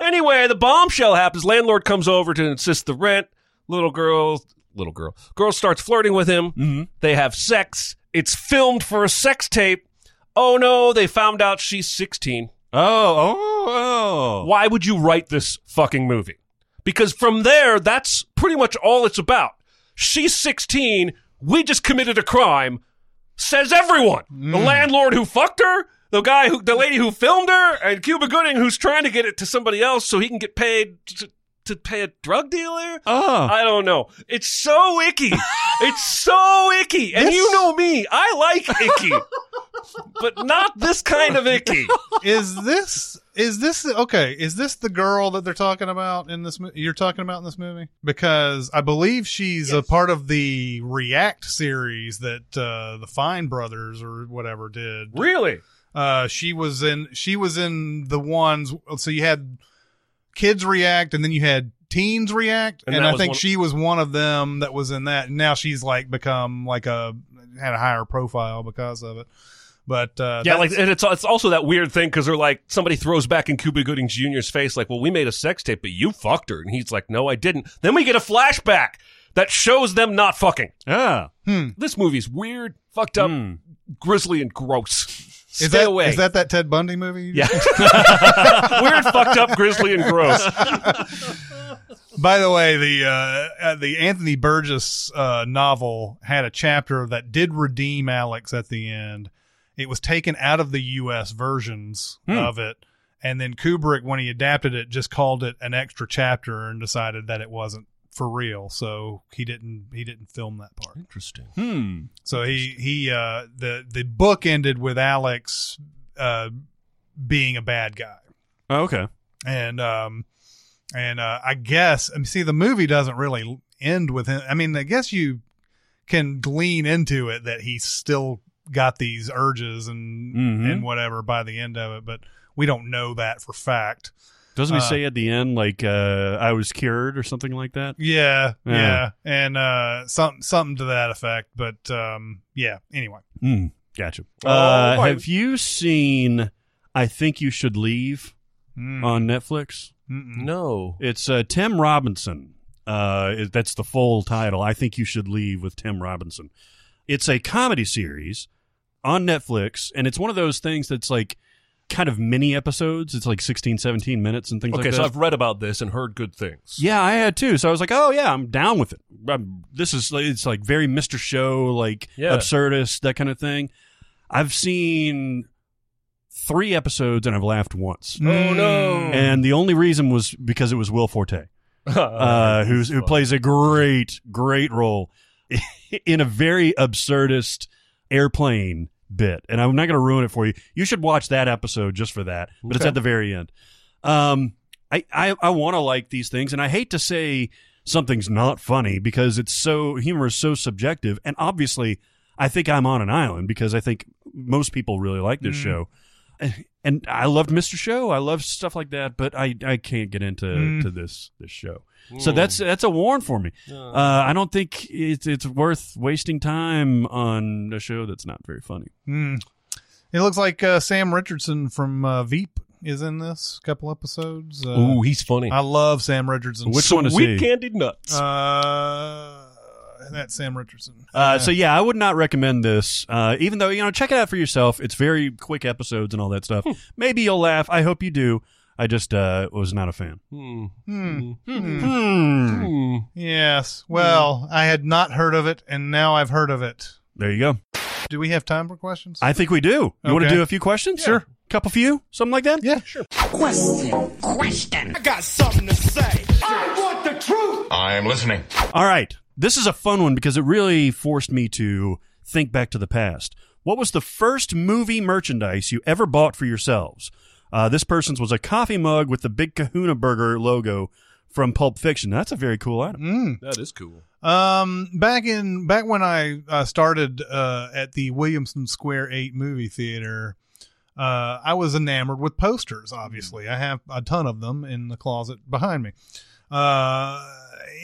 Speaker 1: Anyway, the bombshell happens. Landlord comes over to insist the rent. Little girl, little girl, girl starts flirting with him. They have sex. It's filmed for a sex tape. Oh no, they found out she's 16.
Speaker 4: Oh, oh, oh.
Speaker 1: Why would you write this fucking movie? Because from there, that's pretty much all it's about. She's 16. We just committed a crime, says everyone. The landlord who fucked her, the guy who, the lady who filmed her, and Cuba Gooding who's trying to get it to somebody else so he can get paid to, to pay a drug dealer.
Speaker 4: Oh.
Speaker 1: I don't know. It's so icky. it's so icky. And you know me, I like icky, but not this kind of icky.
Speaker 3: Is this is this okay? Is this the girl that they're talking about in this? mo- You're talking about in this movie because I believe she's a part of the React series that uh, the Fine Brothers or whatever did.
Speaker 1: Really?
Speaker 3: Uh, she was in she was in the ones. So you had kids react, and then you had teens react,
Speaker 1: And
Speaker 3: and,
Speaker 1: that
Speaker 3: I
Speaker 1: was
Speaker 3: think
Speaker 1: one-
Speaker 3: she was one of them that was in that. And now she's like become like a had a higher profile because of it. But uh,
Speaker 1: Yeah,
Speaker 3: that's-
Speaker 1: like, and it's it's also that weird thing because they're like somebody throws back in Cuba Gooding Jr.'s face, like, "Well, we made a sex tape, but you fucked her," and he's like, "No, I didn't." Then we get a flashback that shows them not fucking.
Speaker 4: Yeah.
Speaker 3: Hmm.
Speaker 4: Mm.
Speaker 1: This movie's weird, fucked up,
Speaker 4: Hmm.
Speaker 1: grisly, and gross. Stay
Speaker 3: is that,
Speaker 1: away.
Speaker 3: Is that that Ted Bundy movie? you
Speaker 1: yeah, weird, fucked up, grisly, and gross.
Speaker 3: By the way, the uh, uh, the Anthony Burgess uh, novel had a chapter that did redeem Alex at the end. It was taken out of the U.S. versions of it, and then Kubrick, when he adapted it, just called it an extra chapter and decided that it wasn't for real. So he didn't he didn't film that part.
Speaker 1: Interesting.
Speaker 4: Hmm.
Speaker 3: So he he uh, the the book ended with Alex uh, being a bad guy
Speaker 4: Oh, okay.
Speaker 3: and um and uh i guess i mean see the movie doesn't really end with him i mean i guess you can glean into it that he still got these urges and
Speaker 1: Mm-hmm.
Speaker 4: Mhm.
Speaker 3: and whatever by the end of it, but we don't know that for fact.
Speaker 4: Doesn't he
Speaker 3: Uh,
Speaker 4: say at the end like uh, I was cured or something like that?
Speaker 3: Yeah, yeah,
Speaker 4: Yeah.
Speaker 3: and uh, some something to that effect. But um, yeah, anyway,
Speaker 4: Mm, gotcha.
Speaker 1: Oh,
Speaker 4: Uh,
Speaker 1: why-
Speaker 4: have you seen I think you should leave
Speaker 3: Mm.
Speaker 1: Uh,
Speaker 4: on Netflix?
Speaker 3: Mm-mm.
Speaker 1: No.
Speaker 4: It's uh, Tim Robinson. Uh, it- that's the full title. I think you should leave with Tim Robinson. It's a comedy series on Netflix, and it's one of those things that's like kind of mini episodes. It's like 16, 17 minutes and things
Speaker 1: Okay,
Speaker 4: like that.
Speaker 1: so I've read about this and heard good things.
Speaker 4: Yeah, I had too. So I was like, oh yeah, I'm down with it. I'm, this is like- it's like very Mr. Show, like
Speaker 1: Yeah.
Speaker 4: absurdist, that kind of thing. I've seen three episodes and I've laughed once.
Speaker 1: Oh no.
Speaker 4: And the only reason was because it was Will Forte, uh, who's, who plays a great, great role in a very absurdist airplane bit. And I'm not going to ruin it for you. You should watch that episode just for that, but it's
Speaker 1: Okay.
Speaker 4: at the very end. Um, I, I, I want to like these things, and I hate to say something's not funny because it's so humor is so subjective, and obviously, I think I'm on an island because I think most people really like this show, and I loved Mr. Show, I love stuff like that, but I, I can't get into to this this show, so that's that's a warn for me. Uh, I don't think it's it's worth wasting time on a show that's not very funny.
Speaker 3: Mm. It looks like uh, Sam Richardson from uh, Veep is in this couple episodes. Uh,
Speaker 1: Ooh, he's funny.
Speaker 3: I love Sam Richardson.
Speaker 4: Which one is he?
Speaker 1: Sweet candied nuts.
Speaker 3: Uh, that's Sam Richardson.
Speaker 4: Uh, so yeah, I would not recommend this. Uh, even though you know, check it out for yourself. It's very quick episodes and all that stuff. Maybe you'll laugh. I hope you do. I just uh, was not a fan.
Speaker 1: Hmm.
Speaker 4: Mm.
Speaker 3: Hmm.
Speaker 4: Hmm.
Speaker 1: Hmm.
Speaker 3: Yes. Well, I had not heard of it, and now I've heard of it.
Speaker 4: There you go.
Speaker 3: Do we have time for questions?
Speaker 4: I think we do. You want to
Speaker 3: Okay.
Speaker 4: do a few questions? Sure. Couple few, something like that.
Speaker 3: yeah, sure.
Speaker 9: I'm listening.
Speaker 4: All right. This is a fun one because it really forced me to think back to the past. What was the first movie merchandise you ever bought for yourselves? Uh, this person's was a coffee mug with the Big Kahuna Burger logo from Pulp Fiction. That's a very cool item.
Speaker 3: Mm.
Speaker 1: That is cool.
Speaker 3: Um, back in back when I uh, started uh, at the Williamson Square Eight movie theater, uh, I was enamored with posters. Obviously, I have a ton of them in the closet behind me. Uh,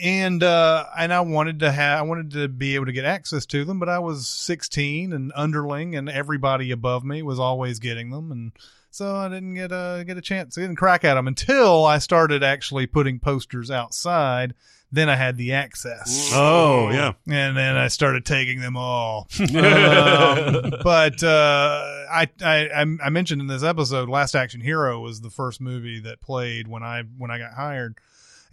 Speaker 3: and uh, and I wanted to have I wanted to be able to get access to them, but I was 16 and underling, and everybody above me was always getting them, and so I didn't get a get a chance. I didn't crack at them until I started actually putting posters outside. Then I had the access
Speaker 4: Oh yeah.
Speaker 3: and then I started taking them all. um, but uh, I, I I'm- I mentioned in this episode, Last Action Hero was the first movie that played when I when I got hired,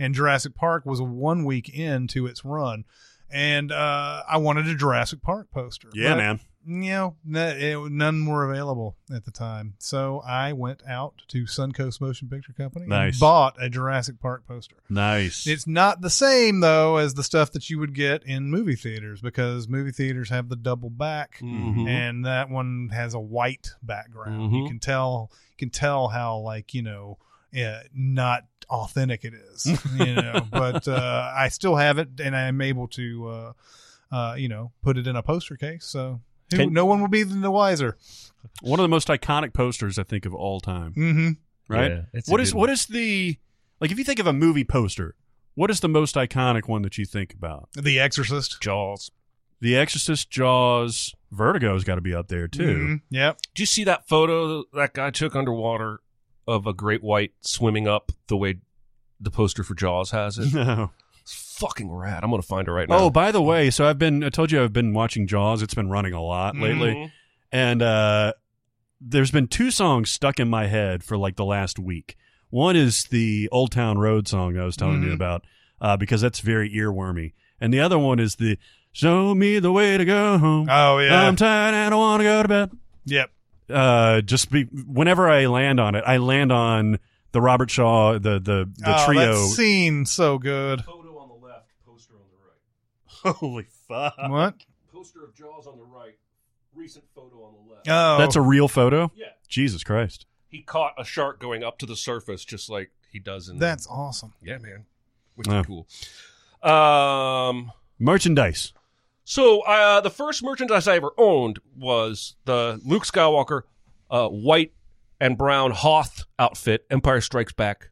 Speaker 3: and Jurassic Park was one week into its run, and uh, I wanted a Jurassic Park poster.
Speaker 4: Yeah,
Speaker 3: But,
Speaker 4: man.
Speaker 3: You know, n- it- none were available at the time, so I went out to Suncoast Motion Picture Company
Speaker 4: Nice.
Speaker 3: and bought a Jurassic Park poster.
Speaker 4: Nice.
Speaker 3: It's not the same though as the stuff that you would get in movie theaters because movie theaters have the double back
Speaker 4: Mm-hmm.
Speaker 1: Mhm.
Speaker 3: and that one has a white background. You
Speaker 1: Mhm.
Speaker 3: can tell you can tell how like, you know, eh, not authentic it is, you know, but uh I still have it and I'm able to uh uh you know, put it in a poster case. So who,
Speaker 4: Can-
Speaker 3: no one will be the wiser.
Speaker 4: One of the most iconic posters I think of all time.
Speaker 3: Mhm.
Speaker 4: Right.
Speaker 1: Yeah, it's a
Speaker 4: what is
Speaker 1: good
Speaker 4: what is the like if you think of a movie poster, what is the most iconic one that you think about?
Speaker 3: The Exorcist. Jaws.
Speaker 4: The Exorcist, Jaws, Vertigo's got to be up there too.
Speaker 3: Mm-hmm. Yep.
Speaker 1: Did you see that photo that guy took underwater of a great white swimming up the way the poster for Jaws has
Speaker 3: Mm-hmm.
Speaker 1: it?
Speaker 4: No.
Speaker 1: it's fucking rad. I'm gonna find it right now.
Speaker 4: Oh, by the way, so I've been I told you I've been watching Jaws. It's been running a lot
Speaker 3: Mm-hmm.
Speaker 4: lately.
Speaker 1: Mhm.
Speaker 4: And uh there's been two songs stuck in my head for like the last week. One is the Old Town Road song I was telling you
Speaker 3: Mhm.
Speaker 4: about uh because that's very earwormy. And the other one is the Show me the way to go home.
Speaker 3: Oh yeah.
Speaker 4: I'm tired and I want to go to bed.
Speaker 3: yep.
Speaker 4: Uh, just be whenever I land on it, I land on the Robert Shaw, the the the
Speaker 3: oh,
Speaker 4: trio.
Speaker 3: That scene so good.
Speaker 1: Photo on the left, poster on the right.
Speaker 4: Holy fuck!
Speaker 3: what?
Speaker 1: Poster of Jaws on the right. Recent photo on the left.
Speaker 3: Oh,
Speaker 4: That's a real photo.
Speaker 1: yeah.
Speaker 4: Jesus Christ!
Speaker 1: He caught a shark going up to the surface, just like he does in.
Speaker 3: that's awesome.
Speaker 1: yeah, man. Which is
Speaker 4: Yeah.
Speaker 1: cool. Um,
Speaker 4: Merchandise.
Speaker 1: So uh, the first merchandise I ever owned was the Luke Skywalker uh, white and brown Hoth outfit, Empire Strikes Back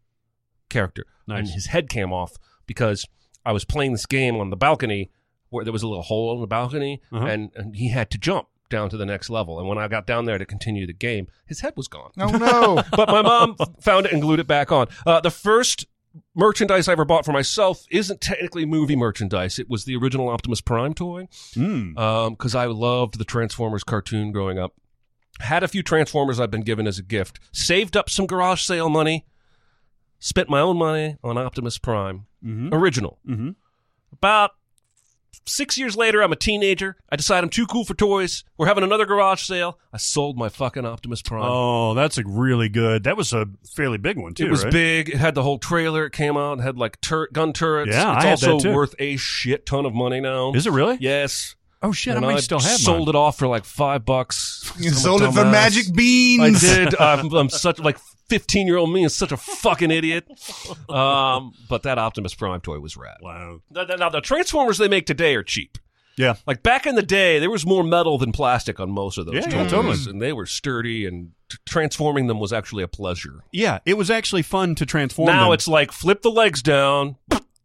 Speaker 1: character, and his head came off because I was playing this game on the balcony where there was a little hole in the balcony, and, and he had to jump down to the next level. And when I got down there to continue the game, his head was gone
Speaker 3: Oh no!
Speaker 1: but my mom found it and glued it back on. Uh, the first merchandise I ever bought for myself isn't technically movie merchandise. It was the original Optimus Prime toy Hmm. because I loved the Transformers cartoon growing up. Had a few Transformers I've been given as a gift. Saved up some garage sale money. Spent my own money on Optimus Prime original. Mm-hmm. About six years later, I'm a teenager. I decide I'm too cool for toys. We're having another garage sale. I sold my fucking Optimus Prime.
Speaker 4: Oh, that's a really good. That was a fairly big one too.
Speaker 1: It was
Speaker 4: right?
Speaker 1: big. It had the whole trailer. It came out. It had like tur- gun turrets.
Speaker 4: Yeah,
Speaker 1: it's
Speaker 4: I had
Speaker 1: also
Speaker 4: that, too.
Speaker 1: worth a shit ton of money now.
Speaker 4: Is it really?
Speaker 1: Yes.
Speaker 4: Oh shit,
Speaker 1: And
Speaker 4: I might still have
Speaker 1: sold
Speaker 4: mine.
Speaker 1: it off for like five bucks.
Speaker 3: you
Speaker 1: I'm a
Speaker 3: sold it for
Speaker 1: dumbass.
Speaker 3: magic
Speaker 1: I
Speaker 3: beans.
Speaker 1: did. I'm, I'm such like 15 year old me is such a fucking idiot. Um, but that Optimus Prime toy was rad.
Speaker 4: Wow.
Speaker 1: Now, now the Transformers they make today are cheap.
Speaker 4: Yeah.
Speaker 1: Like back in the day, there was more metal than plastic on most of those
Speaker 4: Yeah, yeah,
Speaker 1: toys,
Speaker 4: totally.
Speaker 1: and they were sturdy. And t- transforming them was actually a pleasure.
Speaker 4: Yeah, it was actually fun to transform.
Speaker 1: Now
Speaker 4: them.
Speaker 1: it's like flip the legs down,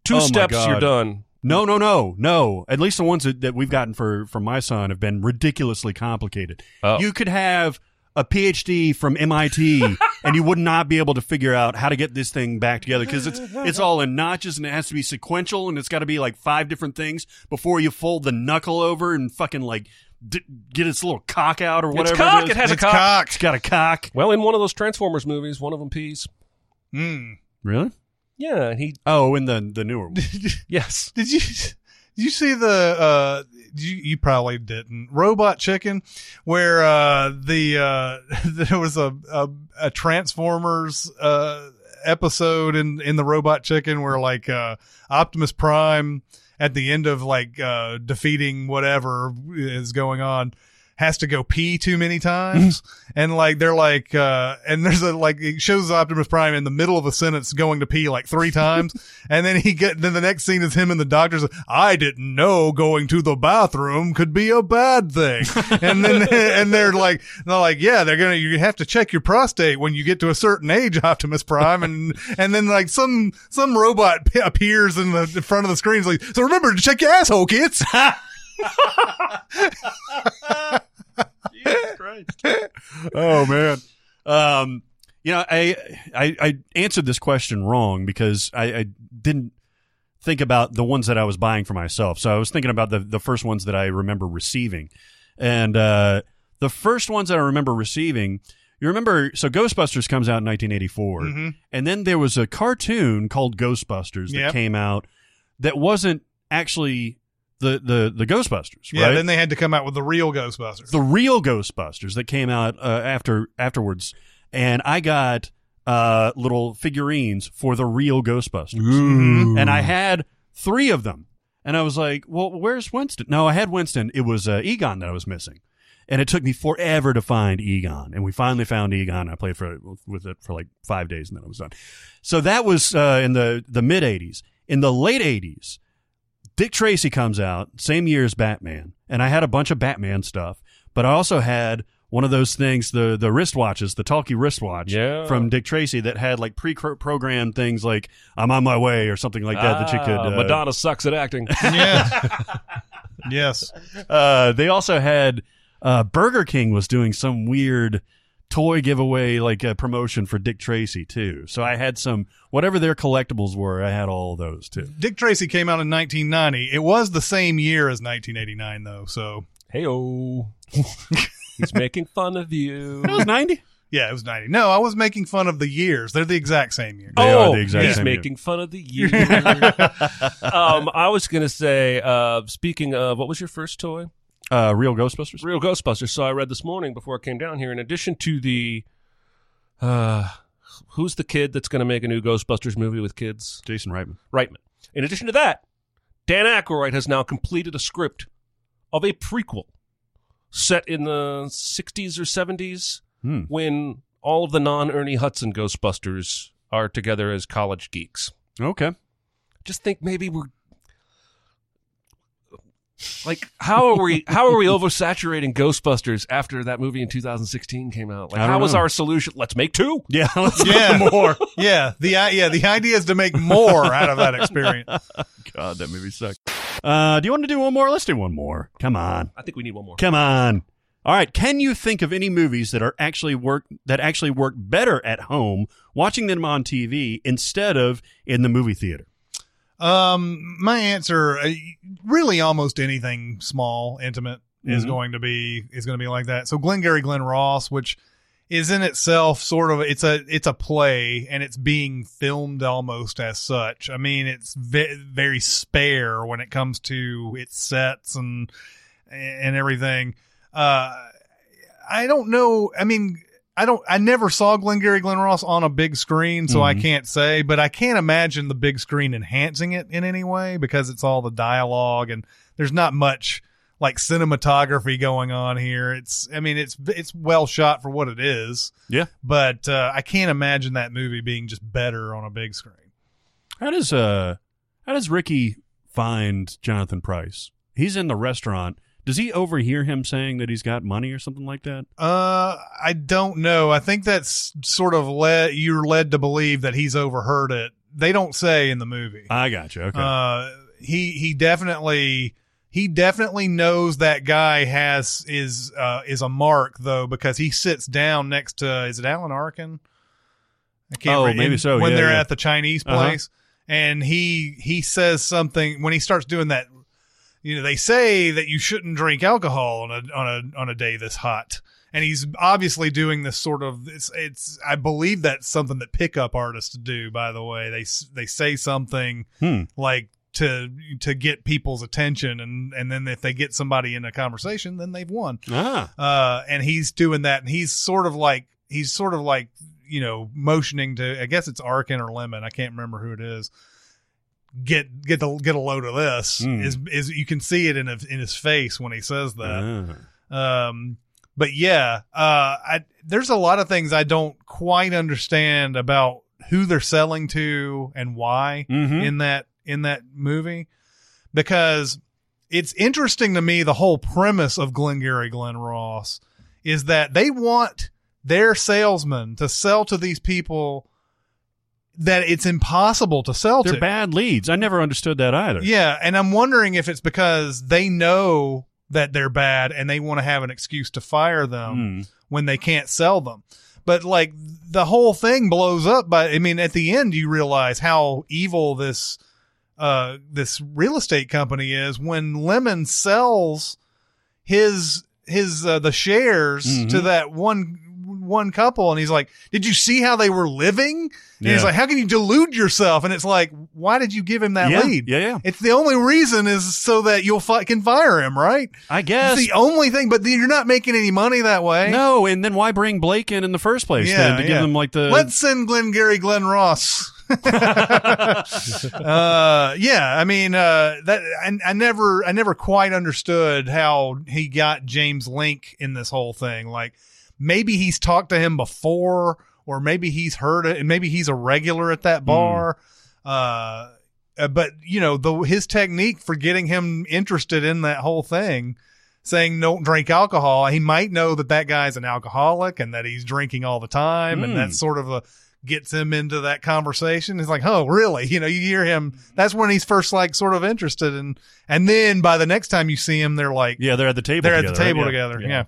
Speaker 1: two
Speaker 4: Oh my
Speaker 1: steps,
Speaker 4: God.
Speaker 1: you're done.
Speaker 4: No, no, no, no. At least the ones that, that we've gotten for from my son have been ridiculously complicated.
Speaker 1: Oh.
Speaker 4: You could have a PhD from MIT and you would not be able to figure out how to get this thing back together because it's it's all in notches and it has to be sequential and it's got to be like five different things before you fold the knuckle over and fucking like d- get its little cock out or whatever.
Speaker 1: it's cock. It,
Speaker 4: is.
Speaker 1: has
Speaker 3: It's
Speaker 1: a cock.
Speaker 3: cock.
Speaker 4: It's got a cock.
Speaker 1: Well, in one of those Transformers movies, one of them pees.
Speaker 3: Mm.
Speaker 4: Really?
Speaker 1: Yeah, and he
Speaker 4: Oh, in the the newer one.
Speaker 1: yes.
Speaker 3: Did you? Did you see the? uh You you probably didn't. Robot Chicken, where uh the uh there was a a, a Transformers uh episode in in the Robot Chicken where like uh Optimus Prime at the end of like uh defeating whatever is going on has to go pee too many times and like they're like uh and there's a like it shows optimus prime in the middle of a sentence going to pee like three times and then he get then the next scene is him and the doctor's like, i didn't know going to the bathroom could be a bad thing and then and they're like they're like yeah they're gonna you have to check your prostate when you get to a certain age optimus prime and and then like some some robot p- appears in the in front of the screen He's like so remember to check your asshole kids
Speaker 4: oh man. Um, you know, I, I I answered this question wrong because I, I didn't think about the ones that I was buying for myself. So I was thinking about the the first ones that I remember receiving, and uh, the first ones that I remember receiving. You remember, so Ghostbusters comes out in 1984,
Speaker 3: Mm-hmm.
Speaker 4: and then there was a cartoon called Ghostbusters that
Speaker 3: Yep.
Speaker 4: came out that wasn't actually the the the Ghostbusters.
Speaker 3: yeah
Speaker 4: right?
Speaker 3: then they had to come out with the real ghostbusters
Speaker 4: the real Ghostbusters that came out uh, after afterwards, and I got uh, little figurines for the real Ghostbusters, Mm-hmm. and I had three of them, and I was like, "Well, where's Winston?" No, I had Winston. It was uh, Egon that I was missing, and it took me forever to find Egon, and we finally found Egon. I played for with it for like five days, and then I was done. So that was uh, in the the mid '80s. In the late '80s, Dick Tracy comes out, same year as Batman, and I had a bunch of Batman stuff, but I also had one of those things, the the wristwatches, the talkie wristwatch
Speaker 1: Yeah.
Speaker 4: from Dick Tracy that had like pre-programmed things like "I'm on my way" or something like that that you could.
Speaker 1: Ah,
Speaker 4: Uh,
Speaker 1: Madonna sucks at acting.
Speaker 3: yeah yes
Speaker 4: Uh, they also had uh, Burger King was doing some weird toy giveaway like a promotion for Dick Tracy too. So I had some whatever their collectibles were. I had all those too.
Speaker 3: Dick Tracy came out in 1990. It was the same year as 1989, though. So
Speaker 1: hey oh, he's making fun of you.
Speaker 4: That was ninety.
Speaker 3: yeah, it was 90. No, I was making fun of the years. They're the exact same year.
Speaker 4: They
Speaker 1: oh,
Speaker 4: are the exact
Speaker 1: he's
Speaker 4: same
Speaker 1: making fun of the year. um, I was gonna say, uh, speaking of, what was your first toy?
Speaker 4: Uh, Real Ghostbusters.
Speaker 1: Real Ghostbusters. So I read this morning before I came down here. In addition to the, uh, who's the kid that's gonna make a new Ghostbusters movie with kids?
Speaker 4: Jason Reitman.
Speaker 1: Reitman. In addition to that, Dan Aykroyd has now completed a script of a prequel set in the 60s or 70s
Speaker 4: Hmm.
Speaker 1: when all of the non Ernie Hudson Ghostbusters are together as college geeks.
Speaker 4: Okay.
Speaker 1: Just think maybe we're.
Speaker 3: Like,
Speaker 1: How are we? How are we oversaturating Ghostbusters after that movie in 2016 came out? Like,
Speaker 4: I don't
Speaker 1: how was
Speaker 4: know.
Speaker 1: our solution? Let's make two.
Speaker 4: Yeah, let's do
Speaker 3: Yeah.
Speaker 4: more.
Speaker 3: yeah, the i- yeah the idea is to make more out of that experience.
Speaker 4: God, that movie sucked. Uh, do you want to do one more? Let's do one more. Come on,
Speaker 1: I think we need one more.
Speaker 4: come on. All right. Can you think of any movies that are actually work that actually work better at home watching them on TV instead of in the movie theater?
Speaker 3: Um, my answer, uh, really, almost anything small, intimate is
Speaker 4: Mhm.
Speaker 3: going to be is going to be like that. So Glengarry Glen Ross, which is in itself sort of it's a it's a play and it's being filmed almost as such. I mean, it's ve- very spare when it comes to its sets and and everything. Uh, I don't know. I mean, I don't. I never saw Glengarry Glen Ross on a big screen, so I can't say. But I can't imagine the big screen enhancing it in any way because it's all the dialogue and there's not much like cinematography going on here. It's. I mean, it's it's well shot for what it is,
Speaker 4: Yeah.
Speaker 3: but uh, I can't imagine that movie being just better on a big screen.
Speaker 4: How does uh how does Ricky find Jonathan Price? He's in the restaurant. Does he overhear him saying that he's got money or something like that?
Speaker 3: Uh, I don't know. I think that's sort of led you're led to believe that he's overheard it. They don't say in the movie.
Speaker 4: I got you. Okay.
Speaker 3: Uh, he he definitely he definitely knows that guy has is uh is a mark though because he sits down next to is it Alan Arkin? I can't.
Speaker 4: Oh,
Speaker 3: re-
Speaker 4: maybe so,
Speaker 3: When
Speaker 4: yeah,
Speaker 3: they're
Speaker 4: yeah.
Speaker 3: at the Chinese
Speaker 4: Uh-huh.
Speaker 3: place, and he he says something when he starts doing that. You know, they say that you shouldn't drink alcohol on a on a on a day this hot. And he's obviously doing this sort of it's it's I believe that's something that pickup artists do. By the way, they s- they say something
Speaker 4: hmm.
Speaker 3: like to to get people's attention and and then if they get somebody in a conversation then they've won
Speaker 4: Ah.
Speaker 3: uh and he's doing that and he's sort of like he's sort of like you know motioning to i guess it's arkin or lemon i can't remember who it is get get the get a load of this
Speaker 4: Hmm.
Speaker 3: is is you can see it in his, in his face when he says that
Speaker 4: Ah.
Speaker 3: um, but yeah, uh, I, there's a lot of things I don't quite understand about who they're selling to and why
Speaker 4: Mhm.
Speaker 3: in that in that movie, because it's interesting to me the whole premise of Glengarry Glen Ross is that they want their salesman to sell to these people that it's impossible to sell
Speaker 4: They're
Speaker 3: to.
Speaker 4: bad leads. I never understood that either.
Speaker 3: Yeah, and I'm wondering if it's because they know that they're bad and they want to have an excuse to fire them
Speaker 4: Hmm.
Speaker 3: when they can't sell them. But like the whole thing blows up by I mean at the end you realize how evil this uh this real estate company is when Lemon sells his his uh, the shares
Speaker 4: Mhm.
Speaker 3: to that one one couple and he's like did you see how they were living and he's
Speaker 4: Yeah.
Speaker 3: like how can you delude yourself and it's like why did you give him that
Speaker 4: yeah.
Speaker 3: lead
Speaker 4: Yeah, yeah.
Speaker 3: it's the only reason is so that you'll fucking fire him, right?
Speaker 4: I guess.
Speaker 3: It's the only thing, but then you're not making any money that way.
Speaker 4: no, and then why bring Blake in in the first place then to give them like the
Speaker 3: Let's send Glenn Gary Glenn Ross. uh, yeah, I mean uh, that. I, I never, I never quite understood how he got James Link in this whole thing. Like maybe he's talked to him before, or maybe he's heard it, and maybe he's a regular at that bar. Uh, Uh, but you know the his technique for getting him interested in that whole thing saying don't drink alcohol he might know that that guy's an alcoholic and that he's drinking all the time
Speaker 4: Mm.
Speaker 3: and that sort of a, gets him into that conversation he's like oh really you know you hear him that's when he's first like sort of interested and and then by the next time you see him they're like
Speaker 4: Yeah, they're at the table
Speaker 3: they're at
Speaker 4: together,
Speaker 3: the table
Speaker 4: right?
Speaker 3: together yeah,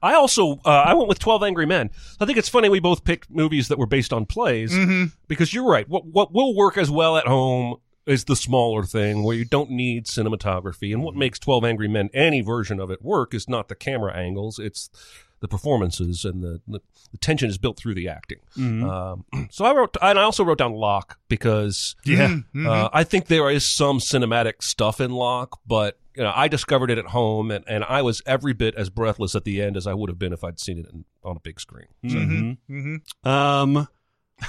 Speaker 1: I also uh, I went with Twelve Angry Men. I think it's funny we both picked movies that were based on plays because you're right. What what will work as well at home is the smaller thing where you don't need cinematography. And what makes Twelve Angry Men any version of it work is not the camera angles. It's the performances and the, the, the tension is built through the acting.
Speaker 4: Mm-hmm.
Speaker 1: Um, so I wrote, and I also wrote down Locke because
Speaker 3: Mm-hmm.
Speaker 4: Yeah.
Speaker 1: uh, I think there is some cinematic stuff in Locke, but you know, I discovered it at home, and, and I was every bit as breathless at the end as I would have been if I'd seen it in, on a big screen.
Speaker 4: Mhm.
Speaker 3: hmm
Speaker 4: Um,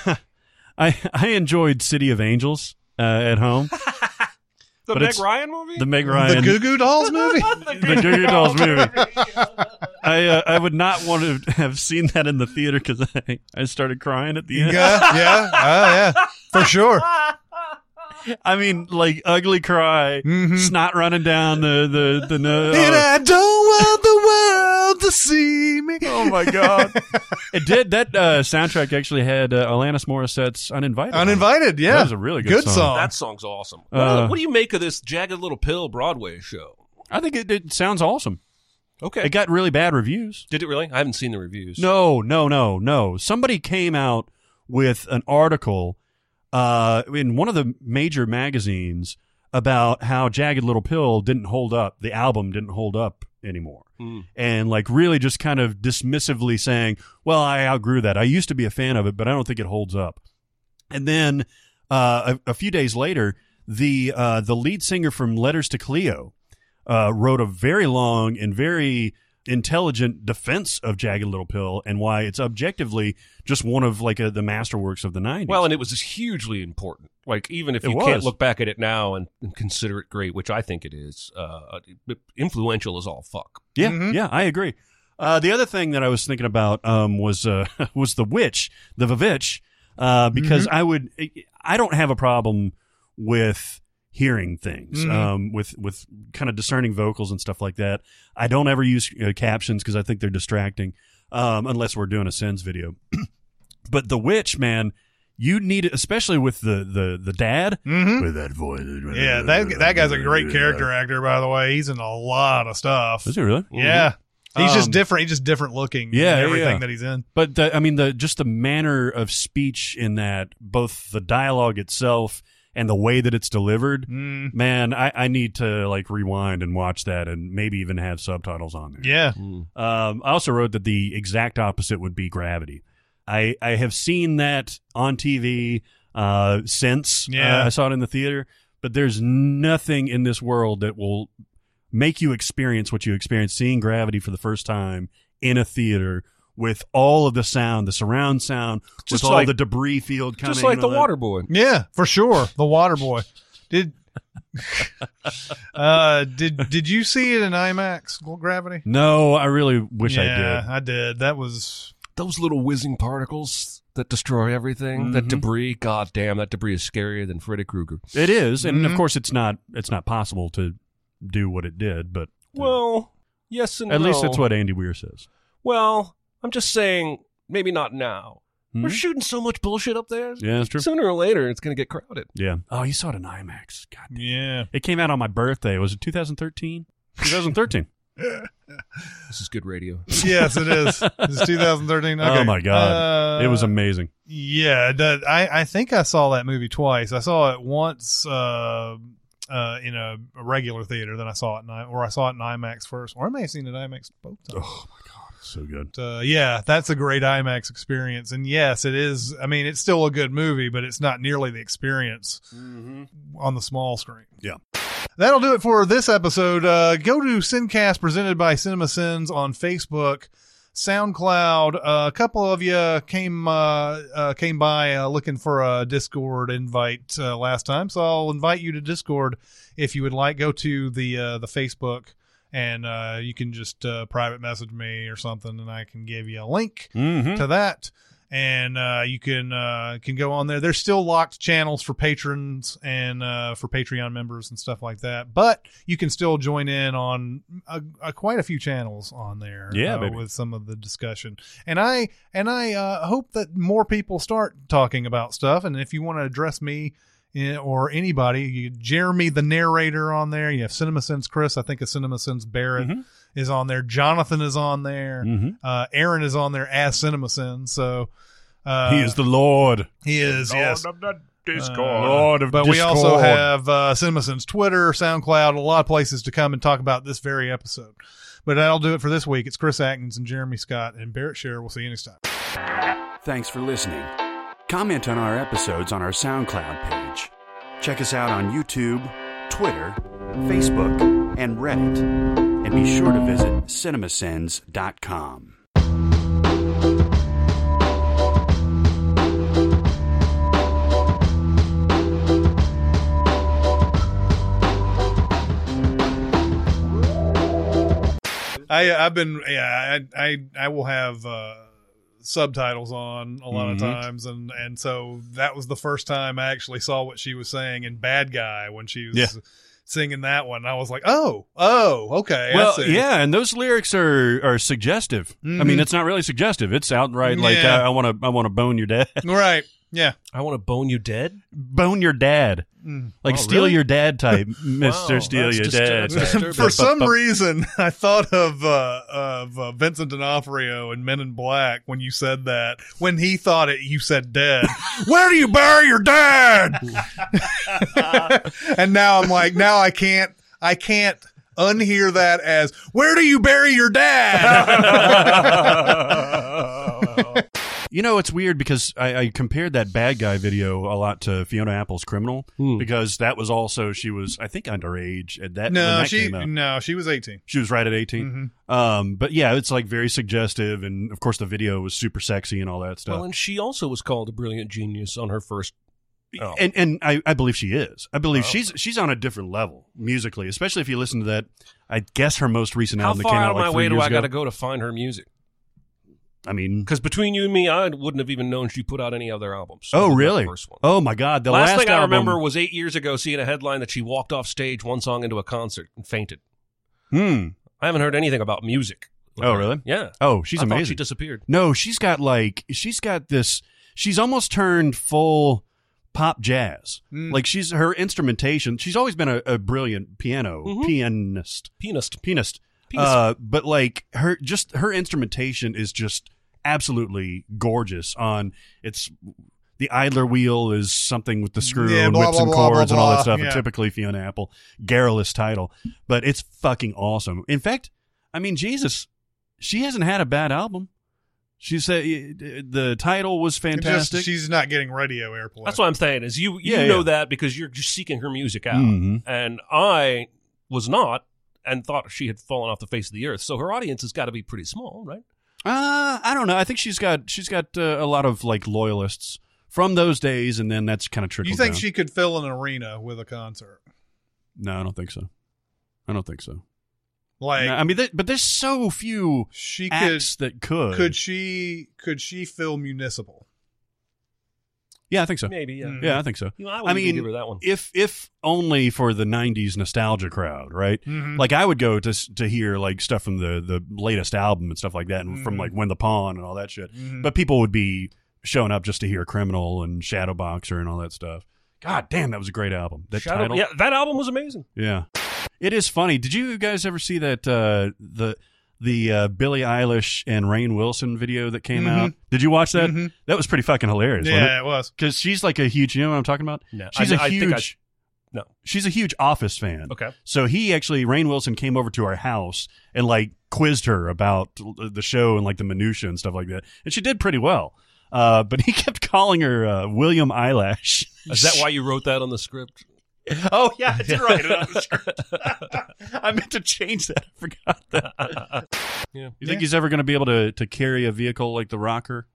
Speaker 4: I I enjoyed City of Angels uh, at home.
Speaker 1: The
Speaker 4: Meg it's-
Speaker 1: Ryan movie.
Speaker 4: The Meg
Speaker 3: the
Speaker 4: Ryan,
Speaker 3: goo goo dolls movie
Speaker 4: the Goo Goo Dolls movie. I uh, I would not want to have seen that in the theater because I, I started crying at the
Speaker 3: yeah
Speaker 4: end.
Speaker 3: yeah oh yeah for sure
Speaker 4: I mean, like ugly cry,
Speaker 3: Mm-hmm.
Speaker 4: snot running down the the the nose.
Speaker 3: And I don't want the world to see me.
Speaker 4: Oh my god! it did. That uh, soundtrack actually had uh, Alanis Morissette's "Uninvited." on it.
Speaker 3: Uninvited, yeah.
Speaker 4: That was a really good song.
Speaker 1: That song's awesome. What do-
Speaker 4: Uh,
Speaker 1: what do you make of this Jagged Little Pill Broadway show?
Speaker 4: I think it, it sounds awesome.
Speaker 1: Okay.
Speaker 4: It got really bad reviews.
Speaker 1: Did it really? I haven't seen the reviews.
Speaker 4: No, no, no, no. Somebody came out with an article uh, in one of the major magazines about how Jagged Little Pill didn't hold up. The album didn't hold up anymore.
Speaker 1: Hmm.
Speaker 4: And like really just kind of dismissively saying, well, I outgrew that. I used to be a fan of it, but I don't think it holds up. And then uh, a, a few days later, the uh, the lead singer from Letters to Cleo uh, wrote a very long and very intelligent defense of Jagged Little Pill and why it's objectively just one of like a, the masterworks of the '90s.
Speaker 1: Well, and it was just hugely important. Like even if
Speaker 4: It
Speaker 1: you can't
Speaker 4: was.
Speaker 1: look back at it now and, and consider it great, which I think it is, uh, influential as all fuck.
Speaker 4: yeah, yeah, I agree. Uh, the other thing that I was thinking about um, was uh, was the witch, the Vavitch, uh, because I would I don't have a problem with hearing things um, with with kind of discerning vocals and stuff like that. I don't ever use uh, captions because I think they're distracting um, unless we're doing a sins video. but the witch, man, you need it, especially with the the the dad with that voice.
Speaker 3: Yeah, that that guy's a great character actor, by the way. He's in a lot of stuff.
Speaker 4: Is it really?
Speaker 3: Yeah. He's just
Speaker 4: Um,
Speaker 3: different. He's just different looking.
Speaker 4: Yeah,
Speaker 3: in
Speaker 4: yeah,
Speaker 3: everything
Speaker 4: yeah.
Speaker 3: that he's in.
Speaker 4: But the, I mean, the just the manner of speech in that, both the dialogue itself and the way that it's delivered,
Speaker 3: Mm,
Speaker 4: man, I, I need to like rewind and watch that, and maybe even have subtitles on there.
Speaker 3: yeah,
Speaker 1: Hmm.
Speaker 4: Um, I also wrote that the exact opposite would be gravity. I, I have seen that on TV uh, since
Speaker 3: Yeah.
Speaker 4: uh, I saw it in the theater, but there's nothing in this world that will make you experience what you experience seeing gravity for the first time in a theater with all of the sound, the surround sound,
Speaker 1: Just
Speaker 4: with all
Speaker 1: like-
Speaker 4: the debris field coming.
Speaker 1: Just like
Speaker 4: and
Speaker 1: the
Speaker 4: all that.
Speaker 1: Water Boy.
Speaker 3: yeah, for sure. The Water Boy. Did uh did did you see it in IMAX? Well, Gravity.
Speaker 4: No, I really wish
Speaker 3: yeah,
Speaker 4: I did.
Speaker 3: I did. That was
Speaker 1: Those little whizzing particles that destroy everything. That debris. God damn, that debris is scarier than Freddy Krueger.
Speaker 4: It is, and
Speaker 1: Mm-hmm.
Speaker 4: of course it's not it's not possible to do what it did, but uh,
Speaker 1: Well, yes and
Speaker 4: at least
Speaker 1: no.
Speaker 4: that's what Andy Weir says.
Speaker 1: Well, I'm just saying, maybe not now.
Speaker 4: Hmm?
Speaker 1: We're shooting so much bullshit up there.
Speaker 4: Yeah, that's true.
Speaker 1: Sooner or later, it's gonna get crowded.
Speaker 4: Yeah. Oh, you saw it in IMAX. God. damn.
Speaker 3: yeah.
Speaker 4: It came out on my birthday. Was it 2013? 2013.
Speaker 1: This is good radio.
Speaker 3: Yes, it is. It's 2013. Okay.
Speaker 4: Oh my god.
Speaker 3: Uh,
Speaker 4: it was amazing.
Speaker 3: Yeah, that, I I think I saw that movie twice. I saw it once uh, uh, in a, a regular theater, then I saw it in I, or I saw it in IMAX first, or I may have seen it in IMAX both times.
Speaker 4: So good.
Speaker 3: But, uh, yeah, that's a great IMAX experience, and yes, it is. I mean, it's still a good movie, but it's not nearly the experience on the small screen.
Speaker 4: Yeah.
Speaker 3: That'll do it for this episode. Uh, go to Sincast presented by CinemaSins on Facebook, SoundCloud. Uh, a couple of you came uh, uh, came by uh, looking for a Discord invite uh, last time, so I'll invite you to Discord if you would like. Go to the uh, the Facebook. And uh, you can just uh, private message me or something, and I can give you a link
Speaker 4: Mhm.
Speaker 3: to that and uh, you can uh, can go on there. There's still locked channels for patrons and uh, for Patreon members and stuff like that, but you can still join in on a, a, quite a few channels on there.
Speaker 4: Yeah,
Speaker 3: uh,
Speaker 4: baby.
Speaker 3: with some of the discussion. And I and I uh, hope that more people start talking about stuff. And if you want to address me. in- Or anybody, you, Jeremy the narrator on there. You have CinemaSins Chris, I think a CinemaSins Barrett
Speaker 4: Mm-hmm.
Speaker 3: is on there. Jonathan is on there. Uh, Aaron is on there as CinemaSins. So uh,
Speaker 4: he is the Lord.
Speaker 3: he is yes.
Speaker 4: Discord. Lord of
Speaker 3: But we
Speaker 4: Discord.
Speaker 3: also have uh, CinemaSins Twitter, SoundCloud, a lot of places to come and talk about this very episode. But that'll do it for this week. It's Chris Atkins and Jeremy Scott and Barrett Scherer. We'll see you next time.
Speaker 2: Thanks for listening. Comment on our episodes on our SoundCloud page. Check us out on YouTube, Twitter, Facebook, and Reddit. And be sure to visit cinemasins.com.
Speaker 3: I, I've been, yeah, I, I, I will have uh, subtitles on a lot of
Speaker 4: Mm-hmm.
Speaker 3: times, and and so that was the first time I actually saw what she was saying in Bad Guy when she was
Speaker 4: Yeah.
Speaker 3: singing that one. I was like, oh, oh, okay, I
Speaker 4: Well,
Speaker 3: see.
Speaker 4: yeah, and those lyrics are are suggestive. I mean, it's not really suggestive. It's outright like
Speaker 3: Mm-hmm. Yeah.
Speaker 4: I want to I want to bone your dad,
Speaker 3: right, yeah,
Speaker 1: I want to bone you dead.
Speaker 4: bone your dad,
Speaker 3: Mm. Oh,
Speaker 4: like steal your dad type, Mister
Speaker 1: Wow,
Speaker 4: Steal
Speaker 1: that's
Speaker 4: Your
Speaker 3: uh,
Speaker 1: disturb-
Speaker 4: Dad.
Speaker 1: that's disturbing.
Speaker 3: For some
Speaker 4: bu-
Speaker 3: reason, I thought of uh, of uh, Vincent D'Onofrio and Men in Black when you said that. When he thought it, you said dead. Where do you bury your dead? and now I'm like, now I can't, I can't unhear that as "Where do you bury your dad?"
Speaker 4: You know, it's weird because I, I compared that bad guy video a lot to Fiona Apple's Criminal
Speaker 3: Hmm.
Speaker 4: because that was also she was I think underage at that. when
Speaker 3: no,
Speaker 4: that
Speaker 3: she
Speaker 4: came out.
Speaker 3: no, she was Mm-hmm. 18.
Speaker 4: She was right at 18. Um, but yeah, it's like very suggestive. And of course, the video was super sexy and all that stuff.
Speaker 1: Well, and she also was called a brilliant genius on her first. Oh.
Speaker 4: And, and I, I believe she is. I believe she's she's on a different level musically, especially if you listen to that. I guess her most recent
Speaker 1: How
Speaker 4: album that
Speaker 1: far
Speaker 4: came
Speaker 1: out
Speaker 4: out,
Speaker 1: of
Speaker 4: like
Speaker 1: my
Speaker 4: three
Speaker 1: way do
Speaker 4: years
Speaker 1: I
Speaker 4: ago.
Speaker 1: got to go to find her music?
Speaker 4: I mean,
Speaker 1: Because between you and me, I wouldn't have even known she put out any other albums. other
Speaker 4: oh
Speaker 1: than that
Speaker 4: really?
Speaker 1: First one.
Speaker 4: Oh my god! The
Speaker 1: last,
Speaker 4: last,
Speaker 1: thing I
Speaker 4: album-
Speaker 1: remember was eight years ago seeing a headline that she walked off stage one song into a concert and fainted.
Speaker 4: Hmm.
Speaker 1: I haven't heard anything about music. with
Speaker 4: Oh,
Speaker 1: her.
Speaker 4: really?
Speaker 1: Yeah.
Speaker 4: Oh, she's
Speaker 1: I thought
Speaker 4: amazing.
Speaker 1: She disappeared.
Speaker 4: No, she's got like she's got this. She's almost turned full pop jazz.
Speaker 1: Hmm.
Speaker 4: Like she's her instrumentation. She's always been a, a brilliant piano
Speaker 1: Mm-hmm.
Speaker 4: pianist,
Speaker 1: Pianist.
Speaker 4: pianist.
Speaker 1: Pianist.
Speaker 4: Uh, but like her, just her instrumentation is just absolutely gorgeous. On it's the idler wheel is something with the screw
Speaker 3: Yeah,
Speaker 4: and
Speaker 3: blah,
Speaker 4: whips
Speaker 3: blah,
Speaker 4: and
Speaker 3: blah, blah,
Speaker 4: chords and all
Speaker 3: blah,
Speaker 4: that stuff.
Speaker 3: yeah.
Speaker 4: And typically Fiona Apple, garrulous title, but it's fucking awesome. In fact, I mean Jesus, she hasn't had a bad album. She said uh, the title was
Speaker 3: It just-
Speaker 4: fantastic.
Speaker 3: she's not getting radio airplay.
Speaker 1: That's what I'm saying is you you
Speaker 4: Yeah,
Speaker 1: know
Speaker 4: yeah.
Speaker 1: that because you're just seeking her music out,
Speaker 4: Mhm.
Speaker 1: and I was not, and thought she had fallen off the face of the earth. So her audience has got to be pretty small, right?
Speaker 4: uh, I don't know. I think she's got she's got uh, a lot of like loyalists from those days, and then that's kind of trickled.
Speaker 3: you think
Speaker 4: down.
Speaker 3: she could fill an arena with a concert?
Speaker 4: No, I don't think so. I don't think so.
Speaker 3: Like
Speaker 4: No, I mean, th- but there's so few
Speaker 3: she could
Speaker 4: acts that could.
Speaker 3: could she could she fill municipal
Speaker 4: yeah, I think so.
Speaker 1: Maybe. Yeah.
Speaker 3: Mm.
Speaker 4: Yeah, I think so.
Speaker 1: You know, I
Speaker 4: I
Speaker 1: would even
Speaker 4: mean,
Speaker 1: give her that one.
Speaker 4: if if only for the '90s nostalgia crowd, right?
Speaker 3: Mm-hmm.
Speaker 4: Like I would go to s- to hear like stuff from the the latest album and stuff like that, and from
Speaker 3: Mm-hmm.
Speaker 4: like When the Pawn and all that shit. But people would be showing up just to hear Criminal and Shadowboxer and all that stuff. God damn, that was a great album. That
Speaker 1: Shadow-
Speaker 4: title,
Speaker 1: yeah, that album was amazing.
Speaker 4: yeah. It is funny. Did you guys ever see that uh, the the uh, Billie Eilish and Rain Wilson video that came
Speaker 1: Mm-hmm.
Speaker 4: out? Did you watch that? That was pretty fucking hilarious. wasn't it?
Speaker 3: yeah it was
Speaker 4: because she's like a huge. You know what I'm talking about?
Speaker 1: No,
Speaker 4: she's
Speaker 1: I-
Speaker 4: a
Speaker 1: I think
Speaker 4: huge.
Speaker 1: I- no.
Speaker 4: she's a huge Office fan.
Speaker 1: Okay.
Speaker 4: so he actually Rain Wilson came over to our house and like quizzed her about the show and like the minutia and stuff like that, and she did pretty well. Uh, but he kept calling her uh, William Eyelash.
Speaker 1: Is that why you wrote that on the script?
Speaker 4: oh yeah, I did write it on the script. I meant to change that. I forgot that.
Speaker 1: Yeah.
Speaker 4: You think he's ever going to be able to to carry a vehicle like the Rocker?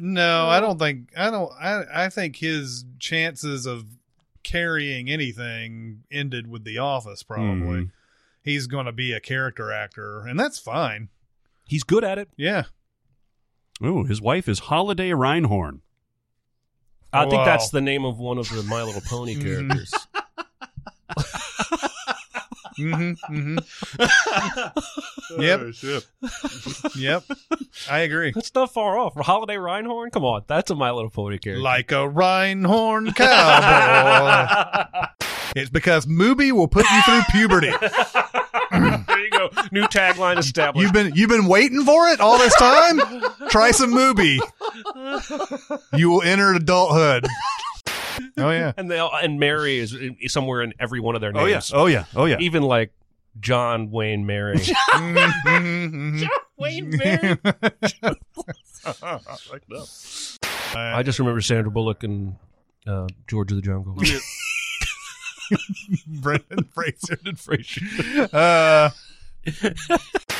Speaker 3: no i don't think i don't i i think his chances of carrying anything ended with the office probably he's gonna be a character actor and that's fine
Speaker 1: He's good at it.
Speaker 3: yeah
Speaker 4: Ooh, his wife is Holiday Reinhorn.
Speaker 1: I
Speaker 3: Wow.
Speaker 1: think that's the name of one of the My Little Pony characters.
Speaker 3: mm-hmm, mm-hmm. yep yep i agree
Speaker 1: that's not far off. Holiday Reinhorn? Come on. That's a My Little Pony character.
Speaker 3: like a rhinehorn cowboy
Speaker 4: oh.
Speaker 3: it's because movie will put you through puberty
Speaker 1: there you go. New tagline established.
Speaker 3: You've been you've been waiting for it all this time. Try some movie. You will enter adulthood. Oh yeah.
Speaker 1: and they all, and Mary is in- somewhere in every one of their
Speaker 4: Oh yeah.
Speaker 1: names.
Speaker 4: Oh yeah. Oh yeah.
Speaker 1: Even like John Wayne Mary. Wayne Mary. I just remember Sandra Bullock and uh, George of the Jungle.
Speaker 3: Brendan Fraser.
Speaker 1: Brendan Fraser.
Speaker 3: Uh,